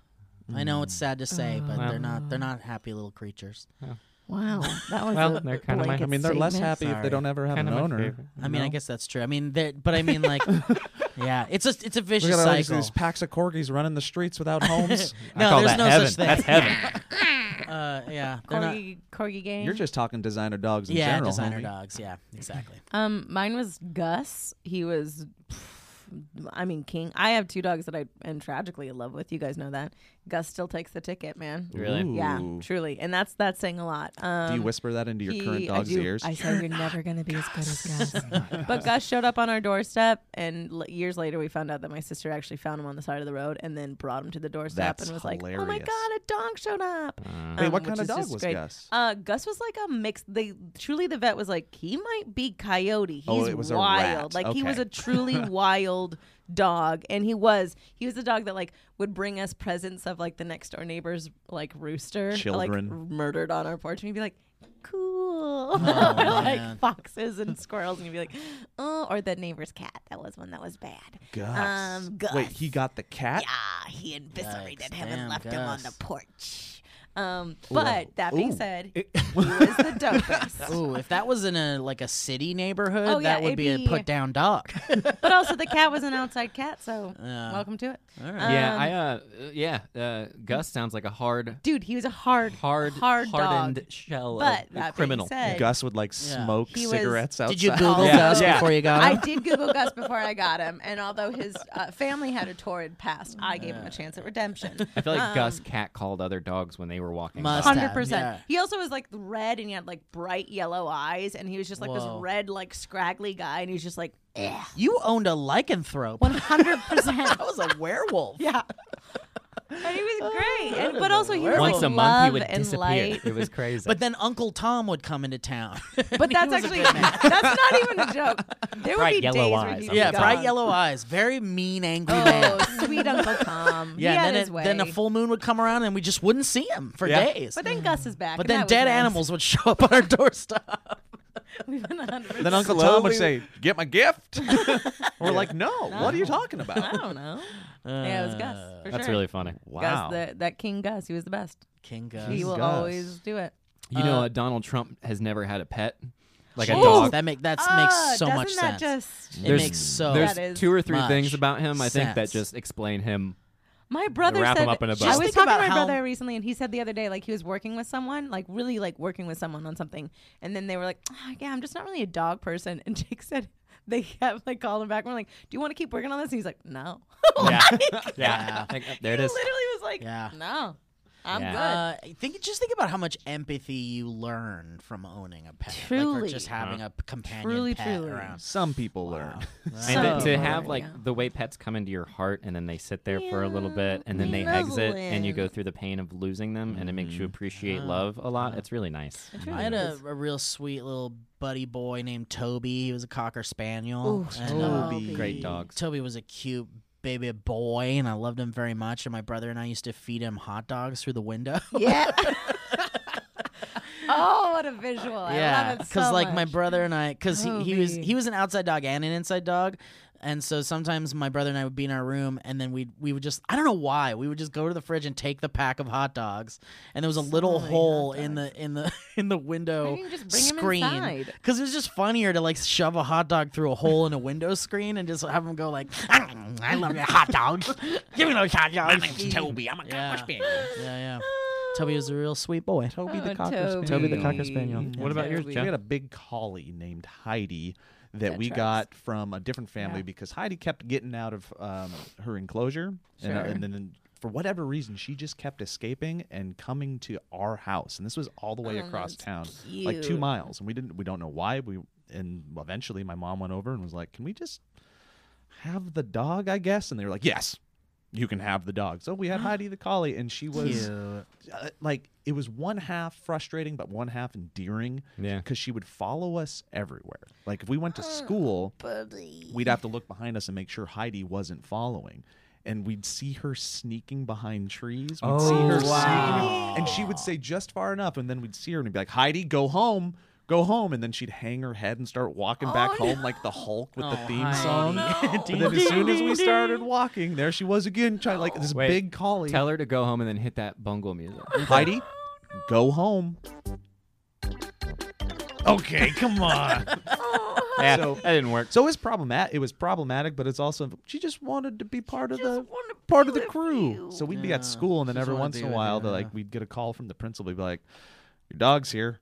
[SPEAKER 1] I know it's sad to say, but
[SPEAKER 5] Wow.
[SPEAKER 1] they're not they're not happy little creaters.
[SPEAKER 4] Wow, that was
[SPEAKER 5] Well,
[SPEAKER 4] a
[SPEAKER 5] they're kinda my-
[SPEAKER 4] blanket
[SPEAKER 5] I
[SPEAKER 3] I mean, they're less
[SPEAKER 4] statement.
[SPEAKER 3] happy if
[SPEAKER 1] Sorry.
[SPEAKER 3] they don't ever have
[SPEAKER 5] Kinda
[SPEAKER 3] an
[SPEAKER 5] my
[SPEAKER 3] owner.
[SPEAKER 5] favorite.
[SPEAKER 1] I mean, I guess that's true. I mean, they're- but I mean, like, yeah, it's a it's a
[SPEAKER 3] Look
[SPEAKER 1] vicious
[SPEAKER 3] at all these-
[SPEAKER 1] cycle.
[SPEAKER 3] these packs of corgis running the streets without homes.
[SPEAKER 1] No,
[SPEAKER 5] call
[SPEAKER 1] there's
[SPEAKER 5] that
[SPEAKER 1] no
[SPEAKER 5] heaven.
[SPEAKER 1] such thing.
[SPEAKER 5] That's heaven.
[SPEAKER 1] Uh, yeah, they're not.
[SPEAKER 4] corgi, corgi game.
[SPEAKER 3] You're just talking designer dogs in
[SPEAKER 1] Yeah,
[SPEAKER 3] general.
[SPEAKER 1] designer
[SPEAKER 3] homie.
[SPEAKER 1] dogs. Yeah, exactly.
[SPEAKER 4] Um, mine was Gus. He was, pff, I mean, king. I have two dogs that I am tragically in love with. You guys know that. Gus still takes the ticket, man.
[SPEAKER 5] Really?
[SPEAKER 4] Yeah,
[SPEAKER 3] Ooh.
[SPEAKER 4] truly, and that's that's saying a lot. Um,
[SPEAKER 3] Do you whisper that into your
[SPEAKER 4] he-
[SPEAKER 3] current
[SPEAKER 4] I
[SPEAKER 3] dog's
[SPEAKER 4] do.
[SPEAKER 3] ears?
[SPEAKER 4] I said you're never gonna be as good as Gus. but Gus showed up on our doorstep, and l- years later we found out that my sister actually found him on the side of the road, and then brought him to the doorstep
[SPEAKER 3] That's
[SPEAKER 4] and was like, "Oh my
[SPEAKER 3] hilarious. Uh,
[SPEAKER 4] god, a dog showed up!"
[SPEAKER 3] Wait,
[SPEAKER 4] Um,
[SPEAKER 3] what
[SPEAKER 4] which
[SPEAKER 3] kind of
[SPEAKER 4] is
[SPEAKER 3] dog
[SPEAKER 4] just
[SPEAKER 3] was
[SPEAKER 4] great.
[SPEAKER 3] Gus?
[SPEAKER 4] Uh, Gus was like a mix. They truly, the vet was like, he might be coyote. He's
[SPEAKER 3] Oh, it was a rat.
[SPEAKER 4] wild. Like he was
[SPEAKER 3] Okay.
[SPEAKER 4] a truly wild dog, and he was he was a dog that like would bring us presents of like the next door neighbor's like rooster,
[SPEAKER 3] Children. Oh,
[SPEAKER 4] like murdered on our porch, and he'd be like. Cool, or
[SPEAKER 1] man.
[SPEAKER 4] like foxes and squirrels, and you'd be like, "Oh," or the neighbor's cat. That was one that was bad.
[SPEAKER 3] Gus.
[SPEAKER 4] Um, Gus.
[SPEAKER 3] Wait, he got the cat?
[SPEAKER 2] Ah, he eviscerated
[SPEAKER 1] Yikes,
[SPEAKER 2] him and
[SPEAKER 1] damn,
[SPEAKER 2] left him on the
[SPEAKER 1] Gus.
[SPEAKER 2] porch.
[SPEAKER 4] Um, but that being
[SPEAKER 3] Ooh.
[SPEAKER 4] said, he was the dopest.
[SPEAKER 1] Ooh, if that was in a like a city neighborhood,
[SPEAKER 4] Oh, yeah,
[SPEAKER 1] that would
[SPEAKER 4] it'd
[SPEAKER 1] be,
[SPEAKER 4] be-
[SPEAKER 1] a put down dog.
[SPEAKER 4] but also the cat was an outside cat, so
[SPEAKER 1] Yeah.
[SPEAKER 4] welcome to it.
[SPEAKER 1] All right.
[SPEAKER 5] yeah.
[SPEAKER 4] Um,
[SPEAKER 5] I. Uh. Yeah. Uh. Gus sounds like a hard,
[SPEAKER 4] Dude, he was a hard,
[SPEAKER 5] hard,
[SPEAKER 4] hard
[SPEAKER 5] hardened
[SPEAKER 4] dog.
[SPEAKER 5] shell
[SPEAKER 4] But
[SPEAKER 5] of
[SPEAKER 4] that
[SPEAKER 5] criminal.
[SPEAKER 4] being said,
[SPEAKER 3] Gus would like
[SPEAKER 1] Yeah.
[SPEAKER 3] smoke
[SPEAKER 4] He was-
[SPEAKER 3] cigarettes outside.
[SPEAKER 1] Did you Google
[SPEAKER 4] Yeah.
[SPEAKER 1] Gus
[SPEAKER 5] Yeah.
[SPEAKER 1] before you got
[SPEAKER 4] I
[SPEAKER 1] him?
[SPEAKER 4] did Google Gus before I got him, and although his uh, family had a torrid past, I gave him a chance at redemption.
[SPEAKER 5] I feel like
[SPEAKER 4] um,
[SPEAKER 5] Gus cat called other dogs when they were walking.
[SPEAKER 1] Must
[SPEAKER 5] by.
[SPEAKER 1] have.
[SPEAKER 4] Hundred percent.
[SPEAKER 1] Yeah.
[SPEAKER 4] He also was like red, and he had like bright yellow eyes, and he was just like
[SPEAKER 1] Whoa.
[SPEAKER 4] this red, like scraggly guy, and he was just like,
[SPEAKER 1] you owned a lycanthrope.
[SPEAKER 4] one hundred percent.
[SPEAKER 1] That was a werewolf.
[SPEAKER 4] Yeah. But he was great. And, but also, he was
[SPEAKER 1] Once
[SPEAKER 4] like
[SPEAKER 1] Oh, a
[SPEAKER 4] love
[SPEAKER 5] month he would
[SPEAKER 4] and
[SPEAKER 5] disappear.
[SPEAKER 4] light.
[SPEAKER 5] It was crazy.
[SPEAKER 1] But then Uncle Tom would come into town.
[SPEAKER 4] But that's actually that's not even a joke. There would
[SPEAKER 5] Bright
[SPEAKER 4] be
[SPEAKER 5] yellow
[SPEAKER 4] days where
[SPEAKER 5] eyes.
[SPEAKER 4] he'd be
[SPEAKER 1] yeah,
[SPEAKER 4] gone.
[SPEAKER 1] bright yellow eyes, very mean, angry man.
[SPEAKER 4] Oh, sweet Uncle Tom.
[SPEAKER 1] Yeah,
[SPEAKER 4] he had
[SPEAKER 1] and then
[SPEAKER 4] his
[SPEAKER 1] it-
[SPEAKER 4] way.
[SPEAKER 1] then a full moon would come around and we just wouldn't see him for
[SPEAKER 5] Yeah.
[SPEAKER 1] days.
[SPEAKER 4] But then Gus is back.
[SPEAKER 1] But
[SPEAKER 4] and that
[SPEAKER 1] then
[SPEAKER 4] was
[SPEAKER 1] dead
[SPEAKER 4] nice.
[SPEAKER 1] animals would show up on our doorstep.
[SPEAKER 4] We've been 100%.
[SPEAKER 3] And then Uncle Tom would say, "Get my gift." We're like, no, What are you talking
[SPEAKER 4] I
[SPEAKER 3] about?"
[SPEAKER 4] don't know. yeah, it was Gus. For
[SPEAKER 5] That's
[SPEAKER 4] sure.
[SPEAKER 5] really funny.
[SPEAKER 3] Wow.
[SPEAKER 4] Gus, the, that King Gus. He was the best.
[SPEAKER 1] King
[SPEAKER 4] he
[SPEAKER 1] Gus.
[SPEAKER 4] will
[SPEAKER 3] Gus.
[SPEAKER 4] always do it.
[SPEAKER 8] You know, uh, Donald Trump has never had a pet, like a
[SPEAKER 1] Jesus,
[SPEAKER 8] dog.
[SPEAKER 1] That make that
[SPEAKER 4] Ah,
[SPEAKER 1] makes so
[SPEAKER 4] doesn't
[SPEAKER 1] much
[SPEAKER 4] that
[SPEAKER 1] sense.
[SPEAKER 4] Just,
[SPEAKER 1] it
[SPEAKER 5] There's-
[SPEAKER 1] makes so
[SPEAKER 4] that
[SPEAKER 5] There's
[SPEAKER 4] is
[SPEAKER 5] two or three
[SPEAKER 1] much
[SPEAKER 5] things about him I think that
[SPEAKER 1] sense.
[SPEAKER 5] just explain him.
[SPEAKER 4] My brother
[SPEAKER 5] Wrap 'em
[SPEAKER 4] said
[SPEAKER 5] up in a bow.
[SPEAKER 4] I
[SPEAKER 1] Just
[SPEAKER 4] was
[SPEAKER 1] think
[SPEAKER 4] talking to
[SPEAKER 1] about
[SPEAKER 4] my
[SPEAKER 1] how-
[SPEAKER 4] brother recently, and he said the other day, like he was working with someone, like really like working with someone on something, and then they were like, oh, "Yeah, I'm just not really a dog person." And Jake said they kept like calling him back. We're like, "Do you want to keep working on this?" And he's like, "No."
[SPEAKER 5] Yeah. yeah. Like, oh, there
[SPEAKER 4] Oh
[SPEAKER 5] it
[SPEAKER 4] he
[SPEAKER 5] is.
[SPEAKER 4] literally was like,
[SPEAKER 1] Yeah.
[SPEAKER 4] "No, I'm
[SPEAKER 5] Yeah.
[SPEAKER 4] good."
[SPEAKER 1] Uh, think just think about how much empathy you learn from owning a pet, like, or
[SPEAKER 4] Truly.
[SPEAKER 1] just having a p- companion
[SPEAKER 4] Truly,
[SPEAKER 1] pet
[SPEAKER 4] truly.
[SPEAKER 1] around. Uh,
[SPEAKER 3] Some people learn.
[SPEAKER 5] Uh-huh. And th-
[SPEAKER 4] So
[SPEAKER 5] to
[SPEAKER 4] boring,
[SPEAKER 5] have like
[SPEAKER 4] yeah.
[SPEAKER 5] the way pets come into your heart and then they sit there for a little
[SPEAKER 4] Yeah,
[SPEAKER 5] bit and then they exit and you go
[SPEAKER 4] lovely.
[SPEAKER 5] through the pain of losing them and it makes you appreciate
[SPEAKER 4] Uh-huh.
[SPEAKER 5] love a lot. It's really nice.
[SPEAKER 4] It
[SPEAKER 1] I
[SPEAKER 4] really
[SPEAKER 1] had a,
[SPEAKER 4] is.
[SPEAKER 1] a real sweet little buddy boy named Toby. He was a cocker spaniel.
[SPEAKER 4] Ooh,
[SPEAKER 1] and, uh,
[SPEAKER 4] Toby.
[SPEAKER 5] Great dogs.
[SPEAKER 1] Toby was a cute baby boy, and I loved him very much. And my brother and I used to feed him hot dogs through the window.
[SPEAKER 4] Yeah. oh, what a visual! I love it so
[SPEAKER 1] like my
[SPEAKER 4] much.
[SPEAKER 1] brother and I, because he, he was
[SPEAKER 4] Toby.
[SPEAKER 1] he was an outside dog and an inside dog, and so sometimes my brother and I would be in our room, and then we we would just I don't know why we would just go to the fridge and take the pack of hot dogs, and there was a little
[SPEAKER 4] many
[SPEAKER 1] hole
[SPEAKER 4] hot
[SPEAKER 1] in the in the in the window
[SPEAKER 4] Why didn't you just bring 'em
[SPEAKER 1] screen
[SPEAKER 4] inside?
[SPEAKER 1] because it was just funnier to like shove a hot dog through a hole in a window screen and just have him go like I love your hot dogs, give me those hot dogs. My name's Toby. I'm a yeah. Yeah, yeah. Toby was a real sweet boy. Toby
[SPEAKER 4] the Oh, cocker Toby. spaniel.
[SPEAKER 1] Toby the cocker spaniel.
[SPEAKER 4] Mm.
[SPEAKER 1] Yeah.
[SPEAKER 5] What about
[SPEAKER 4] Yeah,
[SPEAKER 5] yours,
[SPEAKER 4] we-
[SPEAKER 3] We
[SPEAKER 5] Jeff?
[SPEAKER 3] had a big collie named Heidi that
[SPEAKER 4] That
[SPEAKER 3] we
[SPEAKER 4] tracks.
[SPEAKER 3] got from a different family
[SPEAKER 4] Yeah.
[SPEAKER 3] because Heidi kept getting out of um, her enclosure, and, uh,
[SPEAKER 4] Sure.
[SPEAKER 3] and then for whatever reason, she just kept escaping and coming to our house, and this was all the way
[SPEAKER 4] Oh,
[SPEAKER 3] across
[SPEAKER 4] that's
[SPEAKER 3] town, like two
[SPEAKER 4] cute.
[SPEAKER 3] miles, and we didn't, we don't know why we. And eventually, my mom went over and was like, "Can we just have the dog?" I guess, and they were like, "Yes." You can have the dog. So we had Heidi the collie, and she was uh, like it was one half frustrating but one half endearing
[SPEAKER 5] Yeah.
[SPEAKER 3] because she would follow us everywhere like if we went to school we'd have to look behind us and make sure heidi wasn't following and we'd see her sneaking behind trees we'd see her
[SPEAKER 1] wow.
[SPEAKER 3] sneaking and she would say just far enough and then we'd see her and be like heidi go home go home and then she'd hang her head and start walking back home like the hulk with the
[SPEAKER 1] Oh,
[SPEAKER 3] theme
[SPEAKER 1] Heidi.
[SPEAKER 3] song and then as soon as we started walking there she was again trying like this
[SPEAKER 5] Wait,
[SPEAKER 3] big collie
[SPEAKER 8] Tell her to go home and then hit that bungle music.
[SPEAKER 3] Heidi, go home. Okay, come on.
[SPEAKER 5] Yeah,
[SPEAKER 3] So-
[SPEAKER 5] that didn't work.
[SPEAKER 3] so it was problematic. It was problematic, but it's also she just wanted to be part of the part of the crew. So we'd be
[SPEAKER 1] Yeah,
[SPEAKER 3] at school, and then
[SPEAKER 1] she just
[SPEAKER 3] every
[SPEAKER 1] wanted
[SPEAKER 3] once
[SPEAKER 1] to
[SPEAKER 3] in a
[SPEAKER 1] be with
[SPEAKER 3] while,
[SPEAKER 1] you,
[SPEAKER 3] they're
[SPEAKER 1] yeah.
[SPEAKER 3] like, we'd get a call from the principal. He'd be like, "Your dog's here.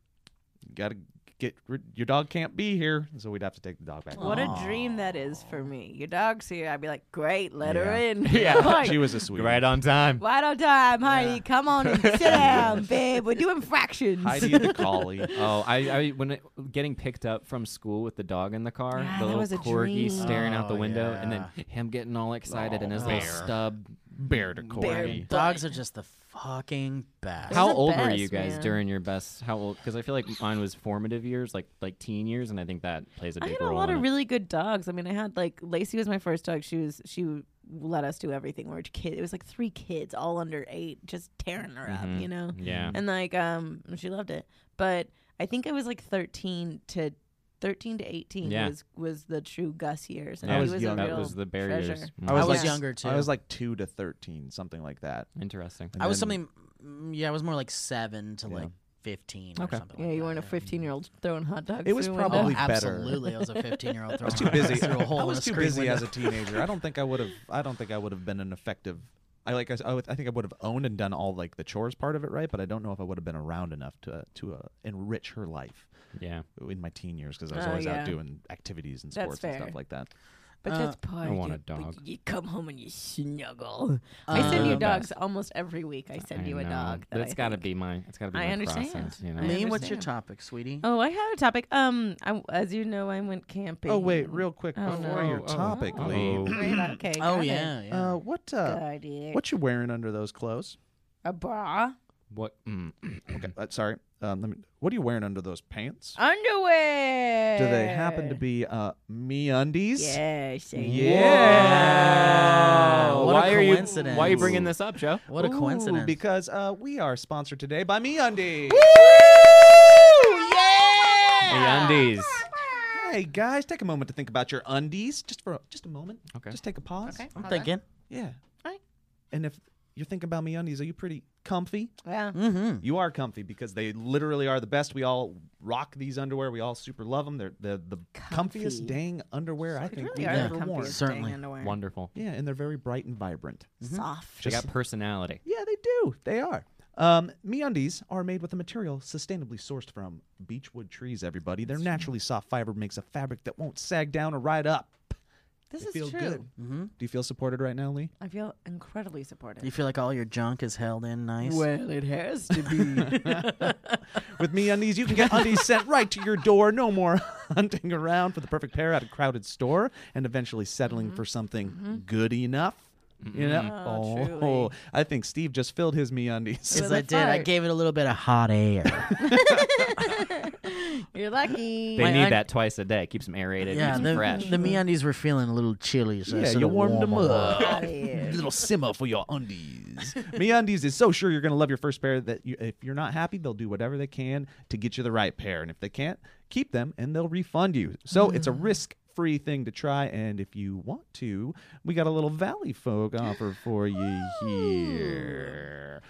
[SPEAKER 3] You gotta get rid- your dog can't be here." So we'd have to take the dog back.
[SPEAKER 4] What
[SPEAKER 3] home.
[SPEAKER 4] a dream that is for me. Your dog's here. I'd be like, great, let her
[SPEAKER 3] Yeah.
[SPEAKER 4] in.
[SPEAKER 3] yeah,
[SPEAKER 4] Like,
[SPEAKER 3] she was a sweet.
[SPEAKER 5] Right on time.
[SPEAKER 4] Why don't time, honey? Come on and sit down, babe. We're doing fractions.
[SPEAKER 3] Heidi the collie. uh,
[SPEAKER 5] Oh, I, I when it, getting picked up from school with the dog in the car,
[SPEAKER 4] Yeah, that
[SPEAKER 5] the little
[SPEAKER 4] was a
[SPEAKER 5] corgi
[SPEAKER 4] dream.
[SPEAKER 5] staring out the
[SPEAKER 1] Oh,
[SPEAKER 5] window, and then him getting all excited and his
[SPEAKER 4] Oh,
[SPEAKER 5] little
[SPEAKER 3] bear.
[SPEAKER 5] stub.
[SPEAKER 3] Bear to corgi.
[SPEAKER 1] Dogs are just the fucking best.
[SPEAKER 5] How
[SPEAKER 4] the
[SPEAKER 5] old were
[SPEAKER 4] best,
[SPEAKER 5] you guys
[SPEAKER 4] man.
[SPEAKER 5] during your best? How old? Because I feel like mine was formative years, like like teen years, and I think that plays a
[SPEAKER 4] I
[SPEAKER 5] big
[SPEAKER 4] had
[SPEAKER 5] role.
[SPEAKER 4] a lot
[SPEAKER 5] in
[SPEAKER 4] of
[SPEAKER 5] it.
[SPEAKER 4] really good dogs. I mean, I had like Lacey was my first dog. She was she let us do everything. We were kids. It was like three kids, all under eight, just tearing her
[SPEAKER 3] Mm-hmm.
[SPEAKER 4] up, you know.
[SPEAKER 5] yeah.
[SPEAKER 4] And like, um, she loved it. But I think I was like thirteen to thirteen to eighteen
[SPEAKER 5] Yeah.
[SPEAKER 4] was was the true Gus years, and
[SPEAKER 5] Yeah. I
[SPEAKER 4] he
[SPEAKER 5] was
[SPEAKER 4] was
[SPEAKER 3] young.
[SPEAKER 4] a
[SPEAKER 3] That
[SPEAKER 4] real
[SPEAKER 5] was the Mm. bear
[SPEAKER 4] treasure.
[SPEAKER 5] years.
[SPEAKER 1] I was,
[SPEAKER 3] was like-
[SPEAKER 1] younger too.
[SPEAKER 3] I was like two to thirteen, something like that.
[SPEAKER 5] Interesting.
[SPEAKER 3] And
[SPEAKER 1] I was
[SPEAKER 3] then-
[SPEAKER 1] something. mm, Yeah, I was more like seven to like fifteen or something.
[SPEAKER 4] Yeah,
[SPEAKER 1] like
[SPEAKER 4] you
[SPEAKER 1] that,
[SPEAKER 4] weren't a fifteen year old throwing hot dogs.
[SPEAKER 3] It was
[SPEAKER 4] through a window.
[SPEAKER 1] Oh,
[SPEAKER 3] probably better.
[SPEAKER 1] absolutely! I was a fifteen-year-old.
[SPEAKER 3] I was too busy.
[SPEAKER 1] through a hole
[SPEAKER 3] I
[SPEAKER 1] in
[SPEAKER 3] was
[SPEAKER 1] a
[SPEAKER 3] too
[SPEAKER 1] screen
[SPEAKER 3] busy
[SPEAKER 1] window.
[SPEAKER 3] as a teenager. I don't think I would have. I don't think I would have been an effective. I like. I, s- I would- I think I would have owned and done all like the chores part of it right, but I don't know if I would have been around enough to to uh, enrich her life
[SPEAKER 5] Yeah.
[SPEAKER 3] in my teen years because I was
[SPEAKER 4] Oh,
[SPEAKER 3] always
[SPEAKER 4] yeah.
[SPEAKER 3] out doing activities and
[SPEAKER 4] That's
[SPEAKER 3] sports and
[SPEAKER 4] fair.
[SPEAKER 3] stuff like that.
[SPEAKER 4] But
[SPEAKER 1] Uh,
[SPEAKER 4] that's part.
[SPEAKER 5] I want
[SPEAKER 4] you,
[SPEAKER 5] a dog.
[SPEAKER 4] You come home and you snuggle. I send you
[SPEAKER 5] Um,
[SPEAKER 4] dogs almost every week. I send
[SPEAKER 5] I
[SPEAKER 4] you a
[SPEAKER 5] know.
[SPEAKER 4] dog. that I
[SPEAKER 5] That's got to
[SPEAKER 4] think-
[SPEAKER 5] be my. That's got to be
[SPEAKER 4] I
[SPEAKER 5] my
[SPEAKER 4] understand.
[SPEAKER 5] process. You know.
[SPEAKER 4] I
[SPEAKER 1] Lee, what's your
[SPEAKER 4] understand.
[SPEAKER 1] topic, sweetie?
[SPEAKER 4] Oh, I had a topic. Um, I, as you know, I went camping.
[SPEAKER 3] Oh wait, real quick
[SPEAKER 4] Oh,
[SPEAKER 3] before
[SPEAKER 4] no.
[SPEAKER 3] your
[SPEAKER 5] Oh,
[SPEAKER 3] topic,
[SPEAKER 5] oh.
[SPEAKER 3] Lee.
[SPEAKER 4] Right, okay.
[SPEAKER 1] Oh,
[SPEAKER 4] got it.
[SPEAKER 1] yeah, yeah.
[SPEAKER 3] Uh, what uh,
[SPEAKER 4] Got it.
[SPEAKER 3] what you wearing under those clothes?
[SPEAKER 4] A bra.
[SPEAKER 5] What? Mm.
[SPEAKER 3] Okay, uh, sorry. Um, let me, what are you wearing under those pants?
[SPEAKER 4] Underwear.
[SPEAKER 3] Do they happen to be uh, me undies?
[SPEAKER 4] Yes. they
[SPEAKER 3] Yeah.
[SPEAKER 1] Wow, what
[SPEAKER 5] why
[SPEAKER 1] a
[SPEAKER 5] are you?
[SPEAKER 1] coincidence.
[SPEAKER 5] Why are you bringing this up, Joe?
[SPEAKER 1] What a
[SPEAKER 3] Ooh,
[SPEAKER 1] coincidence.
[SPEAKER 3] Because uh, we are sponsored today by me undies.
[SPEAKER 4] uh,
[SPEAKER 5] The undies.
[SPEAKER 3] Hey guys, take a moment to think about your undies, just for just a moment. Okay. Just take a pause.
[SPEAKER 4] Okay.
[SPEAKER 1] I'm
[SPEAKER 4] hold on.
[SPEAKER 1] thinking.
[SPEAKER 3] Yeah.
[SPEAKER 4] Alright.
[SPEAKER 3] And if you're thinking about me undies, are you pretty comfy?
[SPEAKER 4] Yeah.
[SPEAKER 1] Mm-hmm.
[SPEAKER 3] You are comfy because they literally are the best. We all rock these underwear. We all super love them. They're the the comfiest
[SPEAKER 4] Comfy.
[SPEAKER 3] dang underwear I
[SPEAKER 4] They
[SPEAKER 3] think
[SPEAKER 4] really
[SPEAKER 3] we've
[SPEAKER 4] are
[SPEAKER 1] Yeah.
[SPEAKER 4] the
[SPEAKER 3] ever
[SPEAKER 4] comfiest
[SPEAKER 3] worn.
[SPEAKER 4] dang
[SPEAKER 1] Certainly.
[SPEAKER 4] underwear.
[SPEAKER 5] Wonderful.
[SPEAKER 3] Yeah, and they're very bright and vibrant.
[SPEAKER 4] Soft.
[SPEAKER 5] They got personality.
[SPEAKER 3] Yeah, they do. They are. Um, MeUndies are made with a material sustainably sourced from beechwood trees. Everybody, their naturally soft fiber makes a fabric that won't sag down or ride up.
[SPEAKER 4] This
[SPEAKER 3] They
[SPEAKER 4] is
[SPEAKER 3] feel
[SPEAKER 4] true.
[SPEAKER 3] good. Do you feel supported right now, Lee?
[SPEAKER 4] I feel incredibly
[SPEAKER 1] mm-hmm. You
[SPEAKER 4] supported.
[SPEAKER 1] feel like all your junk is held in nice.
[SPEAKER 4] Well, it has to be.
[SPEAKER 3] With me undies, you can get undies sent right to your door. No more hunting around for the perfect pair at a crowded store and eventually settling
[SPEAKER 4] Mm-hmm.
[SPEAKER 3] for something good enough. You know?
[SPEAKER 4] Oh, truly.
[SPEAKER 3] I think Steve just filled his me undies.
[SPEAKER 1] Yes,
[SPEAKER 4] Well,
[SPEAKER 1] I did. I
[SPEAKER 4] fart.
[SPEAKER 1] gave it a little bit of hot air.
[SPEAKER 4] You're lucky.
[SPEAKER 5] They
[SPEAKER 1] My
[SPEAKER 5] need
[SPEAKER 1] un-
[SPEAKER 5] that twice a day. Keeps them aerated.
[SPEAKER 1] yeah,
[SPEAKER 5] keeps
[SPEAKER 1] the,
[SPEAKER 5] them fresh.
[SPEAKER 1] the MeUndies were feeling a little chilly. So I
[SPEAKER 3] Yeah,
[SPEAKER 1] sort
[SPEAKER 3] you
[SPEAKER 1] of
[SPEAKER 3] warmed them
[SPEAKER 1] warmed
[SPEAKER 3] up.
[SPEAKER 4] Got it.
[SPEAKER 3] Little simmer for your undies. me undies is so sure you're going to love your first pair that you, if you're not happy, they'll do whatever they can to get you the right pair. And if they can't, keep them and they'll refund you. So
[SPEAKER 4] Mm.
[SPEAKER 3] it's a risk free thing to try. And if you want to, we got a little Valley Folk offer for you here.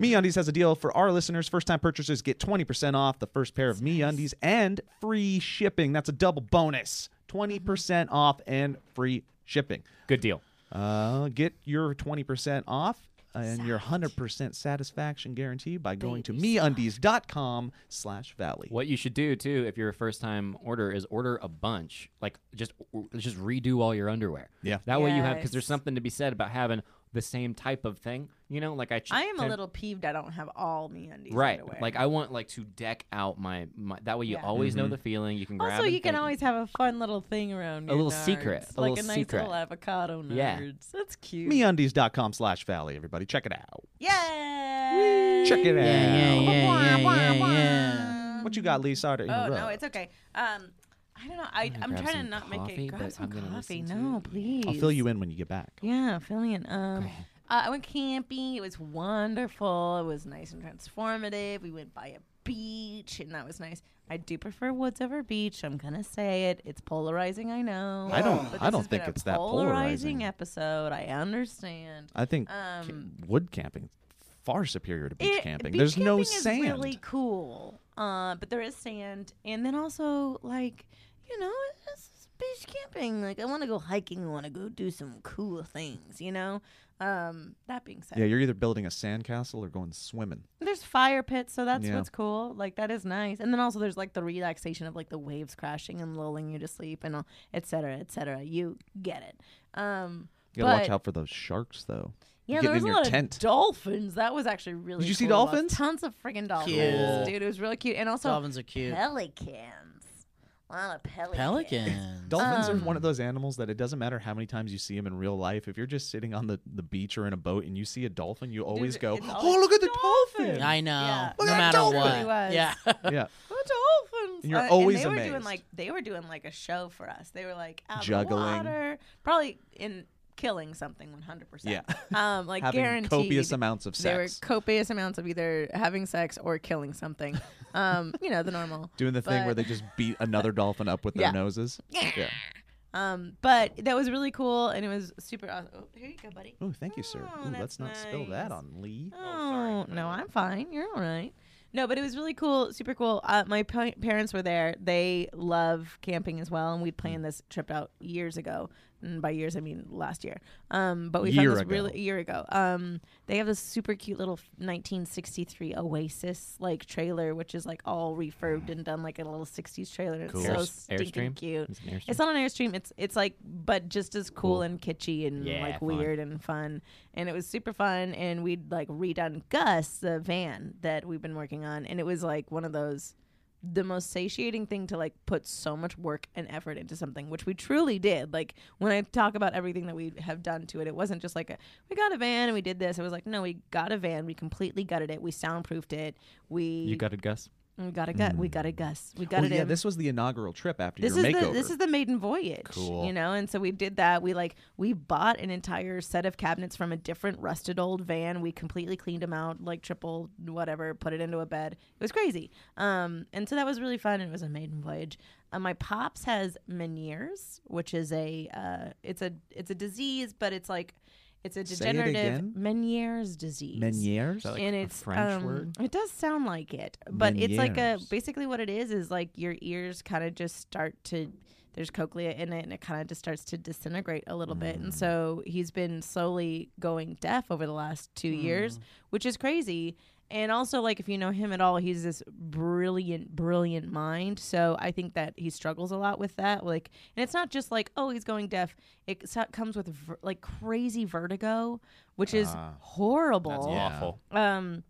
[SPEAKER 3] MeUndies has a deal for our listeners. First-time purchasers get 20% off the first pair of MeUndies and free shipping. That's a double bonus. 20% off and free shipping.
[SPEAKER 5] Good deal.
[SPEAKER 3] Uh, get your 20% off and your 100% satisfaction guarantee by going to meundies.com slash valley.
[SPEAKER 5] What you should do too, if you're a first time order, is order a bunch. Like just just redo all your underwear.
[SPEAKER 3] Yeah.
[SPEAKER 5] That way you have because
[SPEAKER 4] Yes.
[SPEAKER 5] there's something to be said about having the same type of thing. You know, like I. ch-
[SPEAKER 4] I am a
[SPEAKER 5] tend-
[SPEAKER 4] little peeved. I don't have all me undies.
[SPEAKER 5] Right,
[SPEAKER 4] Underwear.
[SPEAKER 5] like I want like to deck out my, my that way you
[SPEAKER 4] Yeah.
[SPEAKER 5] always know the feeling. You can grab.
[SPEAKER 4] also,
[SPEAKER 5] and
[SPEAKER 4] you can
[SPEAKER 5] think-
[SPEAKER 4] always have a fun little thing around.
[SPEAKER 5] A
[SPEAKER 4] your
[SPEAKER 5] little
[SPEAKER 4] nards.
[SPEAKER 5] secret, a
[SPEAKER 4] like
[SPEAKER 5] little
[SPEAKER 4] a nice
[SPEAKER 5] secret.
[SPEAKER 4] little avocado nerds.
[SPEAKER 5] Yeah.
[SPEAKER 4] That's cute.
[SPEAKER 3] Meundies.com slash valley, everybody. Check it out.
[SPEAKER 4] Yay!
[SPEAKER 3] Check it out.
[SPEAKER 1] Yeah, yeah, yeah, yeah, yeah.
[SPEAKER 3] What you got, Lee? Sorry to
[SPEAKER 4] Oh
[SPEAKER 3] interrupt.
[SPEAKER 4] no, it's okay. Um, I don't know. I, I'm
[SPEAKER 5] grab
[SPEAKER 4] trying to
[SPEAKER 5] some
[SPEAKER 4] not make
[SPEAKER 5] coffee,
[SPEAKER 4] it. Grab
[SPEAKER 5] but
[SPEAKER 4] some
[SPEAKER 5] I'm gonna
[SPEAKER 4] coffee.
[SPEAKER 5] listen to
[SPEAKER 4] No,
[SPEAKER 5] it.
[SPEAKER 4] please.
[SPEAKER 3] I'll fill you in when you get back.
[SPEAKER 4] Yeah, filling in. Um, uh, I went camping. It was wonderful. It was nice and transformative. We went by a beach, and that was nice. I do prefer woods over beach. I'm gonna say it. It's polarizing. I know.
[SPEAKER 3] I don't-
[SPEAKER 4] But
[SPEAKER 3] I
[SPEAKER 4] this
[SPEAKER 3] don't
[SPEAKER 4] has been
[SPEAKER 3] think
[SPEAKER 4] a
[SPEAKER 3] it's that polarizing.
[SPEAKER 4] polarizing episode. I understand.
[SPEAKER 3] I think
[SPEAKER 4] Um,
[SPEAKER 3] ca- wood camping far superior to beach
[SPEAKER 4] It-
[SPEAKER 3] camping.
[SPEAKER 4] beach
[SPEAKER 3] There's no
[SPEAKER 4] camping is
[SPEAKER 3] sand.
[SPEAKER 4] really cool, uh, but there is sand, and then also like you know, it's just beach camping. Like I want to go hiking. I want to go do some cool things. You know. Um, that being said,
[SPEAKER 3] yeah, you're either building a sandcastle or going swimming.
[SPEAKER 4] there's fire pits, so that's
[SPEAKER 3] Yeah.
[SPEAKER 4] what's cool. Like that is nice, and then also there's like the relaxation of like the waves crashing and lulling you to sleep, and all, et cetera, et cetera. You get it. Um,
[SPEAKER 3] You gotta
[SPEAKER 4] but,
[SPEAKER 3] watch out for those sharks, though.
[SPEAKER 4] Yeah,
[SPEAKER 3] getting
[SPEAKER 4] there was
[SPEAKER 3] in
[SPEAKER 4] a
[SPEAKER 3] your
[SPEAKER 4] lot
[SPEAKER 3] tent.
[SPEAKER 4] of dolphins. That was actually really.
[SPEAKER 3] Did you see
[SPEAKER 4] cool. Lots-
[SPEAKER 3] dolphins?
[SPEAKER 4] Tons of freaking dolphins,
[SPEAKER 1] Cool.
[SPEAKER 4] dude. It was really cute, and also
[SPEAKER 1] Dolphins are cute.
[SPEAKER 4] pelicans. A lot of pelicans.
[SPEAKER 1] Pelicans.
[SPEAKER 3] Dolphins are
[SPEAKER 4] Um,
[SPEAKER 3] one of those animals that it doesn't matter how many times you see them in real life. If you're just sitting on the, the beach or in a boat and you see a dolphin, you always go,
[SPEAKER 4] it's
[SPEAKER 3] "Oh,
[SPEAKER 4] always
[SPEAKER 3] look at the
[SPEAKER 4] dolphin."
[SPEAKER 3] dolphin!"
[SPEAKER 1] I know.
[SPEAKER 4] Yeah.
[SPEAKER 1] No
[SPEAKER 4] Look at
[SPEAKER 1] matter
[SPEAKER 4] that dolphin.
[SPEAKER 1] what.
[SPEAKER 4] Was.
[SPEAKER 1] Yeah.
[SPEAKER 3] yeah,
[SPEAKER 4] The dolphins.
[SPEAKER 3] And you're
[SPEAKER 4] Uh,
[SPEAKER 3] always
[SPEAKER 4] and they Were
[SPEAKER 3] amazed.
[SPEAKER 4] doing like they were doing like a show for us. They were like out in the
[SPEAKER 3] Juggling.
[SPEAKER 4] water, probably in killing something 100. percent Um, like
[SPEAKER 3] having
[SPEAKER 4] guaranteed.
[SPEAKER 3] copious amounts of
[SPEAKER 4] There were
[SPEAKER 3] sex,
[SPEAKER 4] copious amounts of either having sex or killing something. Um, you know the normal.
[SPEAKER 3] doing the thing where
[SPEAKER 4] but-
[SPEAKER 3] they just beat another dolphin up with their
[SPEAKER 4] Yeah.
[SPEAKER 3] noses. Yeah.
[SPEAKER 4] Um, but that was really cool, and it was super awesome. Oh, here you go, buddy.
[SPEAKER 3] Oh, thank you, sir.
[SPEAKER 4] Oh,
[SPEAKER 3] Ooh, let's
[SPEAKER 4] that's
[SPEAKER 3] not spill that
[SPEAKER 4] nice.
[SPEAKER 3] on Lee.
[SPEAKER 4] Oh, no, I'm fine. You're all right. No, but it was really cool, super cool. Uh, my pa- parents were there. They love camping as well, and we'd planned this trip out years ago. and by years I mean last year. Um, but we
[SPEAKER 3] Year
[SPEAKER 4] found this
[SPEAKER 3] ago.
[SPEAKER 4] really a year ago. Um, they have this super cute little 1963 Oasis like trailer, which is like all refurbed and done like a little 60s trailer. and It's
[SPEAKER 5] Cool.
[SPEAKER 4] so
[SPEAKER 5] Air-
[SPEAKER 4] stinking
[SPEAKER 5] Airstream?
[SPEAKER 4] cute.
[SPEAKER 5] It's an Airstream?
[SPEAKER 4] It's not an airstream. It's it's like but just as cool,
[SPEAKER 5] Cool.
[SPEAKER 4] and kitschy and
[SPEAKER 5] Yeah,
[SPEAKER 4] like
[SPEAKER 5] fun.
[SPEAKER 4] weird and fun. And it was super fun. And we'd like redone Gus the van that we've been working on, and it was like one of those the most satiating thing to like put so much work and effort into something, which we truly did. Like when I talk about everything that we have done to it, it wasn't just like a, we got a van and we did this. It was like no, we got a van, we completely gutted it, we soundproofed it, we
[SPEAKER 5] You got it, Gus. Mm.
[SPEAKER 4] we got a gut, we got a Gus, we got
[SPEAKER 3] Oh,
[SPEAKER 4] it.
[SPEAKER 3] yeah,
[SPEAKER 4] in
[SPEAKER 3] this was the inaugural trip after
[SPEAKER 4] this
[SPEAKER 3] your
[SPEAKER 4] is
[SPEAKER 3] makeover.
[SPEAKER 4] the this is the maiden voyage
[SPEAKER 3] Cool.
[SPEAKER 4] you know and so we did that we like we bought an entire set of cabinets from a different rusted old van we completely cleaned them out like triple whatever put it into a bed it was crazy um and so that was really fun and it was a maiden voyage uh, my pops has Meniere's which is a uh it's a it's a disease but it's like it's a
[SPEAKER 3] Say it
[SPEAKER 4] degenerative
[SPEAKER 3] again?
[SPEAKER 4] Meniere's disease
[SPEAKER 3] Meniere's.
[SPEAKER 5] like
[SPEAKER 4] and
[SPEAKER 5] a
[SPEAKER 4] it's
[SPEAKER 5] French
[SPEAKER 4] um,
[SPEAKER 5] word?
[SPEAKER 4] It does sound like it, but it's like a
[SPEAKER 3] Meniere's.
[SPEAKER 4] basically what it is is like your ears kind of just start to there's cochlea in it and it kind of just starts to disintegrate a little bit,
[SPEAKER 5] Mm.
[SPEAKER 4] and so he's been slowly going deaf over the last two
[SPEAKER 5] Hmm.
[SPEAKER 4] years, which is crazy. And also, like if you know him at all, he's this brilliant, brilliant mind. So I think that he struggles a lot with that. Like, and it's not just like oh he's going deaf. It so- comes with ver- like crazy vertigo, which is
[SPEAKER 5] Ah.
[SPEAKER 4] horrible
[SPEAKER 5] Awful.
[SPEAKER 4] um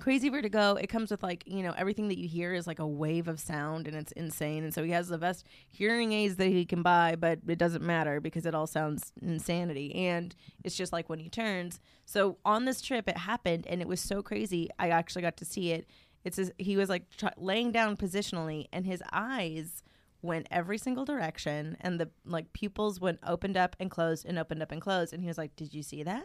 [SPEAKER 4] crazy vertigo it comes with like you know everything that you hear is like a wave of sound and it's insane and so he has the best hearing aids that he can buy but it doesn't matter because it all sounds insanity and it's just like when he turns so on this trip it happened and it was so crazy i actually got to see it it's his, he was like tr- laying down positionally and his eyes went every single direction and the like pupils went opened up and closed and opened up and closed and he was like did you see that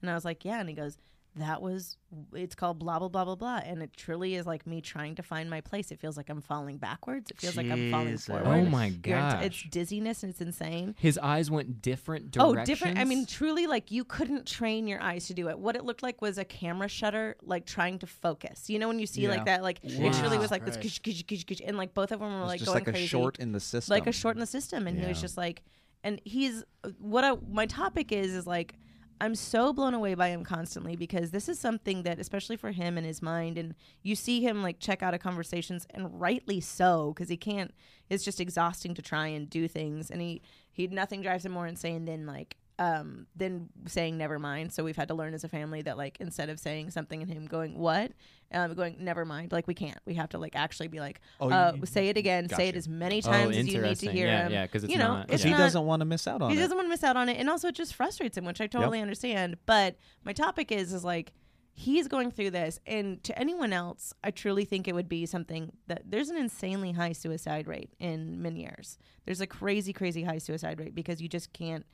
[SPEAKER 4] and i was like yeah and he goes that was it's called blah blah blah blah blah and it truly is like me trying to find my place it feels like i'm falling backwards it feels like i'm falling
[SPEAKER 1] Jesus.
[SPEAKER 4] forward
[SPEAKER 5] Oh my
[SPEAKER 4] You're in-
[SPEAKER 5] gosh.
[SPEAKER 4] it's dizziness and it's insane
[SPEAKER 8] His eyes went different directions.
[SPEAKER 4] Oh, different. I mean, truly, like you couldn't train your eyes to do it. What it looked like was a camera shutter, like trying to focus. You know, when you see
[SPEAKER 3] Yeah.
[SPEAKER 4] like that, like it truly was like this,
[SPEAKER 1] Christ.
[SPEAKER 4] kish, kish, kish, kish, and like both of them were
[SPEAKER 3] It's
[SPEAKER 4] like
[SPEAKER 3] just
[SPEAKER 4] going
[SPEAKER 3] like a
[SPEAKER 4] crazy,
[SPEAKER 3] short in the system.
[SPEAKER 4] like a short in the system. And he was
[SPEAKER 3] Yeah.
[SPEAKER 4] just like, and he's what I, my topic is is like, I'm so blown away by him constantly because this is something that, especially for him and his mind, and you see him like check out of conversations, and rightly so, because he can't. It's just exhausting to try and do things, and he he nothing drives him more insane than like um than saying never mind. So we've had to learn as a family that like instead of saying something and him going what, um, going never mind, like we can't. We have to like actually be like,
[SPEAKER 3] Oh, you-
[SPEAKER 4] uh,
[SPEAKER 3] you-
[SPEAKER 4] say it again, say it
[SPEAKER 3] gotcha.
[SPEAKER 4] as many times as you need to
[SPEAKER 5] Oh, interesting.
[SPEAKER 4] hear
[SPEAKER 5] Yeah,
[SPEAKER 4] him.
[SPEAKER 5] yeah, 'cause it's
[SPEAKER 4] you know,
[SPEAKER 5] not-
[SPEAKER 4] it's
[SPEAKER 5] yeah.
[SPEAKER 3] he
[SPEAKER 4] not-
[SPEAKER 3] doesn't want to miss out on
[SPEAKER 4] he
[SPEAKER 3] it.
[SPEAKER 4] doesn't want to miss out on it, and also it just frustrates him, which I totally understand. But my topic is is like he's going through this, and to anyone else, I truly think it would be something that there's an insanely high suicide rate in Meniere's. There's a crazy, crazy high suicide rate because you just can't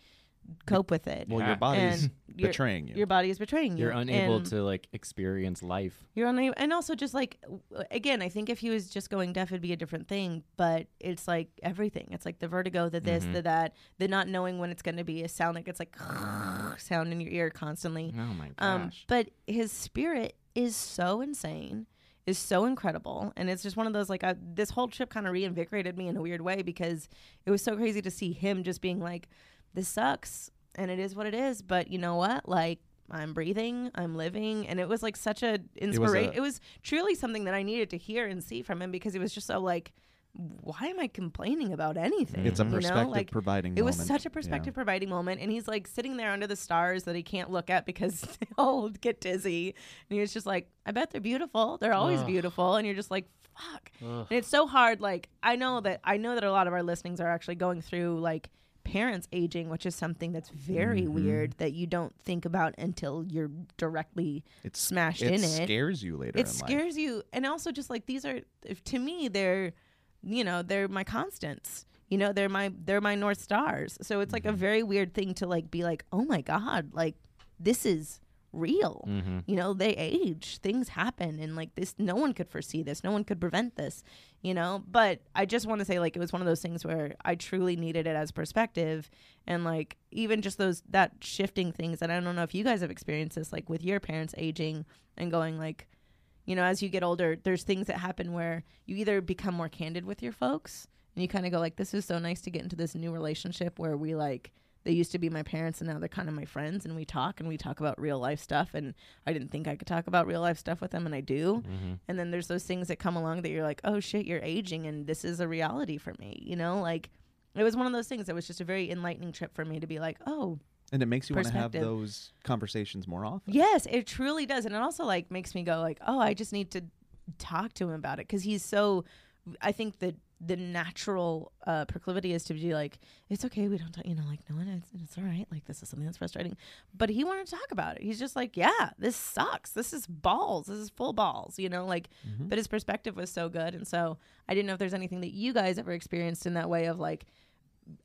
[SPEAKER 4] cope with it.
[SPEAKER 3] Well, your
[SPEAKER 5] Yeah.
[SPEAKER 3] body's
[SPEAKER 4] and your-
[SPEAKER 3] betraying you.
[SPEAKER 4] Your body is betraying you.
[SPEAKER 5] You're unable
[SPEAKER 4] And-
[SPEAKER 5] to like experience life.
[SPEAKER 4] you're unable, and also just like w- again, I think if he was just going deaf, it'd be a different thing. But it's like everything. It's like the vertigo, the this, the that, the not knowing when it's going to be a sound. Like it's like sound in your ear constantly.
[SPEAKER 5] Oh my gosh.
[SPEAKER 4] Um, but his spirit is so insane, is so incredible, and it's just one of those like I, this whole trip kind of reinvigorated me in a weird way because it was so crazy to see him just being like, "This sucks, and it is what it is," but you know what, like. I'm breathing, I'm living, and it was like such a inspiration.
[SPEAKER 3] a-
[SPEAKER 4] It, was truly something that I needed to hear and see from him because it was just so like, why am I complaining about anything?
[SPEAKER 3] It's a
[SPEAKER 4] You know?
[SPEAKER 3] perspective
[SPEAKER 4] Like,
[SPEAKER 3] providing.
[SPEAKER 4] it was
[SPEAKER 3] moment.
[SPEAKER 4] such a
[SPEAKER 3] Yeah.
[SPEAKER 4] perspective providing moment and he's like sitting there under the stars that he can't look at because he'll get dizzy and he was just like i bet they're beautiful they're always beautiful and you're just like fuck and it's so hard like i know that i know that a lot of our listenings are actually going through like parents aging which is something that's very
[SPEAKER 3] Mm-hmm.
[SPEAKER 4] weird that you don't think about until you're directly
[SPEAKER 3] It's
[SPEAKER 4] smashed
[SPEAKER 3] it
[SPEAKER 4] in it
[SPEAKER 3] scares you later.
[SPEAKER 4] it
[SPEAKER 3] in life.
[SPEAKER 4] scares you and also just like these are if, to me they're you know they're my constants you know they're my they're my north stars so it's
[SPEAKER 3] Mm-hmm.
[SPEAKER 4] like a very weird thing to like be like oh my god like this is real
[SPEAKER 3] Mm-hmm.
[SPEAKER 4] you know they age things happen and like this no one could foresee this no one could prevent this you know but i just want to say like it was one of those things where i truly needed it as perspective and like even just those that shifting things and i don't know if you guys have experienced this like with your parents aging and going like you know, as you get older, there's things that happen where you either become more candid with your folks and you kind of go like, this is so nice to get into this new relationship where we like, They used to be my parents, and now they're kind of my friends, and we talk and we talk about real life stuff. And I didn't think I could talk about real life stuff with them, and I do. And then there's those things that come along that you're like, oh shit, you're aging, and this is a reality for me. You know, like it was one of those things that was just a very enlightening trip for me to be like, oh,
[SPEAKER 3] and it makes you want to have
[SPEAKER 4] Perspective.
[SPEAKER 3] those conversations more often.
[SPEAKER 4] Yes, it truly does, and it also like makes me go like, oh, I just need to talk to him about it because he's so. I think that the natural uh, proclivity is to be like, it's okay, we don't talk, you know, like no one, it's, it's all right, like this is something that's frustrating, but he wanted to talk about it. He's just like, yeah, this sucks. This is balls. This is full balls, you know, like. But his perspective was so good, and so I didn't know if there's anything that you guys ever experienced in that way of like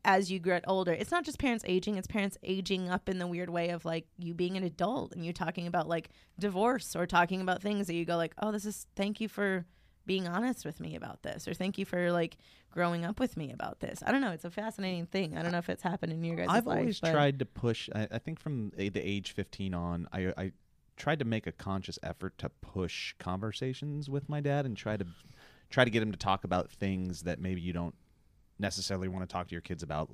[SPEAKER 4] as you get older it's not just parents aging it's parents aging up in the weird way of like you being an adult and you talking about like divorce or talking about things that you go like oh this is thank you for being honest with me about this or thank you for like growing up with me about this i don't know it's a fascinating thing i don't know if it's happened in your guys
[SPEAKER 3] I've
[SPEAKER 4] life,
[SPEAKER 3] always
[SPEAKER 4] but-
[SPEAKER 3] tried to push. I, I think from a- the age 15 on, I, I tried to make a conscious effort to push conversations with my dad and try to try to get him to talk about things that maybe you don't necessarily want to talk to your kids about.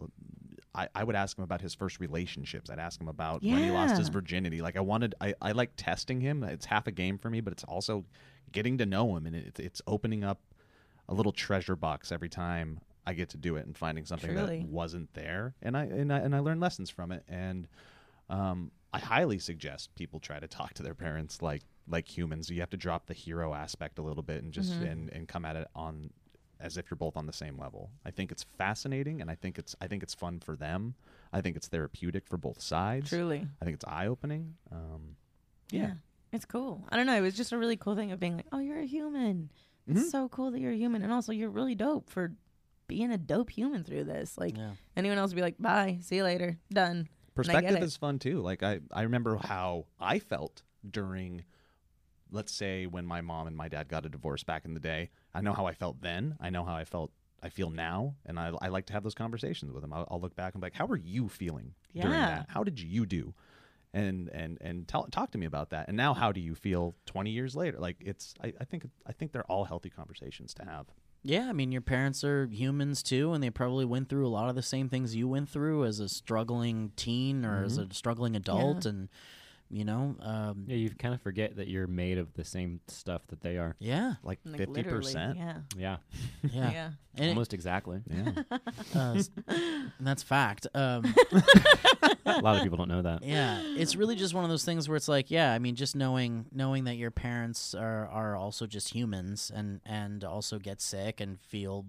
[SPEAKER 3] I, I would ask him about his first relationships. I'd ask him about when he lost his
[SPEAKER 4] Yeah.
[SPEAKER 3] virginity. Like I wanted, I, I like testing him. It's half a game for me, but it's also getting to know him, and it, it's opening up a little treasure box every time I get to do it and finding something
[SPEAKER 4] Truly.
[SPEAKER 3] that wasn't there. And I and I and I learn lessons from it. And um, I highly suggest people try to talk to their parents like like humans. You have to drop the hero aspect a little bit and just and, and come at it on as if you're both on the same level. I think it's fascinating and I think it's I think it's fun for them. I think it's therapeutic for both sides.
[SPEAKER 4] truly
[SPEAKER 3] I think it's eye opening. Um, yeah.
[SPEAKER 4] it's cool i don't know it was just a really cool thing of being like oh you're a human it's so cool that you're a human and also you're really dope for being a dope human through this like
[SPEAKER 1] Yeah.
[SPEAKER 4] anyone else would be like bye see you later done And I get
[SPEAKER 3] perspective
[SPEAKER 4] it.
[SPEAKER 3] is fun too like i i remember how i felt during let's say when my mom and my dad got a divorce back in the day i know how i felt then i know how i felt i feel now and i, I like to have those conversations with them i'll, I'll look back and be like how are you feeling during
[SPEAKER 4] Yeah.
[SPEAKER 3] that how did you do and and and tell, talk to me about that and now how do you feel 20 years later like it's I, I think i think they're all healthy conversations to have
[SPEAKER 1] Yeah, I mean, your parents are humans too, and they probably went through a lot of the same things you went through as a struggling teen or as
[SPEAKER 5] Mm-hmm.
[SPEAKER 1] a struggling adult, and you know, um, yeah.
[SPEAKER 5] Yeah, you kind of forget that you're made of the same stuff that they are.
[SPEAKER 1] Yeah,
[SPEAKER 3] like
[SPEAKER 4] Like,
[SPEAKER 3] 50
[SPEAKER 4] literally,
[SPEAKER 3] percent
[SPEAKER 4] yeah
[SPEAKER 5] Yeah,
[SPEAKER 4] yeah.
[SPEAKER 1] And, it,
[SPEAKER 5] almost exactly.
[SPEAKER 3] yeah
[SPEAKER 1] uh, s- that's fact. Um,
[SPEAKER 5] A lot of people don't know that.
[SPEAKER 1] yeah, it's really just one of those things where it's like, yeah, I mean, just knowing knowing that your parents are are also just humans and and also get sick and feel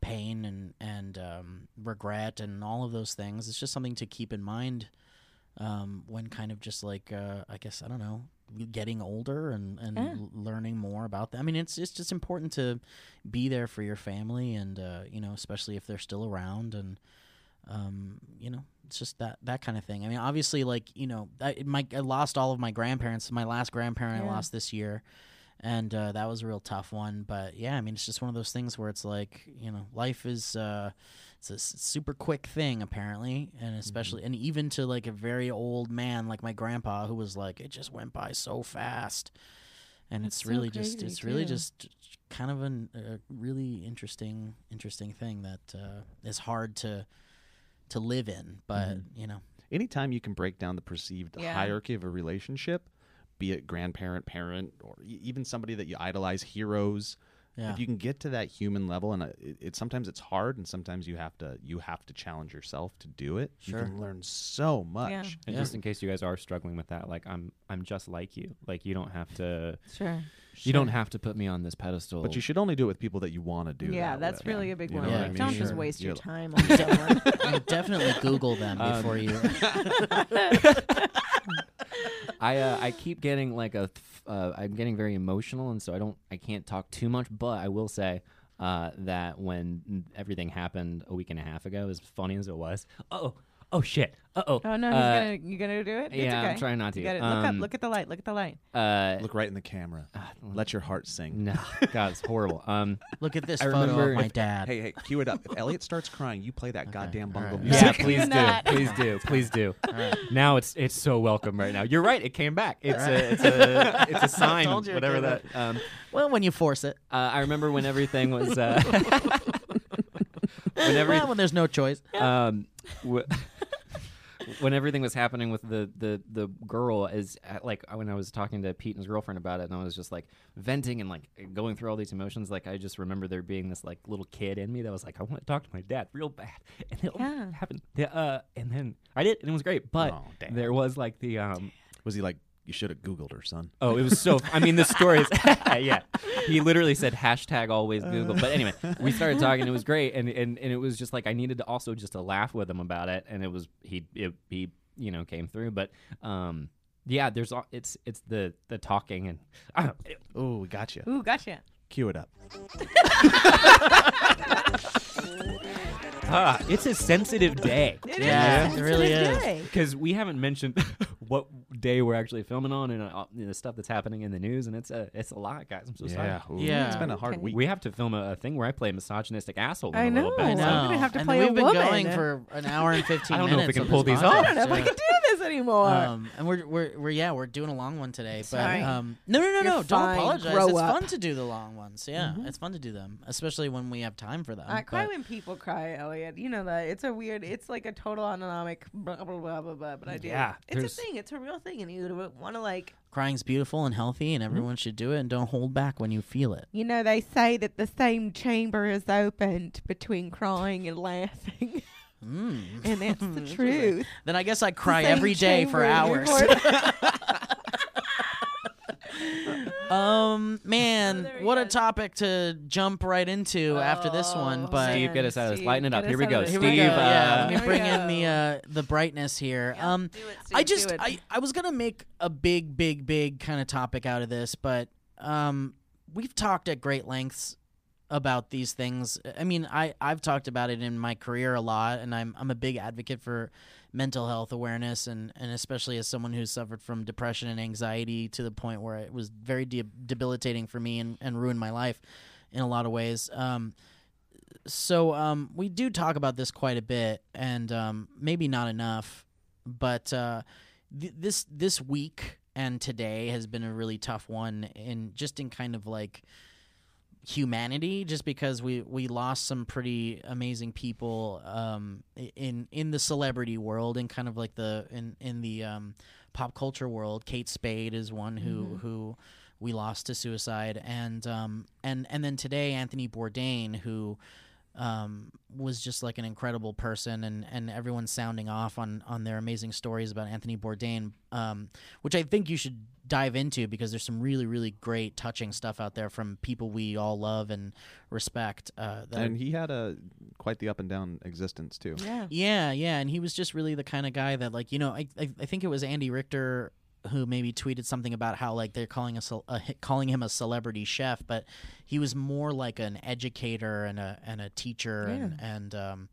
[SPEAKER 1] pain and and um, regret and all of those things. It's just something to keep in mind um, when kind of just like uh, I guess I don't know getting older and and
[SPEAKER 4] Yeah.
[SPEAKER 1] l- learning more about that. I mean, it's it's just important to be there for your family and uh, you know especially if they're still around and um, you know, it's just that that kind of thing. I mean, obviously, like you know, I, my I lost all of my grandparents. My last grandparent
[SPEAKER 4] Yeah.
[SPEAKER 1] I lost this year, and uh, that was a real tough one. But yeah, I mean, it's just one of those things where it's like you know, life is uh, it's a s- super quick thing apparently, and
[SPEAKER 5] Mm-hmm.
[SPEAKER 1] especially and even to like a very old man like my grandpa who was like, it just went by so fast. And
[SPEAKER 4] That's
[SPEAKER 1] it's
[SPEAKER 4] so
[SPEAKER 1] really just
[SPEAKER 4] crazy,
[SPEAKER 1] it's really
[SPEAKER 4] too.
[SPEAKER 1] just kind of an, a really interesting interesting thing that uh, is hard to to live in, but
[SPEAKER 5] Mm-hmm.
[SPEAKER 1] you know,
[SPEAKER 3] anytime you can break down the perceived
[SPEAKER 4] Yeah.
[SPEAKER 3] hierarchy of a relationship, be it grandparent, parent, or e- even somebody that you idolize, heroes.
[SPEAKER 1] Yeah.
[SPEAKER 3] If you can get to that human level, and uh, it, it sometimes it's hard, and sometimes you have to you have to challenge yourself to do it. You can learn so much.
[SPEAKER 4] Yeah.
[SPEAKER 5] And just in case you guys are struggling with that, like I'm, I'm just like you. Like you don't have to,
[SPEAKER 4] Sure.
[SPEAKER 5] you don't have to put me on this pedestal.
[SPEAKER 3] But you should only do it with people that you want to do.
[SPEAKER 4] yeah,
[SPEAKER 3] that
[SPEAKER 4] that's
[SPEAKER 3] with.
[SPEAKER 4] really a big
[SPEAKER 3] You know
[SPEAKER 4] one.
[SPEAKER 1] what
[SPEAKER 4] Like,
[SPEAKER 1] I mean?
[SPEAKER 4] Don't just
[SPEAKER 1] Sure.
[SPEAKER 4] waste your
[SPEAKER 3] Yeah.
[SPEAKER 4] time on someone.
[SPEAKER 1] And definitely Google them
[SPEAKER 5] Um,
[SPEAKER 1] before you.
[SPEAKER 5] I, uh, I keep getting like a, th- uh, I'm getting very emotional, and so I don't, I can't talk too much. But I will say. Uh, that when everything happened a week and a half ago, as funny as it was, oh, oh shit, uh oh,
[SPEAKER 4] oh no, he's
[SPEAKER 5] uh,
[SPEAKER 4] gonna, you're gonna do it. it's
[SPEAKER 5] yeah,
[SPEAKER 4] okay.
[SPEAKER 5] I'm trying not to.
[SPEAKER 4] You got it. Look up.
[SPEAKER 5] Um,
[SPEAKER 4] Look at the light. Look at the light.
[SPEAKER 5] uh,
[SPEAKER 3] Look right in the camera.
[SPEAKER 4] Ah,
[SPEAKER 3] Let your heart sing.
[SPEAKER 5] no, God, it's horrible. Um,
[SPEAKER 1] Look at this
[SPEAKER 5] I
[SPEAKER 1] photo
[SPEAKER 5] remember
[SPEAKER 1] of my
[SPEAKER 5] if-
[SPEAKER 1] dad.
[SPEAKER 3] Hey, hey, cue it up. If Elliot starts crying, you play that goddamn bungle
[SPEAKER 1] right.
[SPEAKER 3] music.
[SPEAKER 5] please do,
[SPEAKER 4] that.
[SPEAKER 5] please do, please do. Now it's it's so welcome right now. You're right; it came back. It's a it's a it's a sign,
[SPEAKER 1] told you it
[SPEAKER 5] whatever
[SPEAKER 1] came
[SPEAKER 5] that. Um,
[SPEAKER 1] Well, when you force it,
[SPEAKER 5] uh, I remember when everything was uh, when every,
[SPEAKER 1] well, when there's no choice,
[SPEAKER 5] um, w- when everything was happening with the the the girl is uh, like when I was talking to Pete and his girlfriend about it, and I was just like venting and like going through all these emotions. Like I just remember there being this like little kid in me that was like, I want to talk to my dad real bad, and it
[SPEAKER 4] Yeah.
[SPEAKER 5] happened. Yeah, uh, and then I did, and it was great. But
[SPEAKER 3] Oh, damn.
[SPEAKER 5] there was like the um,
[SPEAKER 3] Was he like, you should have Googled her, son?
[SPEAKER 5] Oh, it was so. I mean, the story is. yeah, he literally said hashtag always Google. But anyway, we started talking. It was great, and, and and it was just like I needed to also just to laugh with him about it, and it was he it, he you know came through. But um, yeah, there's all it's it's the the talking and uh, I don't know.
[SPEAKER 3] Oh, we got you.
[SPEAKER 4] Ooh, gotcha.
[SPEAKER 3] Cue it up.
[SPEAKER 5] Ah, it's a sensitive day
[SPEAKER 1] yeah, it really
[SPEAKER 4] It
[SPEAKER 1] is.
[SPEAKER 4] day.
[SPEAKER 5] because we haven't mentioned what day we're actually filming on and uh, you know, the stuff that's happening in the news, and it's a it's a lot, guys. I'm so sorry.
[SPEAKER 3] Ooh,
[SPEAKER 1] Yeah.
[SPEAKER 3] It's been a hard
[SPEAKER 4] Okay.
[SPEAKER 3] week.
[SPEAKER 5] We have to film a, a thing where I play a misogynistic asshole. in
[SPEAKER 4] I
[SPEAKER 5] a
[SPEAKER 4] know.
[SPEAKER 5] little bit,
[SPEAKER 1] I
[SPEAKER 4] I'm
[SPEAKER 1] know.
[SPEAKER 5] so-
[SPEAKER 4] gonna have to
[SPEAKER 1] and
[SPEAKER 4] play
[SPEAKER 1] we've
[SPEAKER 4] a
[SPEAKER 1] been
[SPEAKER 4] woman.
[SPEAKER 1] going for an hour and fifteen
[SPEAKER 5] I don't
[SPEAKER 1] minutes.
[SPEAKER 5] know if we can
[SPEAKER 1] on
[SPEAKER 5] pull
[SPEAKER 1] this
[SPEAKER 5] these off.
[SPEAKER 1] podcast,
[SPEAKER 5] I don't know
[SPEAKER 4] If I
[SPEAKER 1] so-
[SPEAKER 4] could do this anymore.
[SPEAKER 1] Um, and we're, we're we're yeah we're doing a long one today, but
[SPEAKER 4] Sorry.
[SPEAKER 1] um, no no no
[SPEAKER 4] You're
[SPEAKER 1] no don't
[SPEAKER 4] fine.
[SPEAKER 1] apologize.
[SPEAKER 4] Grow
[SPEAKER 1] it's
[SPEAKER 4] up. Mm-hmm.
[SPEAKER 1] fun to do the long ones. Yeah, it's fun to do them, especially when we have time for them.
[SPEAKER 4] I cry
[SPEAKER 1] but-
[SPEAKER 4] when people cry, Elliot. You know that it's a weird. It's like a total autonomic blah blah blah blah blah. But I do.
[SPEAKER 5] Yeah,
[SPEAKER 4] it's a
[SPEAKER 5] there's-
[SPEAKER 4] thing. It's a real thing, and you want to like.
[SPEAKER 1] Crying's beautiful and healthy,
[SPEAKER 4] Mm-hmm.
[SPEAKER 1] and everyone should do it. And don't hold back when you feel it.
[SPEAKER 4] You know they say that the same chamber is opened between crying and laughing,
[SPEAKER 1] Mm.
[SPEAKER 4] and that's the truth.
[SPEAKER 1] Then I guess I cry
[SPEAKER 4] Same
[SPEAKER 1] every day for
[SPEAKER 4] chamber in your
[SPEAKER 1] hours. um, man,
[SPEAKER 4] there he
[SPEAKER 1] what a
[SPEAKER 4] goes.
[SPEAKER 1] topic to jump right into after this one.
[SPEAKER 4] Oh,
[SPEAKER 1] But
[SPEAKER 5] Steve, get us out of this. Lighten it
[SPEAKER 4] Get
[SPEAKER 5] up.
[SPEAKER 4] us
[SPEAKER 5] Here we
[SPEAKER 4] out
[SPEAKER 5] go.
[SPEAKER 4] of this.
[SPEAKER 1] Here
[SPEAKER 5] Steve,
[SPEAKER 1] we go. yeah,
[SPEAKER 5] uh,
[SPEAKER 1] let me
[SPEAKER 4] Here we
[SPEAKER 1] bring in the
[SPEAKER 4] go.
[SPEAKER 1] uh, the brightness here. um,
[SPEAKER 4] Do it,
[SPEAKER 1] I
[SPEAKER 4] Steve, do
[SPEAKER 1] just
[SPEAKER 4] it.
[SPEAKER 1] I, I was gonna make a big, big, big kind of topic out of this, but um, we've talked at great lengths about these things. I mean, I I've talked about it in my career a lot, and I'm I'm a big advocate for mental health awareness, and and especially as someone who's suffered from depression and anxiety to the point where it was very de- debilitating for me and and ruined my life in a lot of ways. Um, so um, we do talk about this quite a bit, and um, maybe not enough, but uh, th- this this week and today has been a really tough one in just in kind of like humanity just because we we lost some pretty amazing people um i- in in the celebrity world and kind of like the in in the um pop culture world Kate Spade is one who who we lost to suicide and um and and then today Anthony Bourdain who um, was just like an incredible person, and and everyone's sounding off on on their amazing stories about Anthony Bourdain, um, which I think you should dive into because there's some really really great touching stuff out there from people we all love and respect. Uh, that
[SPEAKER 3] and he had a quite the up and down existence too.
[SPEAKER 4] Yeah.
[SPEAKER 1] yeah, yeah, and he was just really the kind of guy that, like, you know, I, I, I think it was Andy Richter who maybe tweeted something about how like they're calling a, cel- a calling him a celebrity chef, but he was more like an educator and a and a teacher and and um,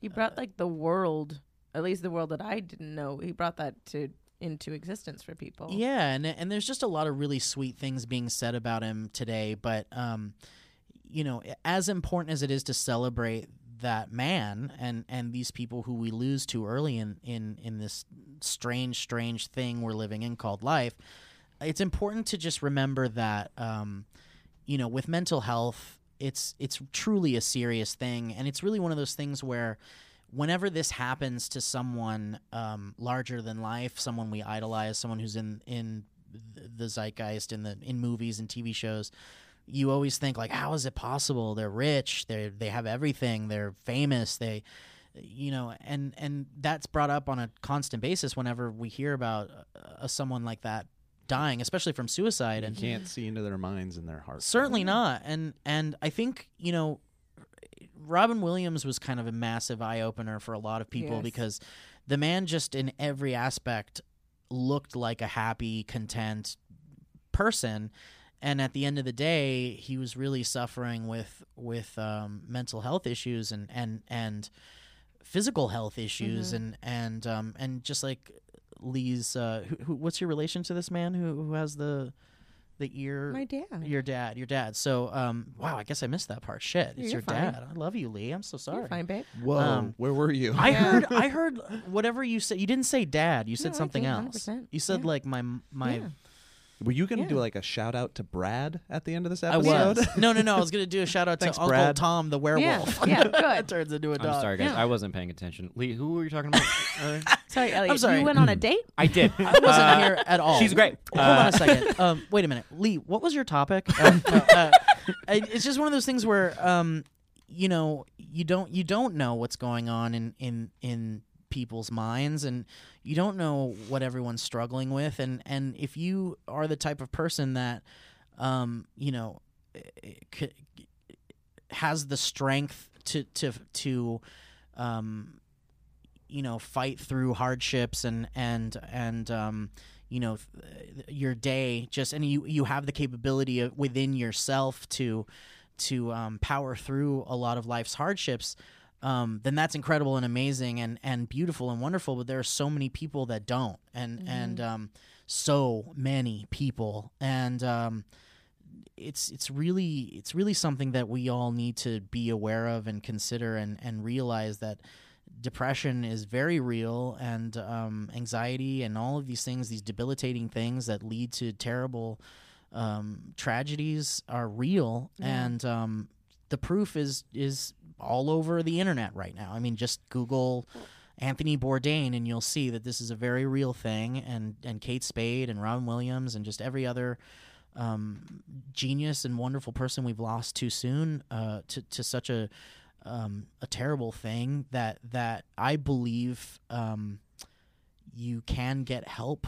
[SPEAKER 4] He brought like the world, at least the world that I didn't know. He brought that to into existence for people.
[SPEAKER 1] yeah, and and there's just a lot of really sweet things being said about him today, but um, you know, as important as it is to celebrate that man and and these people who we lose too early in in in this strange strange thing we're living in called life it's important to just remember that um you know with mental health it's it's truly a serious thing and it's really one of those things where whenever this happens to someone um larger than life someone we idolize someone who's in in th- the zeitgeist in the in movies and TV shows you always think like how is it possible they're rich they they have everything they're famous they you know and and that's brought up on a constant basis whenever we hear about uh, someone like that dying especially from suicide and
[SPEAKER 3] You can't see into their minds and their hearts.
[SPEAKER 1] Certainly
[SPEAKER 4] Mm-hmm.
[SPEAKER 1] not. And and I think you know, Robin Williams was kind of a massive eye opener for a lot of people
[SPEAKER 4] Yes.
[SPEAKER 1] because the man just in every aspect looked like a happy, content person. And at the end of the day, he was really suffering with with um, mental health issues and and and physical health issues
[SPEAKER 4] Mm-hmm.
[SPEAKER 1] and and um, and just like Lee's. Uh, who, who, what's your relation to this man who who has the the ear?
[SPEAKER 4] My dad.
[SPEAKER 1] Your dad, your dad. So, um, wow, I guess I missed that part. Shit, it's
[SPEAKER 4] You're
[SPEAKER 1] your
[SPEAKER 4] fine.
[SPEAKER 1] dad. I love you, Lee. I'm so sorry.
[SPEAKER 4] You're fine, babe.
[SPEAKER 3] Whoa,
[SPEAKER 1] Um,
[SPEAKER 3] where were you?
[SPEAKER 1] I heard, I heard whatever you said. You didn't say dad. You said
[SPEAKER 4] No, I
[SPEAKER 1] something
[SPEAKER 4] did,
[SPEAKER 1] else.
[SPEAKER 4] 100%.
[SPEAKER 1] You said
[SPEAKER 4] Yeah.
[SPEAKER 1] like my my.
[SPEAKER 4] Yeah.
[SPEAKER 3] Well, you going to do like a shout out to Brad at the end of this episode?
[SPEAKER 1] no, no, no. I was gonna do a shout out to
[SPEAKER 3] Thanks,
[SPEAKER 1] Uncle
[SPEAKER 3] Brad.
[SPEAKER 1] Tom the werewolf.
[SPEAKER 4] Yeah, yeah,
[SPEAKER 1] that
[SPEAKER 4] good.
[SPEAKER 1] turns into a dog.
[SPEAKER 5] I'm sorry, guys.
[SPEAKER 4] Yeah.
[SPEAKER 5] I wasn't paying attention. Lee, who were you talking about? earlier?
[SPEAKER 4] Sorry, Elliot.
[SPEAKER 1] sorry.
[SPEAKER 4] You went on a date?
[SPEAKER 5] I did. I
[SPEAKER 1] I wasn't here at all.
[SPEAKER 5] Uh, she's great. Uh,
[SPEAKER 1] Hold on a second. Um, wait a minute, Lee. What was your topic? Um, no, uh, it- it's just one of those things where, um, you know, you don't you don't know what's going on in in in people's minds, and you don't know what everyone's struggling with, and and if you are the type of person that, um, you know, eh, c- has the strength to to to um you know fight through hardships and and and um you know th- your day just and you you have the capability of, within yourself to to um, power through a lot of life's hardships um, then that's incredible and amazing and and beautiful and wonderful but there are so many people that don't and and um so many people and um it's it's really it's really something that we all need to be aware of and consider and and realize that depression is very real and um, anxiety and all of these things these debilitating things that lead to terrible um, tragedies are real and um, the proof is is all over the internet right now i mean just google Anthony Bourdain, and you'll see that this is a very real thing. And and Kate Spade and Robin Williams and just every other um, genius and wonderful person we've lost too soon uh, to to such a um, a terrible thing that that I believe um, you can get help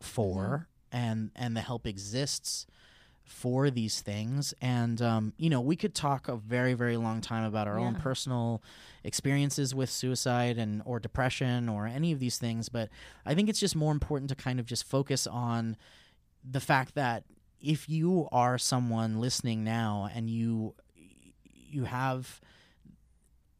[SPEAKER 1] for, and and the help exists for these things and um, you know we could talk a very very long time about our own
[SPEAKER 4] Yeah.
[SPEAKER 1] personal experiences with suicide and or depression or any of these things but i think it's just more important to kind of just focus on the fact that if you are someone listening now and you you have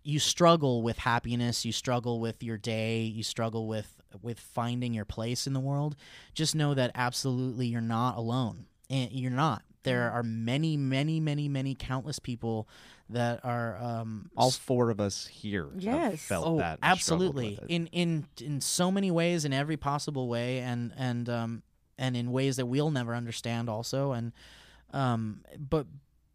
[SPEAKER 1] you struggle with happiness you struggle with your day you struggle with with finding your place in the world just know that absolutely you're not alone and you're not there are many many many many countless people that are um
[SPEAKER 3] All four of us here have
[SPEAKER 4] Yes.
[SPEAKER 3] felt
[SPEAKER 1] oh,
[SPEAKER 3] that. and struggled with
[SPEAKER 1] absolutely
[SPEAKER 3] it.
[SPEAKER 1] in in in so many ways in every possible way and and um and in ways that we'll never understand also and um but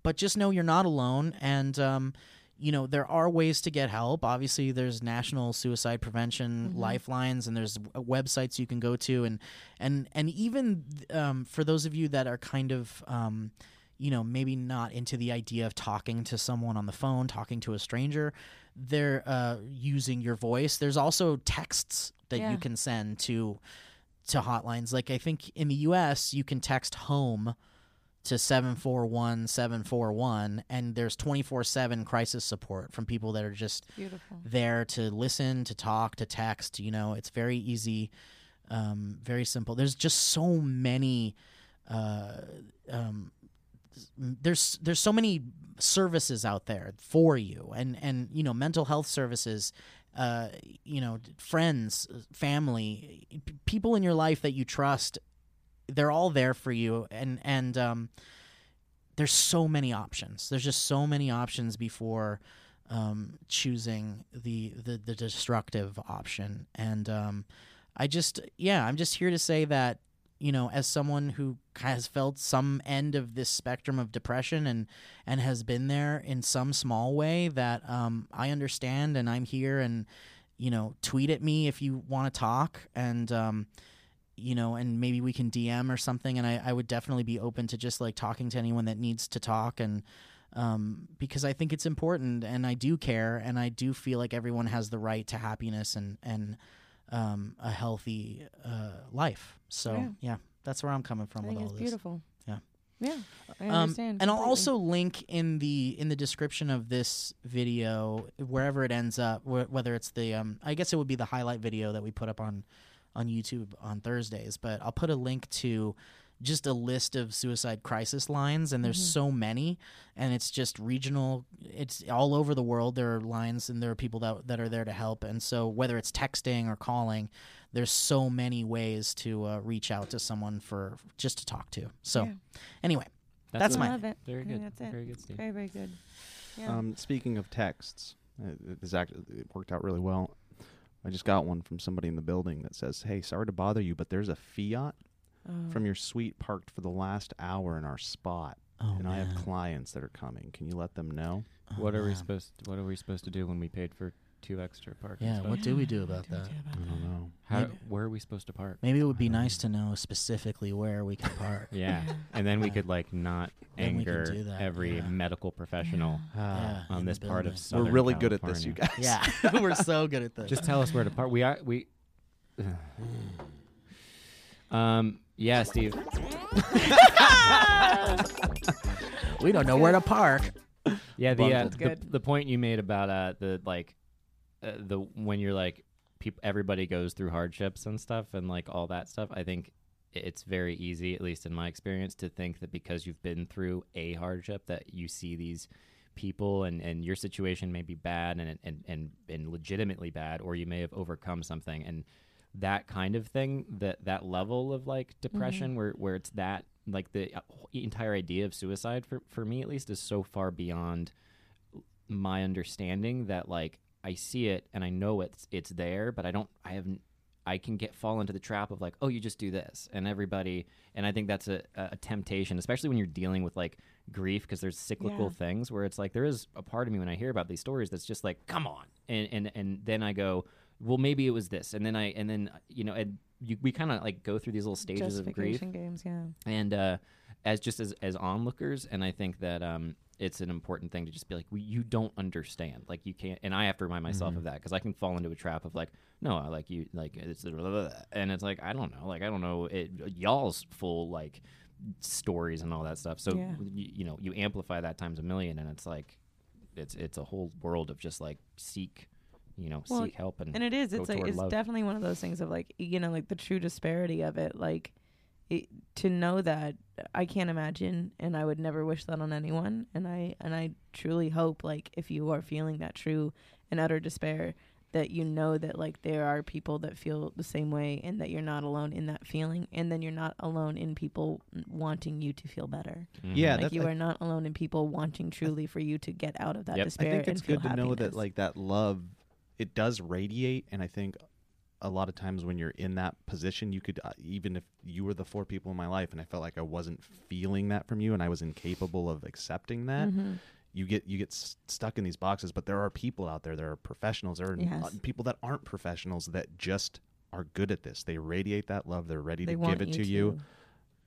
[SPEAKER 1] but just know you're not alone and um you know there are ways to get help obviously there's national suicide prevention lifelines and there's w- websites you can go to and and and even um, for those of you that are kind of um, you know maybe not into the idea of talking to someone on the phone talking to a stranger they're uh, using your voice there's also texts that
[SPEAKER 4] Yeah.
[SPEAKER 1] you can send to to hotlines like i think in the us you can text home to 741 741 and there's 24/7 crisis support from people that are just
[SPEAKER 4] Beautiful.
[SPEAKER 1] there to listen, to talk, to text, you know, it's very easy, um very simple. There's just so many uh um there's there's so many services out there for you and and you know mental health services uh you know friends family p- people in your life that you trust they're all there for you and and um there's so many options there's just so many options before um choosing the the, the destructive option and um i just yeah i'm just here to say that you know as someone who has felt some end of this spectrum of depression and and has been there in some small way that um i understand and i'm here and you know tweet at me if you want to talk and um you know, and maybe we can DM or something. And I, I would definitely be open to just like talking to anyone that needs to talk. And um, because I think it's important and I do care and I do feel like everyone has the right to happiness and, and um, a healthy uh, life. So, yeah.
[SPEAKER 4] Yeah.
[SPEAKER 1] that's where I'm coming from
[SPEAKER 4] I
[SPEAKER 1] with
[SPEAKER 4] think
[SPEAKER 1] all
[SPEAKER 4] it's
[SPEAKER 1] this.
[SPEAKER 4] beautiful.
[SPEAKER 1] Yeah.
[SPEAKER 4] Yeah. I
[SPEAKER 1] Um,
[SPEAKER 4] understand.
[SPEAKER 1] and I'll
[SPEAKER 4] completely.
[SPEAKER 1] also link in the in the description of this video wherever it ends up, wh- whether it's the um, I guess it would be the highlight video that we put up on on YouTube on Thursdays, but I'll put a link to just a list of suicide crisis lines and there's
[SPEAKER 4] Mm-hmm.
[SPEAKER 1] so many and it's just regional it's all over the world there are lines and there are people that, that are there to help and so whether it's texting or calling there's so many ways to uh, reach out to someone for just to talk to so
[SPEAKER 4] Yeah.
[SPEAKER 1] anyway That's
[SPEAKER 5] it.
[SPEAKER 1] my-
[SPEAKER 4] I love it.
[SPEAKER 5] Very
[SPEAKER 4] I think
[SPEAKER 5] good.
[SPEAKER 4] That's it.
[SPEAKER 5] Very good, Steve.
[SPEAKER 4] Very, very good. Yeah.
[SPEAKER 3] Um, speaking of texts, uh, this act, it worked out really well.
[SPEAKER 1] Oh.
[SPEAKER 3] I just got one from somebody in the building that says, "Hey, sorry to bother you, but there's a Fiat
[SPEAKER 4] Oh.
[SPEAKER 3] from your suite parked for the last hour in our spot.
[SPEAKER 1] Oh,
[SPEAKER 3] and I
[SPEAKER 1] man. Oh,
[SPEAKER 3] have clients that are coming. Can you let them know?
[SPEAKER 5] What are we supposed? What are we supposed to do when we paid for two extra parking
[SPEAKER 1] Yeah,
[SPEAKER 5] spots?
[SPEAKER 1] what do we do about that?
[SPEAKER 3] I don't know.
[SPEAKER 5] How, where are we supposed to park?
[SPEAKER 1] Maybe it would be nice to know specifically where we can park.
[SPEAKER 5] Yeah, and then we could like not
[SPEAKER 1] Then we can
[SPEAKER 5] anger
[SPEAKER 1] do that,
[SPEAKER 5] every
[SPEAKER 1] yeah.
[SPEAKER 5] medical professional uh,
[SPEAKER 1] Yeah,
[SPEAKER 5] on
[SPEAKER 1] in the
[SPEAKER 5] this part
[SPEAKER 1] building.
[SPEAKER 5] of Southern
[SPEAKER 3] We're really good at this, you
[SPEAKER 5] California.
[SPEAKER 3] guys.
[SPEAKER 1] Yeah, we're so good at this.
[SPEAKER 5] Just tell us where to park. We are we. um. Yeah, Steve.
[SPEAKER 1] we don't know where to park.
[SPEAKER 5] Yeah. The, uh,
[SPEAKER 4] That's
[SPEAKER 5] the
[SPEAKER 4] good.
[SPEAKER 5] the point you made about uh the like, uh, the when you're like, peop everybody goes through hardships and stuff and like all that stuff. I think i- it's very easy, at least in my experience, to think that because you've been through a hardship that you see these people and, and your situation may be bad and, and, and, and legitimately bad or you may have overcome something and that kind of thing that that level of like depression where, where it's that like the uh, wh- entire idea of suicide for, for me at least is so far beyond my understanding that like I see it and I know it's it's there, but I don't I haven't I can get fall into the trap of like, oh, you just do this, and everybody, and I think that's a, a temptation, especially when you're dealing with like grief, because there's cyclical things where it's like there is a part of me when I hear about these stories that's just like, come on, and and and then I go, well, maybe it was this, and then I and then you know, and you, we kind of like go through these little stages of grief,
[SPEAKER 4] Justification games, yeah.
[SPEAKER 5] and uh, as just as, as onlookers and i think that um, it's an important thing to just be like we, you don't understand like you can't and i have to remind myself
[SPEAKER 4] Mm-hmm.
[SPEAKER 5] of that because i can fall into a trap of like no I like you like it's blah, blah, blah," and it's like i don't know like i don't know it, y'all's full like stories and all that stuff so
[SPEAKER 4] Yeah.
[SPEAKER 5] y- you, know you amplify that times a million and it's like it's it's a whole world of just like seek you know
[SPEAKER 4] Well,
[SPEAKER 5] seek help and,
[SPEAKER 4] and it is
[SPEAKER 5] go
[SPEAKER 4] it's like
[SPEAKER 5] toward
[SPEAKER 4] it's
[SPEAKER 5] love.
[SPEAKER 4] definitely one of those things of like you know like the true disparity of it like it, to know that i can't imagine and i would never wish that on anyone and i and i truly hope like if you are feeling that true and utter despair that you know that like there are people that feel the same way and that you're not alone in that feeling and then you're not alone in people wanting you to feel better
[SPEAKER 5] Mm-hmm.
[SPEAKER 3] Yeah,
[SPEAKER 4] like
[SPEAKER 3] that's,
[SPEAKER 4] you
[SPEAKER 3] I
[SPEAKER 4] are not alone in people wanting truly for you to get out of that
[SPEAKER 5] Yep. I
[SPEAKER 3] I
[SPEAKER 4] despair
[SPEAKER 3] think it's
[SPEAKER 4] and feel
[SPEAKER 3] good to know that
[SPEAKER 4] happiness.
[SPEAKER 3] like that love it does radiate and I think a lot of times when you're in that position you could uh, even if you were the four people in my life and I felt like I wasn't feeling that from you and I was incapable of accepting that
[SPEAKER 4] Mm-hmm.
[SPEAKER 3] you get you get s- stuck in these boxes but there are people out there there are professionals there are n-
[SPEAKER 4] Yes.
[SPEAKER 3] uh, people that aren't professionals that just are good at this they radiate that love they're ready
[SPEAKER 4] They
[SPEAKER 3] to
[SPEAKER 4] want
[SPEAKER 3] give it
[SPEAKER 4] you
[SPEAKER 3] to you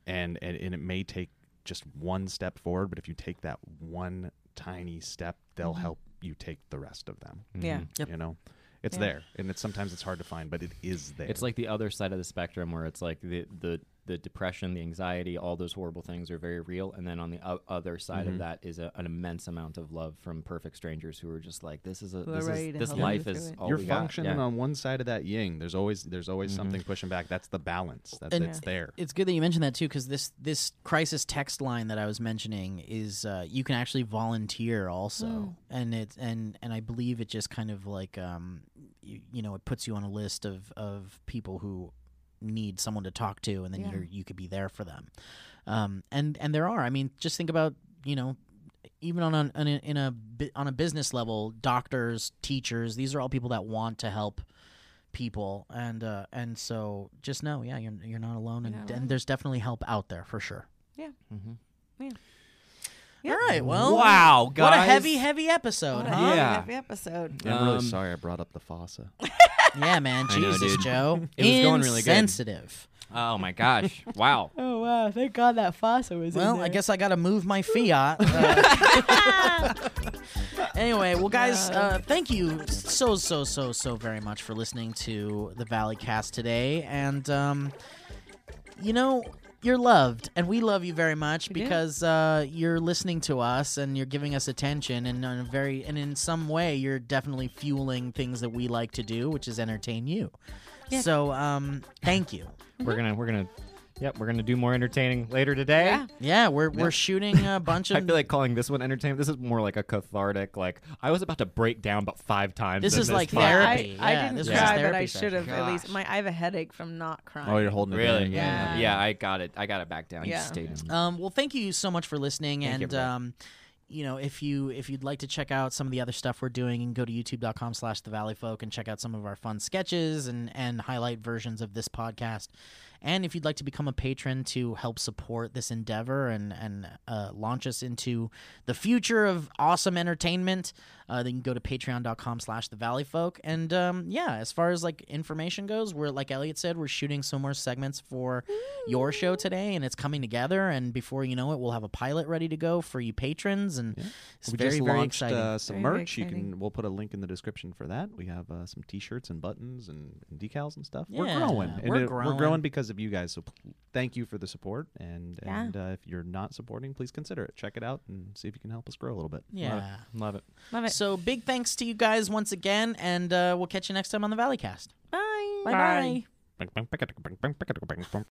[SPEAKER 4] to.
[SPEAKER 3] and, and and it may take just one step forward but if you take that one tiny step they'll help you take the rest of them
[SPEAKER 5] Mm-hmm.
[SPEAKER 4] yeah
[SPEAKER 1] Mm-hmm. Yep.
[SPEAKER 3] you know it's
[SPEAKER 4] Yeah.
[SPEAKER 3] there and it's sometimes it's hard to find but it is there
[SPEAKER 5] It's like the other side of the spectrum where it's like the the the depression, the anxiety, all those horrible things are very real, and then on the o- other side of that is a, an immense amount of love from perfect strangers who are just like, this is a
[SPEAKER 4] Who are
[SPEAKER 5] this,
[SPEAKER 4] ready
[SPEAKER 5] is,
[SPEAKER 4] to
[SPEAKER 5] this
[SPEAKER 4] help you
[SPEAKER 5] life
[SPEAKER 4] through
[SPEAKER 5] is
[SPEAKER 4] it.
[SPEAKER 5] all
[SPEAKER 3] you're
[SPEAKER 5] we got.
[SPEAKER 3] functioning
[SPEAKER 5] Yeah. Mm-hmm.
[SPEAKER 3] on one side of that yin there's always there's always something pushing back that's the balance that's
[SPEAKER 1] And-
[SPEAKER 3] it's there
[SPEAKER 1] It's good that you mentioned that too, because this this crisis text line that I was mentioning is uh, you can actually volunteer also, and it and and I believe it just kind of like um you, you know it puts you on a list of of people who need someone to talk to, and then
[SPEAKER 4] Yeah.
[SPEAKER 1] you're you could be there for them, um and and there are I mean just think about you know even on an, on a, in a bu- on a business level, doctors, teachers, these are all people that want to help people, and uh, and so just know, yeah, you're you're not alone, and, and there's definitely help out there for sure.
[SPEAKER 4] Yeah.
[SPEAKER 1] Mm-hmm.
[SPEAKER 4] Yeah.
[SPEAKER 1] All right. Well.
[SPEAKER 5] Wow,
[SPEAKER 1] What a
[SPEAKER 5] guys.
[SPEAKER 1] heavy, heavy
[SPEAKER 4] Oh,
[SPEAKER 1] episode, huh?
[SPEAKER 5] Yeah.
[SPEAKER 4] Every episode.
[SPEAKER 3] i'm really
[SPEAKER 5] Um,
[SPEAKER 3] sorry i brought up the fossa
[SPEAKER 1] Yeah, man.
[SPEAKER 5] I know,
[SPEAKER 1] Jesus,
[SPEAKER 5] dude.
[SPEAKER 1] Joe.
[SPEAKER 5] It was going really good.
[SPEAKER 1] Insensitive.
[SPEAKER 5] Oh my gosh! Wow.
[SPEAKER 4] Oh wow! Thank God that Fossa was
[SPEAKER 1] Well, I guess I gotta move my fiat. Uh, anyway, well, guys, uh, thank you so so so so very much for listening to the Valley Cast today, and um, you know. You're loved, and we love you very much
[SPEAKER 4] do.
[SPEAKER 1] because uh, you're listening to us and you're giving us attention, and on a very and in some way you're definitely fueling things that we like to do, which is entertain you. So, um, thank you.
[SPEAKER 5] we're gonna we're gonna yep we're gonna do more entertaining later today.
[SPEAKER 4] Yeah.
[SPEAKER 1] Yeah, we're we're shooting a bunch of.
[SPEAKER 5] I feel like calling this one entertainment. This is more like a cathartic. Like I was about to break down about five times.
[SPEAKER 1] This
[SPEAKER 5] in
[SPEAKER 1] is like
[SPEAKER 5] pod.
[SPEAKER 1] therapy.
[SPEAKER 4] I, I
[SPEAKER 1] yeah,
[SPEAKER 4] didn't
[SPEAKER 1] this was his
[SPEAKER 4] cry, but I
[SPEAKER 1] therapy
[SPEAKER 4] should have at least.
[SPEAKER 5] Gosh.
[SPEAKER 4] My I have a headache from not crying.
[SPEAKER 3] oh you're holding it
[SPEAKER 5] Really?
[SPEAKER 3] in.
[SPEAKER 5] Yeah.
[SPEAKER 4] Yeah.
[SPEAKER 5] yeah. I got it. I got it back down. You
[SPEAKER 4] Yeah.
[SPEAKER 5] stayed in.
[SPEAKER 1] Um, well, thank you so much for listening,
[SPEAKER 5] Thank
[SPEAKER 1] and
[SPEAKER 5] you, everybody.
[SPEAKER 1] um, you know, if you if you'd like to check out some of the other stuff we're doing, you can go to youtube.com/slash The Valley Folk and check out some of our fun sketches and and highlight versions of this podcast. And if you'd like to become a patron to help support this endeavor and and uh, launch us into the future of awesome entertainment, uh, then you can go to Patreon.com/slash The Valley Folk. And um, yeah, as far as like information goes, we're like Elliot said, we're shooting some more segments for your show today, and it's coming together. And before you know it, we'll have a pilot ready to go for you patrons, and it's
[SPEAKER 3] we
[SPEAKER 1] very
[SPEAKER 3] just
[SPEAKER 1] very
[SPEAKER 3] launched
[SPEAKER 1] exciting.
[SPEAKER 3] uh, some
[SPEAKER 4] Very, very
[SPEAKER 3] merch. You
[SPEAKER 4] exciting.
[SPEAKER 3] can we'll put a link in the description for that. We have uh, some T-shirts and buttons and, and decals and stuff. We're
[SPEAKER 1] Yeah,
[SPEAKER 3] growing. And
[SPEAKER 1] we're
[SPEAKER 3] it-
[SPEAKER 1] growing.
[SPEAKER 3] because of you guys. So pl- thank you for the support. And
[SPEAKER 4] Yeah.
[SPEAKER 3] and uh, if you're not supporting, please consider it. Check it out and see if you can help us grow a little bit.
[SPEAKER 1] yeah.
[SPEAKER 3] uh,
[SPEAKER 5] Love it.
[SPEAKER 4] Love it.
[SPEAKER 1] So big thanks to you guys once again, and uh, we'll catch you next time on the Valleycast.
[SPEAKER 4] Bye.
[SPEAKER 1] Bye bye.